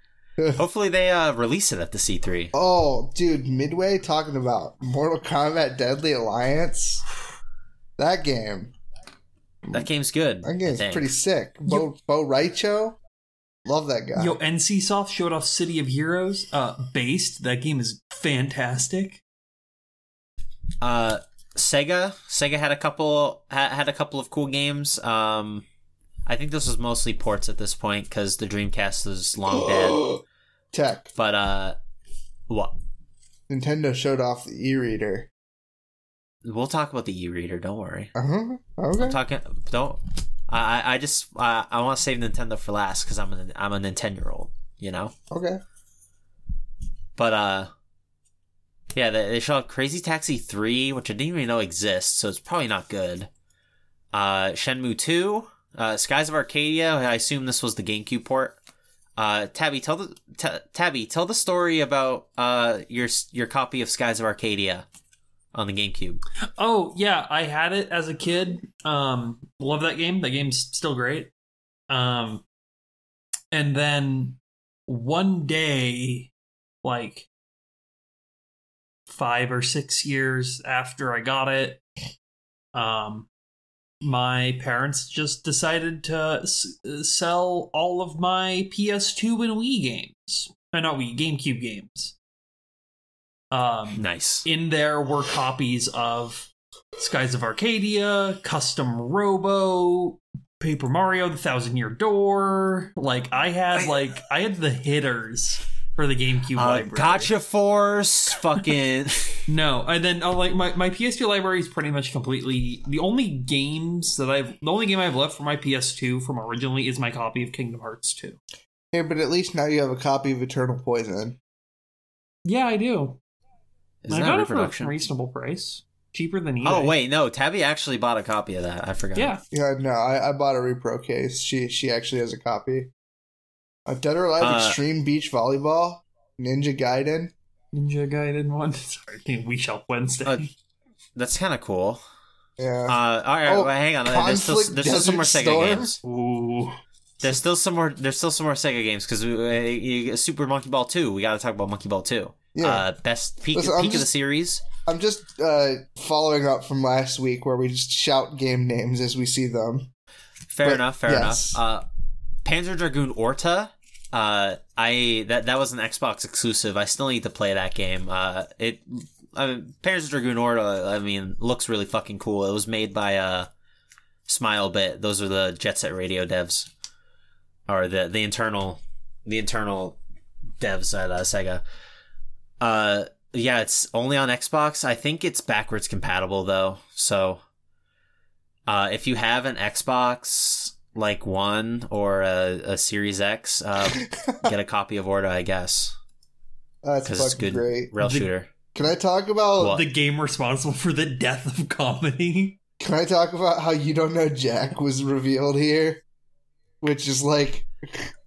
S2: hopefully they uh release it at the C3.
S3: Oh, dude, Midway talking about Mortal Kombat Deadly Alliance. That game.
S2: That game's good.
S3: That
S2: I
S3: game's
S2: think.
S3: pretty sick. Bo, Bo Raicho? Love that guy.
S1: Yo, NCSoft showed off City of Heroes, uh, based. That game is fantastic.
S2: Uh, Sega. Sega had a couple ha- had a couple of cool games. Um, I think this was mostly ports at this point because the Dreamcast is long dead.
S3: Tech.
S2: But uh, what?
S3: Nintendo showed off the e-reader.
S2: We'll talk about the e-reader. Don't worry.
S3: Uh-huh. Okay.
S2: I'm talking. Don't. I I- I just uh, I want to save Nintendo for last because I'm an I'm a Nintendo old. You know.
S3: okay.
S2: But uh yeah, they, they showed Crazy Taxi 3, which I didn't even know exists, so it's probably not good. Uh Shenmue 2, uh Skies of Arcadia, I assume this was the GameCube port. Uh Tabby, tell the t- Tabby, tell the story about uh your s- your copy of Skies of Arcadia on the GameCube.
S1: Oh yeah, I had it as a kid. Um, love that game. That game's still great. Um, and then one day, like five or six years after I got it, um, my parents just decided to s- sell all of my PS2 and Wii games. Uh, not Wii, GameCube games. Um,
S2: Nice.
S1: in there were copies of Skies of Arcadia, Custom Robo, Paper Mario, The Thousand Year Door. Like I had like I had the hitters for the GameCube
S2: Uh,
S1: library.
S2: gotcha Force, fucking
S1: No, and then uh, like my, my PS2 library is pretty much completely the only games that I've the only game I've left for my PS2 from originally is my copy of Kingdom Hearts 2.
S3: Here, but at least now you have a copy of Eternal Poison.
S1: Yeah, I do.
S2: Is
S1: I
S2: that
S1: got
S2: a
S1: it for a
S2: reproduction?
S1: reasonable price, cheaper than eBay.
S2: Oh wait, no, Tabby actually bought a copy of that. I forgot.
S1: yeah.
S3: Yeah, no, I, I bought a repro case. She she actually has a copy. A Dead or Alive
S2: Uh,
S3: Extreme Beach Volleyball, Ninja Gaiden.
S1: Ninja Gaiden one. Sorry, we shall Wednesday.
S2: Uh, That's kind of cool.
S3: Yeah.
S2: Uh, all right,
S3: Oh,
S2: well, hang on. There's still,
S3: Conflict
S2: there's still some more
S3: Desert
S2: Sega
S3: Storm?
S2: games.
S1: Ooh.
S2: There's still some more. There's still some more Sega games because we uh, Super Monkey Ball Two. We got to talk about Monkey Ball Two.
S3: Yeah.
S2: Uh, best peak,
S3: Listen, I'm
S2: peak of the
S3: just-
S2: series.
S3: I'm just uh, following up from last week where we just shout game names as we see them.
S2: Fair
S3: but-
S2: enough. Fair
S3: yes.
S2: enough. Uh, Panzer Dragoon Orta. Uh, I that that was an Xbox exclusive. I still need to play that game. Uh, it. I mean, Panzer Dragoon Orta. I mean, looks really fucking cool. It was made by uh, Smilebit. Those are the Jet Set Radio devs, or the the internal the internal devs at uh, Sega. Uh, yeah, it's only on Xbox. I think it's backwards compatible though. So, uh, if you have an Xbox like One or a, a Series X, uh, get a copy of Orta, I guess,
S3: That's
S2: because it's
S3: fucking
S2: good
S3: great.
S2: rail
S1: The-
S2: shooter.
S3: Can I talk about
S2: What?
S1: The game responsible for the death of comedy.
S3: Can I talk about how you don't know Jack was revealed here? Which is like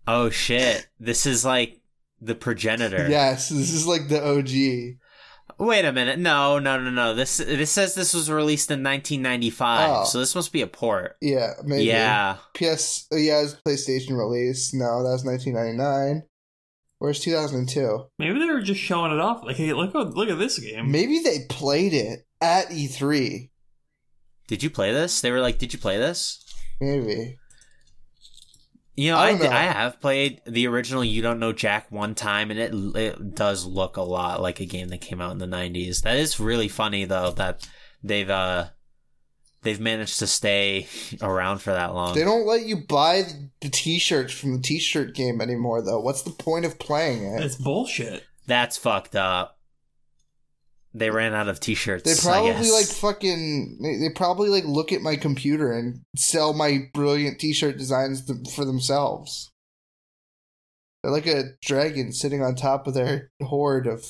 S2: Oh shit! This is like the progenitor.
S3: yes, this is like the OG.
S2: Wait a minute. No, no, no, no. This this says this was released in 1995,
S3: Oh.
S2: so this must be a port.
S3: Yeah, maybe.
S2: Yeah.
S3: PS. oh, Yeah, it was PlayStation release. No, that was 1999. Where's 2002?
S1: Maybe they were just showing it off. Like, hey, look, at- look at this game.
S3: Maybe they played it at E E3.
S2: Did you play this? They were like, "Did you play this?"
S3: Maybe.
S2: You know,
S3: I
S2: I,
S3: don't
S2: d-
S3: know.
S2: I have played the original You Don't Know Jack one time, and it it does look a lot like a game that came out in the '90s. That is really funny though that they've uh they've managed to stay around for that long.
S3: They don't let you buy the T-shirts from the T-shirt game anymore, though. What's the point of playing it?
S1: It's bullshit.
S2: That's fucked up. They ran out of T-shirts.
S3: They
S2: I
S3: probably
S2: guess.
S3: like fucking. they- They probably like look at my computer and sell my brilliant T-shirt designs th- for themselves. They're like a dragon sitting on top of their horde of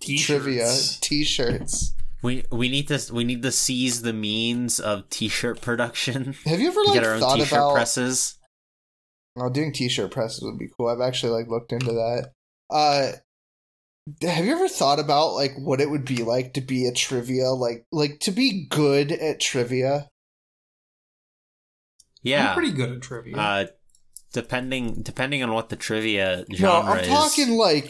S1: T-shirts.
S3: trivia T-shirts.
S2: We we need to we need to seize the means of t-shirt production.
S3: Have you ever like
S2: Get our own
S3: thought
S2: t-shirt
S3: about?
S2: presses.
S3: Oh, doing t-shirt presses would be cool. I've actually like looked into that. Uh have you ever thought about like what it would be like to be a trivia like like to be good at trivia?
S1: I'm
S2: Yeah.
S1: pretty good at trivia.
S2: uh depending depending on what the trivia
S3: No,
S2: genre
S3: I'm
S2: is.
S3: talking like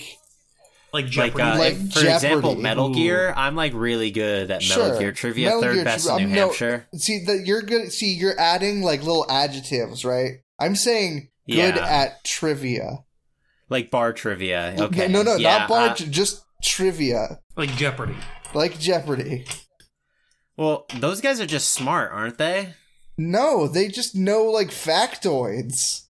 S1: like
S2: like,
S1: Jeopardy.
S2: uh,
S3: Like
S2: if- for example,
S3: Jeopardy.
S2: Metal
S1: Ooh.
S2: Gear. I'm like really good at
S3: Sure.
S2: Metal Gear trivia,
S3: Metal
S2: third
S3: Gear
S2: best
S3: triv-
S2: in
S3: I'm
S2: New
S3: no-
S2: Hampshire.
S3: see that you're good see you're adding like little adjectives, right? I'm saying good
S2: Yeah.
S3: at trivia.
S2: Like bar trivia. Okay.
S3: No, no,
S2: Yeah,
S3: not bar
S2: uh,
S3: just trivia.
S1: like Jeopardy.
S3: Like Jeopardy.
S2: well, those guys are just smart, aren't they?
S3: No, they just know like factoids.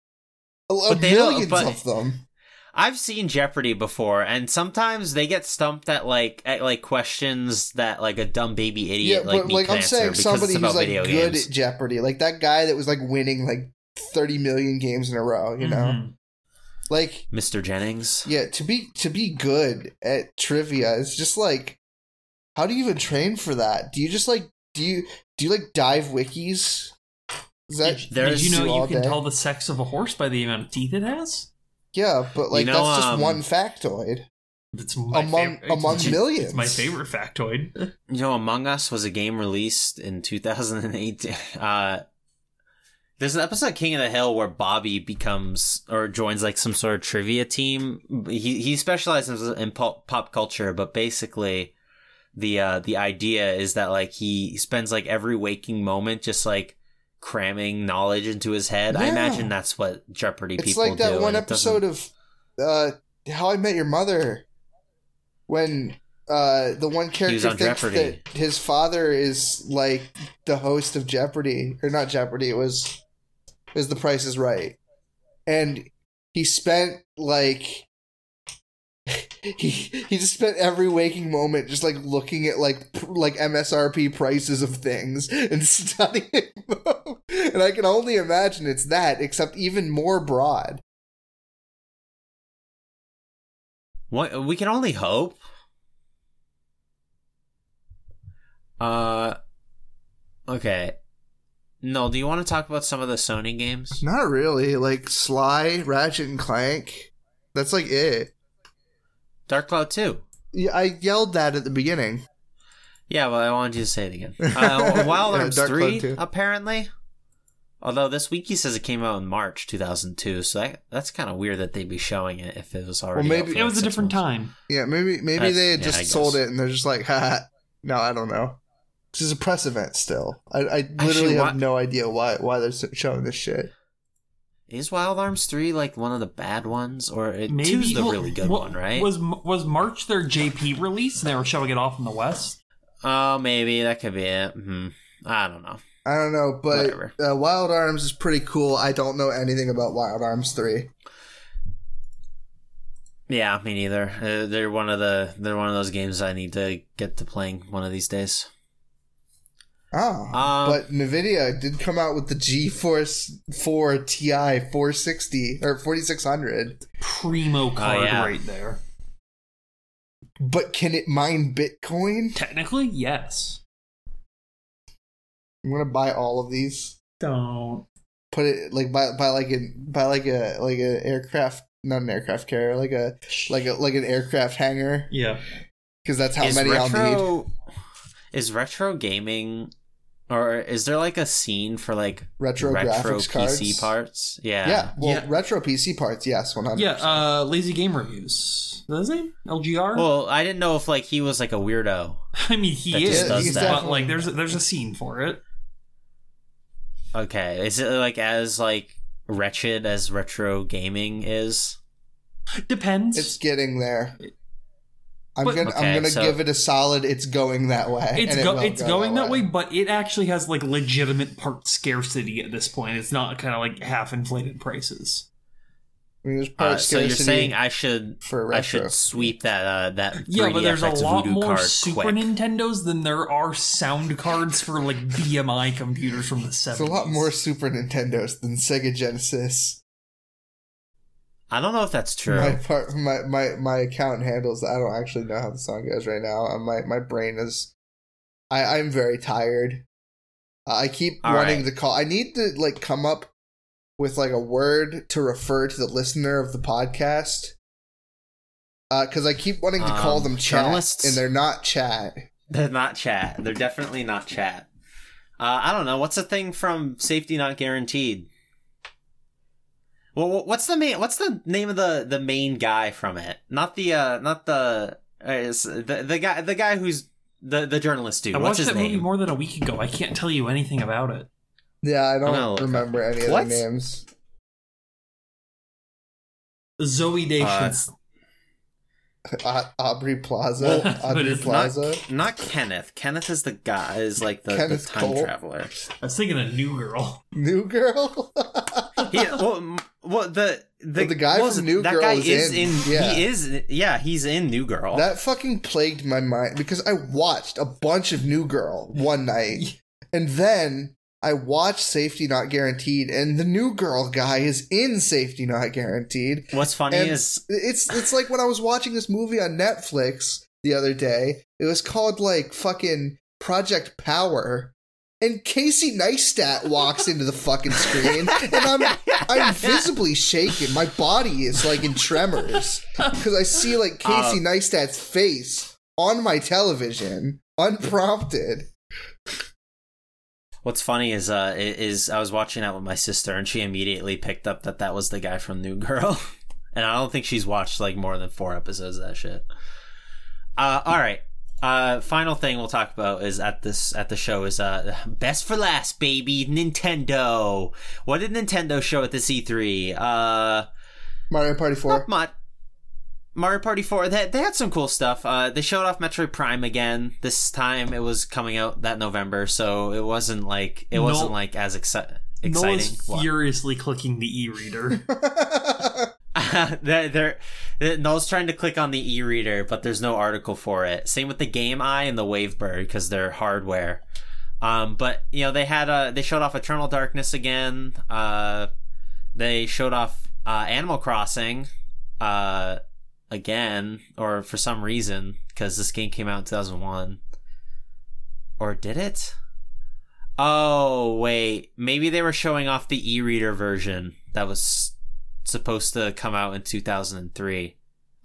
S3: A- a
S2: But they don't-
S3: millions
S2: but-
S3: of them.
S2: I've seen Jeopardy before, and sometimes they get stumped at like at like questions that like a dumb baby
S3: Yeah,
S2: idiot like,
S3: but
S2: me
S3: like
S2: can
S3: I'm
S2: answer
S3: saying,
S2: because
S3: somebody
S2: it's about
S3: who's like
S2: video
S3: good
S2: games.
S3: at Jeopardy, like that guy that was like winning like 30 million games in a row, you know,
S2: Mm-hmm.
S1: Mhm.
S3: like
S2: Mr. Jennings.
S3: yeah, to be to be good at trivia is just like, how do you even train for that? Do you just like do you do you like dive wikis? Is that
S1: Did,
S2: there's
S1: did you
S3: do
S1: know
S3: all
S1: you can
S3: day?
S1: tell the sex of a horse by the amount of teeth it has?
S3: Yeah, but like
S2: know,
S3: that's just
S2: um,
S3: one factoid.
S1: It's my
S3: Among-
S1: favorite-
S3: among
S1: it's-
S3: millions.
S1: It's my favorite factoid.
S2: You know, Among Us was a game released in 2018. Uh, there's an episode of King of the Hill where Bobby becomes or joins like some sort of trivia team. He he specializes in pop, pop culture, but basically, the uh, the idea is that like he spends like every waking moment just like cramming knowledge into his head. I
S3: Yeah.
S2: imagine that's what Jeopardy
S3: It's
S2: people
S3: like that
S2: do,
S3: one
S2: and it doesn't-
S3: episode of uh, How I Met Your Mother when uh, the one
S2: was
S3: character
S2: on
S3: thinks
S2: Jeopardy.
S3: that his father is like the host of Jeopardy or not Jeopardy. It was it was The Price Is Right, and he spent like. He, he just spent every waking moment just like looking at like pr- like MSRP prices of things and studying them. and I can only imagine it's that except even more broad.
S2: What we can only hope. Uh, okay. No, do you want to talk about some of the Sony games?
S3: Not really. Like Sly, Ratchet and Clank. That's like it.
S2: Dark Cloud Two.
S3: Yeah, I yelled that at the beginning.
S2: Yeah, well, I wanted you to say it again. Uh, Wild
S3: Yeah,
S2: Arms
S3: Dark Cloud
S2: Three,
S3: 2.
S2: apparently. Although this wiki says it came out in March 2002, so that, that's kind of weird that they'd be showing it if it was already. out
S3: maybe-
S2: for
S1: It was a
S2: six
S1: different
S2: months.
S1: time.
S3: Yeah, maybe maybe
S2: That's-
S3: they had
S2: yeah, I
S3: just
S2: guess.
S3: sold it and they're just like, ha. No, I don't know. This is a press event still. I, I literally
S2: Actually,
S3: have
S2: why-
S3: no idea why why they're s- showing this shit.
S2: Is Wild Arms Three like one of the bad ones, or it,
S1: Maybe
S2: two's the
S1: well,
S2: really good
S1: well,
S2: one, right?
S1: Was was March their JP release and they were showing it off in the West?
S2: Oh, maybe that could be it. Hmm. I don't know.
S3: I don't know, but
S2: Whatever.
S3: uh, Wild Arms is pretty cool. I don't know anything about Wild Arms three.
S2: Yeah, me neither. Uh, they're one of the they're one of those games I need to get to playing one of these days.
S3: Oh,
S2: Um,
S3: but Nvidia did come out with the GeForce Four Ti 460 or 4600.
S1: Primo card
S2: Oh, yeah.
S1: right there.
S3: But can it mine Bitcoin?
S1: Technically, yes.
S3: I'm gonna buy all of these.
S1: Don't.
S3: Put it like buy buy like a buy like a like a aircraft not an aircraft carrier like a like a like an aircraft hangar.
S1: Yeah.
S3: because that's how
S2: is
S3: many I'll need.
S2: retro is retro gaming or is there like a scene for like
S3: Retro,
S2: retro
S3: graphics
S2: PC
S3: cards.
S2: parts? Yeah.
S3: Yeah, well,
S1: Yeah.
S3: retro PC parts, yes, one hundred.
S1: Yeah, uh, Lazy Game Reviews. Is that his name? LGR?
S2: Well, I didn't know if like he was like a weirdo.
S1: I mean,
S2: that
S1: he
S2: just
S1: is,
S2: does
S1: but
S2: that.
S1: like, there's there's a scene for it.
S2: Okay, is it like as like wretched as retro gaming is?
S1: Depends.
S3: it's getting there. I'm
S1: But-
S3: gonna
S2: Okay,
S3: I'm gonna
S2: so-
S3: give it a solid. It's going that way.
S1: it's
S3: and it
S1: go-
S3: will
S1: it's
S3: go
S1: going that way. but it actually has like legitimate part scarcity at this point. It's not kind of like half inflated prices.
S3: I mean, there's part
S2: Uh, so you're
S3: scarcity
S2: saying I should
S3: for
S2: I
S3: retro.
S2: should sweep that uh that
S1: Yeah, but there's a
S2: 3DFX
S1: lot
S2: voodoo
S1: more
S2: card
S1: Super
S2: quick.
S1: Nintendos than there are sound cards for like BMI computers from the 70s.
S3: It's a lot more Super Nintendos than Sega Genesis.
S2: I don't know if that's true.
S3: My part, my, my my account handles. I don't actually know how the song goes right now. Uh, My my brain is. I I'm very tired. Uh, I keep
S2: All
S3: wanting
S2: right.
S3: to call. I need to like come up with like a word to refer to the listener of the podcast. Because I keep wanting to call
S2: Um,
S3: them chat,
S2: journalists?
S3: and they're not chat.
S2: They're not chat. They're definitely not chat. Uh, I don't know. What's the thing from Safety Not Guaranteed? Well, wh- what's the main? What's the name of the the main guy from it? Not the uh, not the uh, is- the the guy the guy who's the the journalist dude.
S1: I
S2: what's
S1: watched
S2: his
S1: that movie
S2: name?
S1: more than a week ago. I can't tell you anything about it.
S3: Yeah, I
S2: gonna look up.
S3: don't remember any of
S2: Oh, What?
S3: the names.
S1: Zoe
S2: Uh,
S1: Deschanel.
S2: it's-
S3: A- Aubrey Plaza,
S1: Well, but
S3: Aubrey
S1: it's
S2: not,
S3: Plaza.
S2: not Kenneth. Kenneth is the guy. Is like the, the
S3: Kenneth
S2: time
S3: Cole?
S2: traveler.
S1: I was thinking a New Girl.
S3: New Girl.
S2: He, well, m- well, the the,
S3: Well, the guy
S2: what
S3: from
S2: was it?
S3: New
S2: that
S3: Girl
S2: guy
S3: is
S2: is
S3: in.
S2: in.
S3: Yeah.
S2: He is. Yeah, he's in New Girl.
S3: That fucking plagued my mind because I watched a bunch of New Girl one night, and then I watched Safety Not Guaranteed, and the New Girl guy is in Safety Not Guaranteed.
S2: What's funny
S3: And
S2: is
S3: it's it's like when I was watching this movie on Netflix the other day. It was called like fucking Project Power. And Casey Neistat walks into the fucking screen, and I'm I'm visibly shaken. My body is like in tremors because I see like Casey
S2: Uh.
S3: Neistat's face on my television, unprompted.
S2: what's funny is uh i- is I was watching that with my sister and she immediately picked up that that was the guy from New Girl, and I don't think she's watched like more than four episodes of that shit. Uh, all right. Uh, final thing we'll talk about is at this at the show is uh best for last baby Nintendo. What did Nintendo show at the C3? Uh,
S3: Mario Party Four.
S2: Not much. Mario Party 4, they, they had some cool stuff. Uh, they showed off Metroid Prime again. This time it was coming out that November, so it wasn't like it
S1: No-
S2: wasn't like as exci- exciting.
S1: Noah's
S2: What?
S1: furiously clicking the e-reader.
S2: they're, they're, they Noel's trying to click on the e-reader, but there's no article for it. Same with the Game Eye and the Wavebird because they're hardware. Um, but you know they had a they showed off Eternal Darkness again. Uh, they showed off uh, Animal Crossing uh, again, or for some reason because this game came out in 2001, or did it? Oh wait, maybe they were showing off the e-reader version that was supposed to come out in 2003.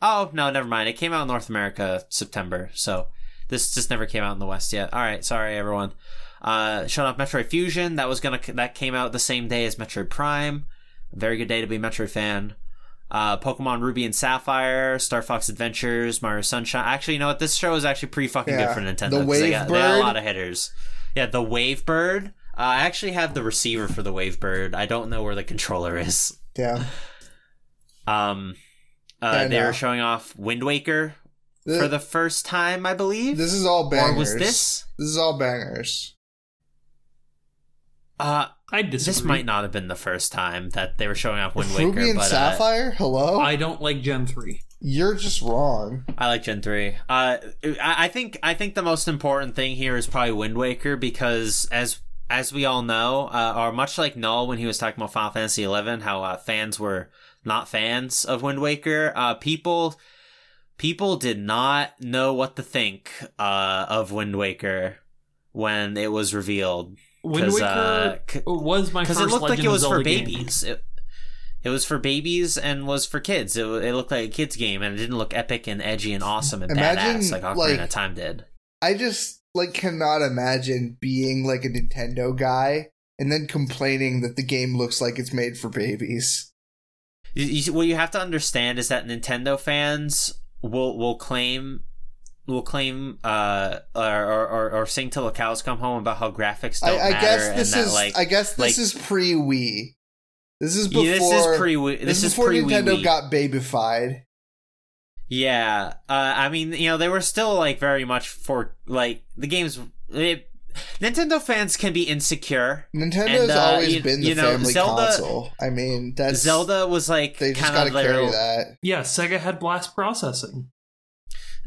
S2: Oh, no, never mind. It came out in North America September. So this just never came out in the West yet. All right, sorry everyone. Uh showing off Metroid Fusion, that was going to that came out the same day as Metroid Prime. Very good day to be a Metroid fan. Uh, Pokemon Ruby and Sapphire, Star Fox Adventures, Mario Sunshine. Actually, you know what? This show is actually pretty fucking
S3: Yeah.
S2: good for Nintendo.
S3: The
S2: 'cause they, got, they got a
S3: Wavebird.
S2: lot of hitters. Yeah, the Wavebird. Uh, I actually have the receiver for the Wavebird. I don't know where the controller is.
S3: Damn.
S2: Um, uh,
S3: Fair
S2: they were
S3: enough.
S2: showing off Wind Waker
S3: Th-
S2: for the first time, I believe.
S3: this is all bangers.
S2: or was this?
S3: This is all bangers.
S2: Uh,
S1: I disagree.
S2: this might not have been the first time that they were showing off Wind Waker.
S3: Ruby and
S2: but, uh,
S3: Sapphire. Hello.
S1: I don't like Gen 3.
S3: You're just wrong.
S2: I like Gen three. Uh, I I think I think the most important thing here is probably Wind Waker because as as we all know, uh, or much like Null when he was talking about Final Fantasy eleven, how uh, fans were not fans of Wind Waker. Uh, people people did not know what to think uh, of Wind Waker when it was revealed
S1: Wind Waker
S2: uh, c-
S1: was my first
S2: because it looked
S1: Legend
S2: like it
S1: of
S2: was for
S1: Zelda game.
S2: babies. It, It was for babies and was for kids. It, wa- it looked like a kids game, and it didn't look epic and edgy and awesome and
S3: Imagine,
S2: badass like Ocarina
S3: like-
S2: of Time did.
S3: I just like cannot imagine being like a Nintendo guy and then complaining that the game looks like it's made for babies.
S2: You, you, what you have to understand is that Nintendo fans will will claim will claim uh or or, or, or sing till the cows come home about how graphics don't
S3: I, I
S2: matter
S3: guess
S2: and
S3: this
S2: that
S3: is
S2: like
S3: I guess this
S2: like-
S3: is pre Wii. This is before
S2: yeah, this is pre this,
S3: this is
S2: is
S3: before
S2: pre
S3: Nintendo got babyfied.
S2: Yeah, uh, I mean, you know, they were still like very much for like the games. It, Nintendo fans can be insecure.
S3: Nintendo's
S2: And, uh,
S3: always
S2: you-
S3: been the
S2: you know,
S3: family
S2: Zelda-
S3: console. I mean, that's
S2: Zelda was like
S3: They just
S2: kind
S3: got to
S2: of like
S3: carry that.
S1: Yeah, Sega had blast processing.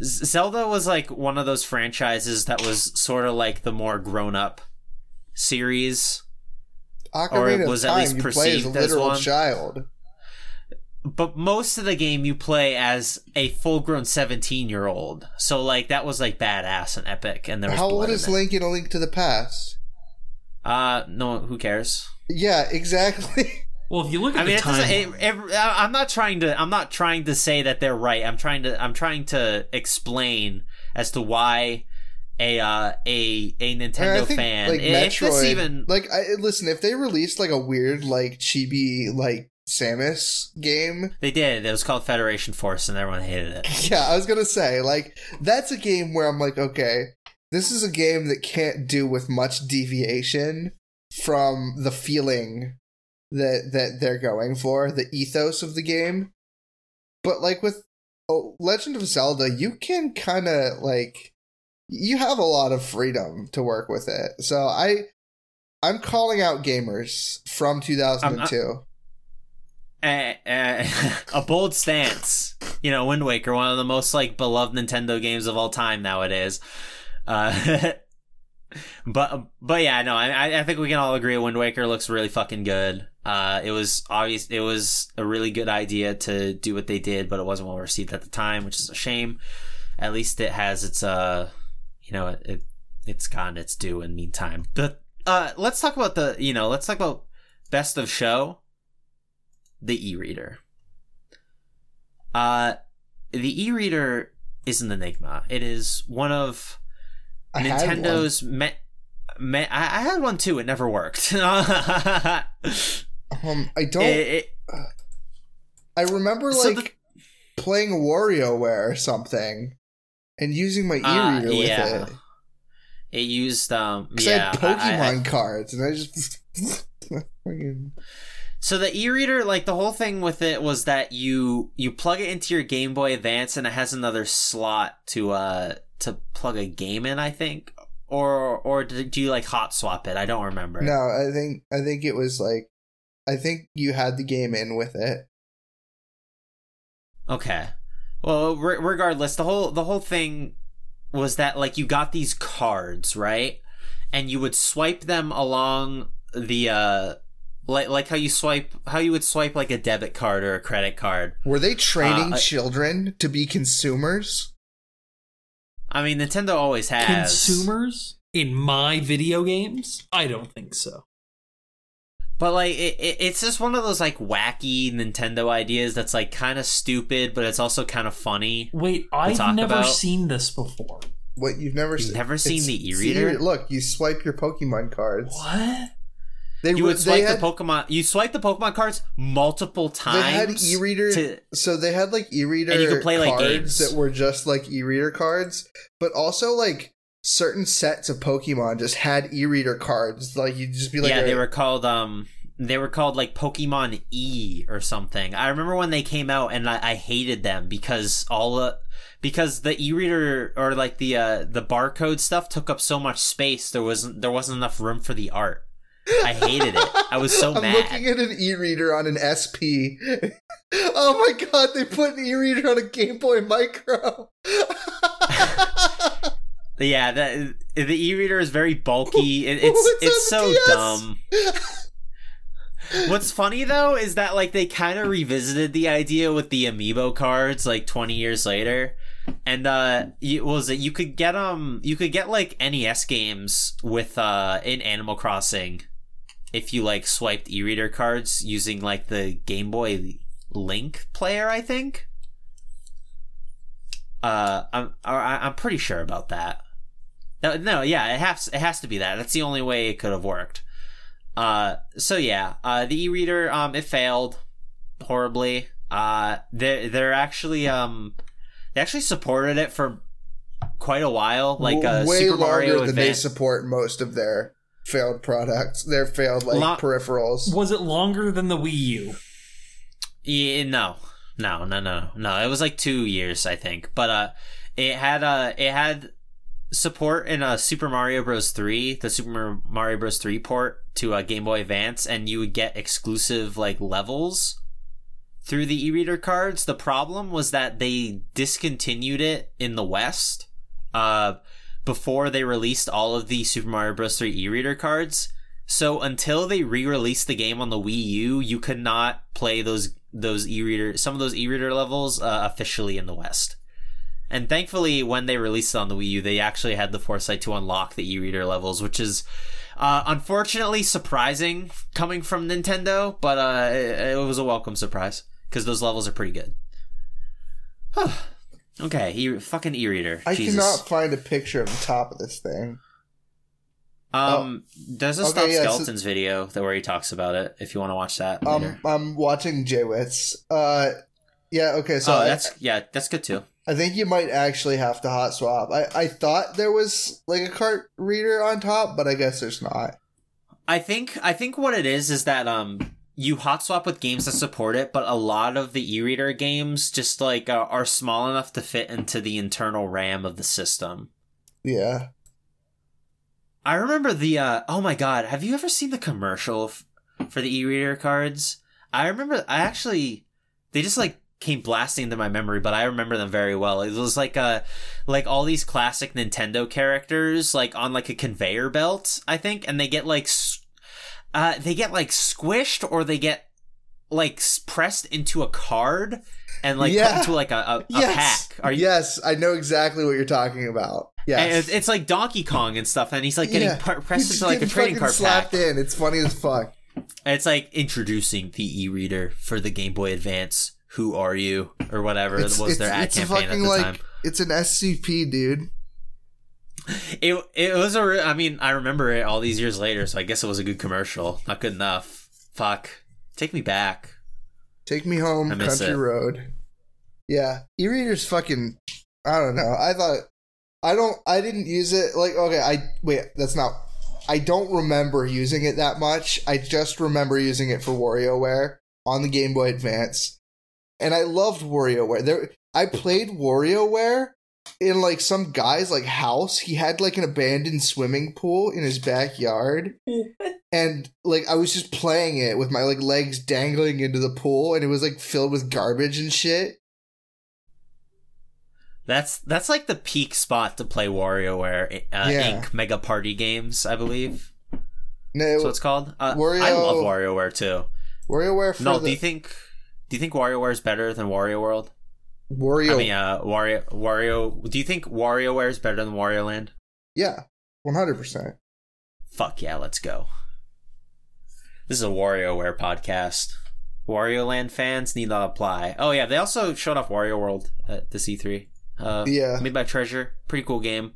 S2: Z- Zelda was like one of those franchises that was sort of like the more grown up series, Or it
S3: Ocarina
S2: was
S3: of
S2: at
S3: Time,
S2: least
S3: you play as a
S2: perceived as
S3: literal
S2: one.
S3: child.
S2: but most of the game you play as a full grown seventeen year old. So like that was like badass and epic. And there was
S3: How
S2: blood
S3: old
S2: in
S3: is
S2: it.
S3: Link in A Link to the Past?
S2: Uh, no, who cares?
S3: Yeah, exactly.
S1: Well, if you look at
S2: I mean,
S1: the
S2: it doesn't,
S1: time,
S2: it, it, I- I'm not trying to. I'm not trying to say that they're right. I'm trying to. I'm trying to explain as to why a uh, a a
S3: And
S2: Nintendo fan.
S3: Like
S2: if
S3: Metroid,
S2: this even
S3: like I, listen, if they released like a weird like chibi like Samus game,
S2: they did, it was called Federation Force, and everyone hated it.
S3: yeah, I was gonna say like that's a game where I'm like, okay, this is a game that can't do with much deviation from the feeling that that they're going for, the ethos of the game. But like with oh, Legend of Zelda, you can kind of like you have a lot of freedom to work with it. So I I'm calling out gamers from 2002.
S2: Eh, eh, a bold stance. You know, Wind Waker, one of the most like beloved Nintendo games of all time nowadays. Uh, but but yeah, no, I I- I think we can all agree Wind Waker looks really fucking good. Uh, it was obvious. It was a really good idea to do what they did, but it wasn't well received at the time, which is a shame. At least it has its uh, you know, it, it it's gotten its due in the meantime. But uh, let's talk about the you know, let's talk about best of show the e-reader. Uh the e-reader is an enigma. It is one of
S3: I had one.
S2: Nintendo's me- me- I-, I had one too. It never worked. It-
S3: um, I don't
S2: it-
S3: I remember
S2: So
S3: like playing WarioWare or something and using my
S2: uh,
S3: e-reader with
S2: yeah.
S3: it.
S2: It used um
S3: Because
S2: yeah,
S3: I had
S2: I- I- I-
S3: Pokemon cards and I just Fucking-
S2: So the e-reader, like the whole thing with it was that you you plug it into your Game Boy Advance and it has another slot to uh to plug a game in, I think. Or or do do you like hot swap it? I don't remember.
S3: No, I think I think it was like I think you had the game in with it.
S2: Okay. Well, re- regardless, the whole the whole thing was that like you got these cards, right? And you would swipe them along the uh like like how you swipe how you would swipe like a debit card or a credit card.
S3: Were they training
S2: Uh, I-
S3: children to be consumers?
S2: I mean, Nintendo always has
S1: consumers in my video games, I don't think so.
S2: But like it, it, it's just one of those like wacky Nintendo ideas that's like kind of stupid, but it's also kind of funny.
S1: Wait, I've
S2: talk
S1: never
S2: about-
S1: seen this before.
S3: What you've never
S2: You've
S3: se-
S2: never seen
S3: it's-
S2: the
S3: it's
S2: e-reader?
S3: Look, you swipe your Pokemon cards.
S1: What?
S3: They
S2: You
S3: were-
S2: would swipe
S3: they had,
S2: the Pokemon, you swipe the Pokemon cards multiple
S3: They had
S2: times.
S3: e-reader,
S2: to-
S3: so they had like e-reader
S2: And you could play, like,
S3: cards
S2: games.
S3: that were just like e-reader cards, but also like certain sets of Pokemon just had e-reader cards. Like you'd just be like,
S2: yeah,
S3: a-
S2: they were called um, they were called like Pokemon E or something. I remember when they came out, and I, I hated them because all uh, because the e-reader or like the uh the barcode stuff took up so much space. There wasn't there wasn't enough room for the art. I hated it. I was so
S3: I'm
S2: mad.
S3: looking at an e-reader on an SP. oh my god, they put an e-reader on a Game Boy Micro.
S2: Yeah, the the e-reader is very bulky. It, it's
S3: What's
S2: it's
S3: on
S2: so
S3: the DS?
S2: dumb. What's funny though is that like they kind of revisited the idea with the amiibo cards like 20 years later. And uh you, what was it you could E get um you could get like NES games with uh in Animal Crossing if you like swiped e-reader cards using like the Game Boy Link player, I think. Uh, I'm I- I'm pretty sure about that. No, no, yeah, it has it has to be that. That's the only way it could have worked. Uh, so yeah, uh, the e-reader um it failed horribly. Uh, they they're actually um they actually supported it for quite a while, like uh,
S3: way
S2: Super
S3: longer
S2: Mario
S3: than
S2: Advance.
S3: they support most of their failed products, their failed like
S2: Lot-
S3: peripherals.
S1: Was it longer than the Wii U?
S2: Yeah, no, no, no, no, no. It was like two years, I think. But uh, it had uh, it had support in uh, Super Mario Bros. Three, the Super Mario Bros. Three port to uh, Game Boy Advance, and you would get exclusive like levels through the e-reader cards. The problem was that they discontinued it in the West. Uh. Before they released all of the Super Mario Bros. 3 e reader cards, so until they re-released the game on the Wii U, you could not play those those e-reader some of those e-reader levels uh, officially in the West. And thankfully, when they released it on the Wii U, they actually had the foresight to unlock the e-reader levels, which is uh, unfortunately surprising coming from Nintendo, but uh, it, it was a welcome surprise because those levels are pretty good. okay, e- fucking e-reader.
S3: I
S2: Jesus.
S3: cannot find a picture of the top of this thing.
S2: Um, there's a
S3: Oh. Okay,
S2: Stop
S3: yeah, so-
S2: Skeletons video that where he talks about it. If you want to watch that, later.
S3: Um, I'm watching Jaywitz. Uh, yeah, okay, so
S2: oh,
S3: I-
S2: that's yeah, that's good too.
S3: I think you might actually have to hot swap. I, I thought there was like a cart reader on top, but I guess there's not.
S2: I think I think what it is is that um you hot swap with games that support it, but a lot of the e-reader games just like uh, are small enough to fit into the internal RAM of the system.
S3: Yeah.
S2: I remember the uh oh my god, have you ever seen the commercial f- for the e-reader cards? I remember I actually they just like came blasting into my memory, but I remember them very well. It was like uh like all these classic Nintendo characters like on like a conveyor belt, I think, and they get like s- uh they get like squished or they get like s- pressed into a card and like
S3: Yeah.
S2: put into like a, a, a
S3: yes.
S2: pack. Are you
S3: Yes, I know exactly what you're talking about.
S2: and
S3: Yes.
S2: it's- It's like Donkey Kong and stuff, and he's like getting
S3: Yeah.
S2: par- pressed
S3: You just
S2: into like a
S3: get
S2: trading
S3: fucking
S2: card pack.
S3: slapped in. It's funny as fuck.
S2: And It's like introducing the e-reader for the Game Boy Advance. Who are you, or whatever
S3: It's,
S2: was
S3: it's,
S2: their ad
S3: it's
S2: campaign at
S3: fucking
S2: the
S3: like
S2: time.
S3: it's an SCP, dude.
S2: It it was a. Re- I mean, I remember it all these years later, so I guess it was a good commercial. Not good enough. Fuck. Take me back.
S3: Take me home,
S2: I miss
S3: country
S2: it.
S3: road. Yeah, e-readers fucking. I don't know. I thought I don't. I didn't use it. Like, okay, I wait. That's not. I don't remember using it that much. I just remember using it for WarioWare on the Game Boy Advance, and I loved WarioWare. There, I played WarioWare in like some guy's like house. He had like an abandoned swimming pool in his backyard and like I was just playing it with my like legs dangling into the pool, and it was like filled with garbage and shit.
S2: That's that's like the peak spot to play WarioWare uh,
S3: Yeah.
S2: Inc. Mega Party games, I believe.
S3: No,
S2: That's what it's called. Uh, I
S3: Wario-
S2: love WarioWare too.
S3: WarioWare for
S2: No,
S3: the
S2: do you think do you think WarioWare is better than Wario World?
S3: Wario,
S2: I mean, uh, Wario, Wario. Do you think WarioWare is better than Wario Land?
S3: yeah, one hundred percent.
S2: Fuck yeah, let's go. This is a WarioWare podcast. Wario Land fans need not apply. Oh yeah, they also showed off Wario World at the C3. Uh,
S3: Yeah.
S2: made by Treasure. Pretty cool game.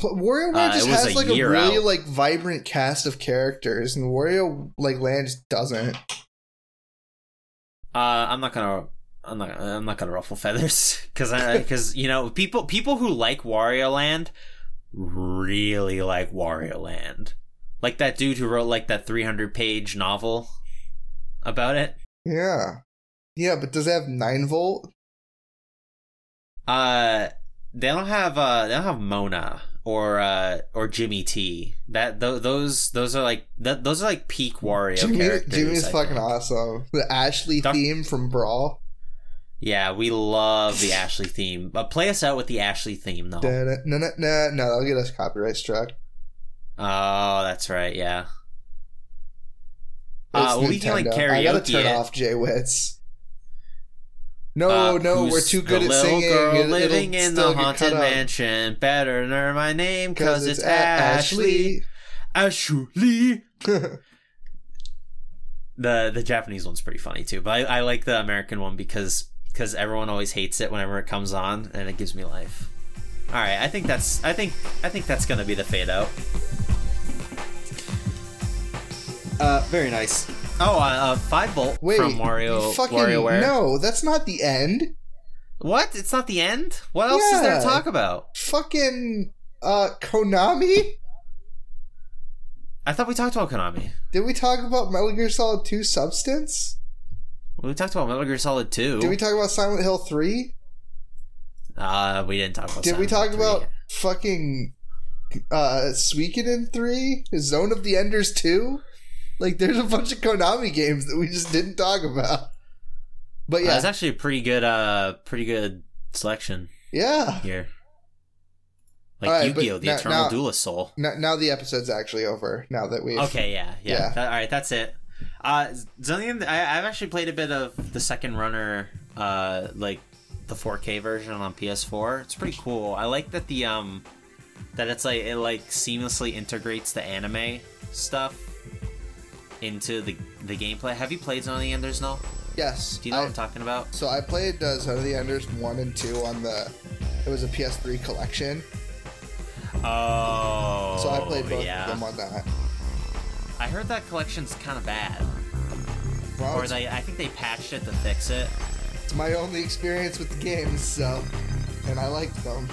S3: WarioWare
S2: Uh,
S3: just
S2: it was
S3: has
S2: a
S3: like a
S2: year
S3: really
S2: out.
S3: like vibrant cast of characters, and Wario like Land just doesn't.
S2: Uh, I'm not gonna. I'm not. I'm not gonna ruffle feathers because because you know people people who like Wario Land really like Wario Land. Like that dude who wrote like that 300 page novel about it.
S3: Yeah, yeah, but does it have nine volt?
S2: Uh, they don't have uh they don't have Mona or uh or Jimmy T. That th- those those are like th- those are like peak Wario
S3: Jimmy,
S2: characters.
S3: Jimmy is
S2: I
S3: fucking
S2: think.
S3: awesome. The Ashley
S2: Doc-
S3: theme from Brawl.
S2: Yeah, we love the Ashley theme. But play us out with the Ashley theme though.
S3: No, no, no, no, that'll get us copyright struck.
S2: Oh, that's right. Yeah.
S3: It's
S2: Uh, well, we can like
S3: Nintendo.
S2: karaoke
S3: I gotta turn
S2: it.
S3: off Jay Witz. No,
S2: Uh,
S3: Oh, no,
S2: who's
S3: we're too good
S2: the
S3: at
S2: little
S3: singing.
S2: Girl
S3: It-
S2: living
S3: it'll
S2: in
S3: still
S2: the
S3: get
S2: haunted
S3: cut up.
S2: mansion. Better know my name
S3: 'Cause
S2: because it's Ashley. Ashley. the the Japanese one's pretty funny too, but I, I like the American one because because everyone always hates it whenever it comes on, and it gives me life. All right, I think that's I think I think that's gonna be the fade out. Uh, very nice. Oh, uh, uh five volt
S3: Wait,
S2: from Wario
S3: you fucking
S2: WarioWare.
S3: no, that's not the end.
S2: What? It's not the end. What else is there to
S3: Yeah.
S2: talk about?
S3: Fucking uh, Konami.
S2: I thought we talked about Konami.
S3: Did we talk about Metal Gear Solid Two Substance?
S2: We talked about Metal Gear Solid Two.
S3: Did we talk about Silent Hill Three?
S2: uh, we didn't talk about.
S3: Did we
S2: Silent
S3: talk
S2: Hill
S3: about
S2: 3.
S3: fucking uh Suikoden 3? Zone of the Enders 2? Like there's a bunch of Konami games that we just didn't talk about. But
S2: Uh,
S3: yeah.
S2: That's actually a pretty good. Uh, pretty good selection.
S3: yeah.
S2: here. Like
S3: All right, but
S2: Yu-Gi-Oh, the
S3: now-
S2: Eternal
S3: now-
S2: Duelist Soul.
S3: Now, now the episode's actually over now that we've
S2: Okay, yeah, yeah.
S3: Yeah.
S2: That- all right, that's it. Uh, Zillion, I, I've actually played a bit of the second runner, uh, like the 4K version on PS4. It's pretty cool. I like that the um, that it's like it like seamlessly integrates the anime stuff into the the gameplay. Have you played Zone of the Enders? No.
S3: Yes.
S2: Do you know
S3: I-
S2: what I'm talking about?
S3: so I played uh, Zone of the Enders 1 and 2 on the it was a PS3 collection.
S2: Oh.
S3: So I played both
S2: yeah.
S3: of them on that.
S2: I heard that collection's kind of bad.
S3: Well,
S2: Or
S3: Oh, it's,
S2: they, I think they patched it to fix it.
S3: it's my only experience with the games, so and I liked them.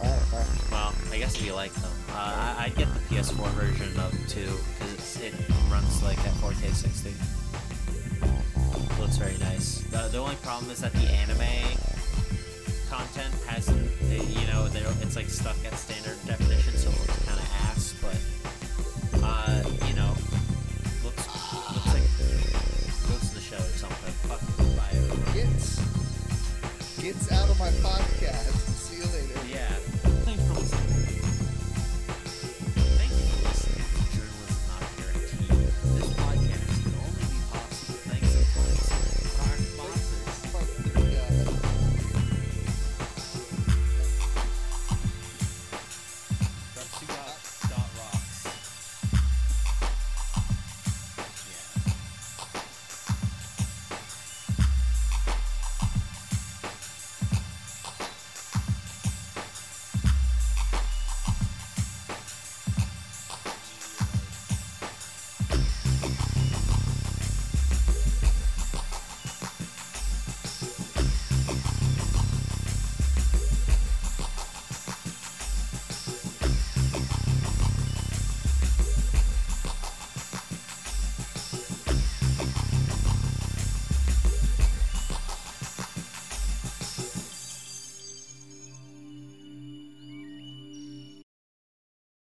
S3: I don't know.
S2: Well, I guess if you like them, uh, I, I'd get the PS4 version of two because it runs like at 4K 60. Looks very nice. The, the only problem is that the anime content hasn't, uh, you know, they don't, it's like stuck at standard definition, so it looks kind of ass. But uh, you know, looks looks like goes to the show or something. Fuck, buy it.
S3: Gets gets out of my podcast. See you later.
S2: Yeah.
S1: Thanks for listening.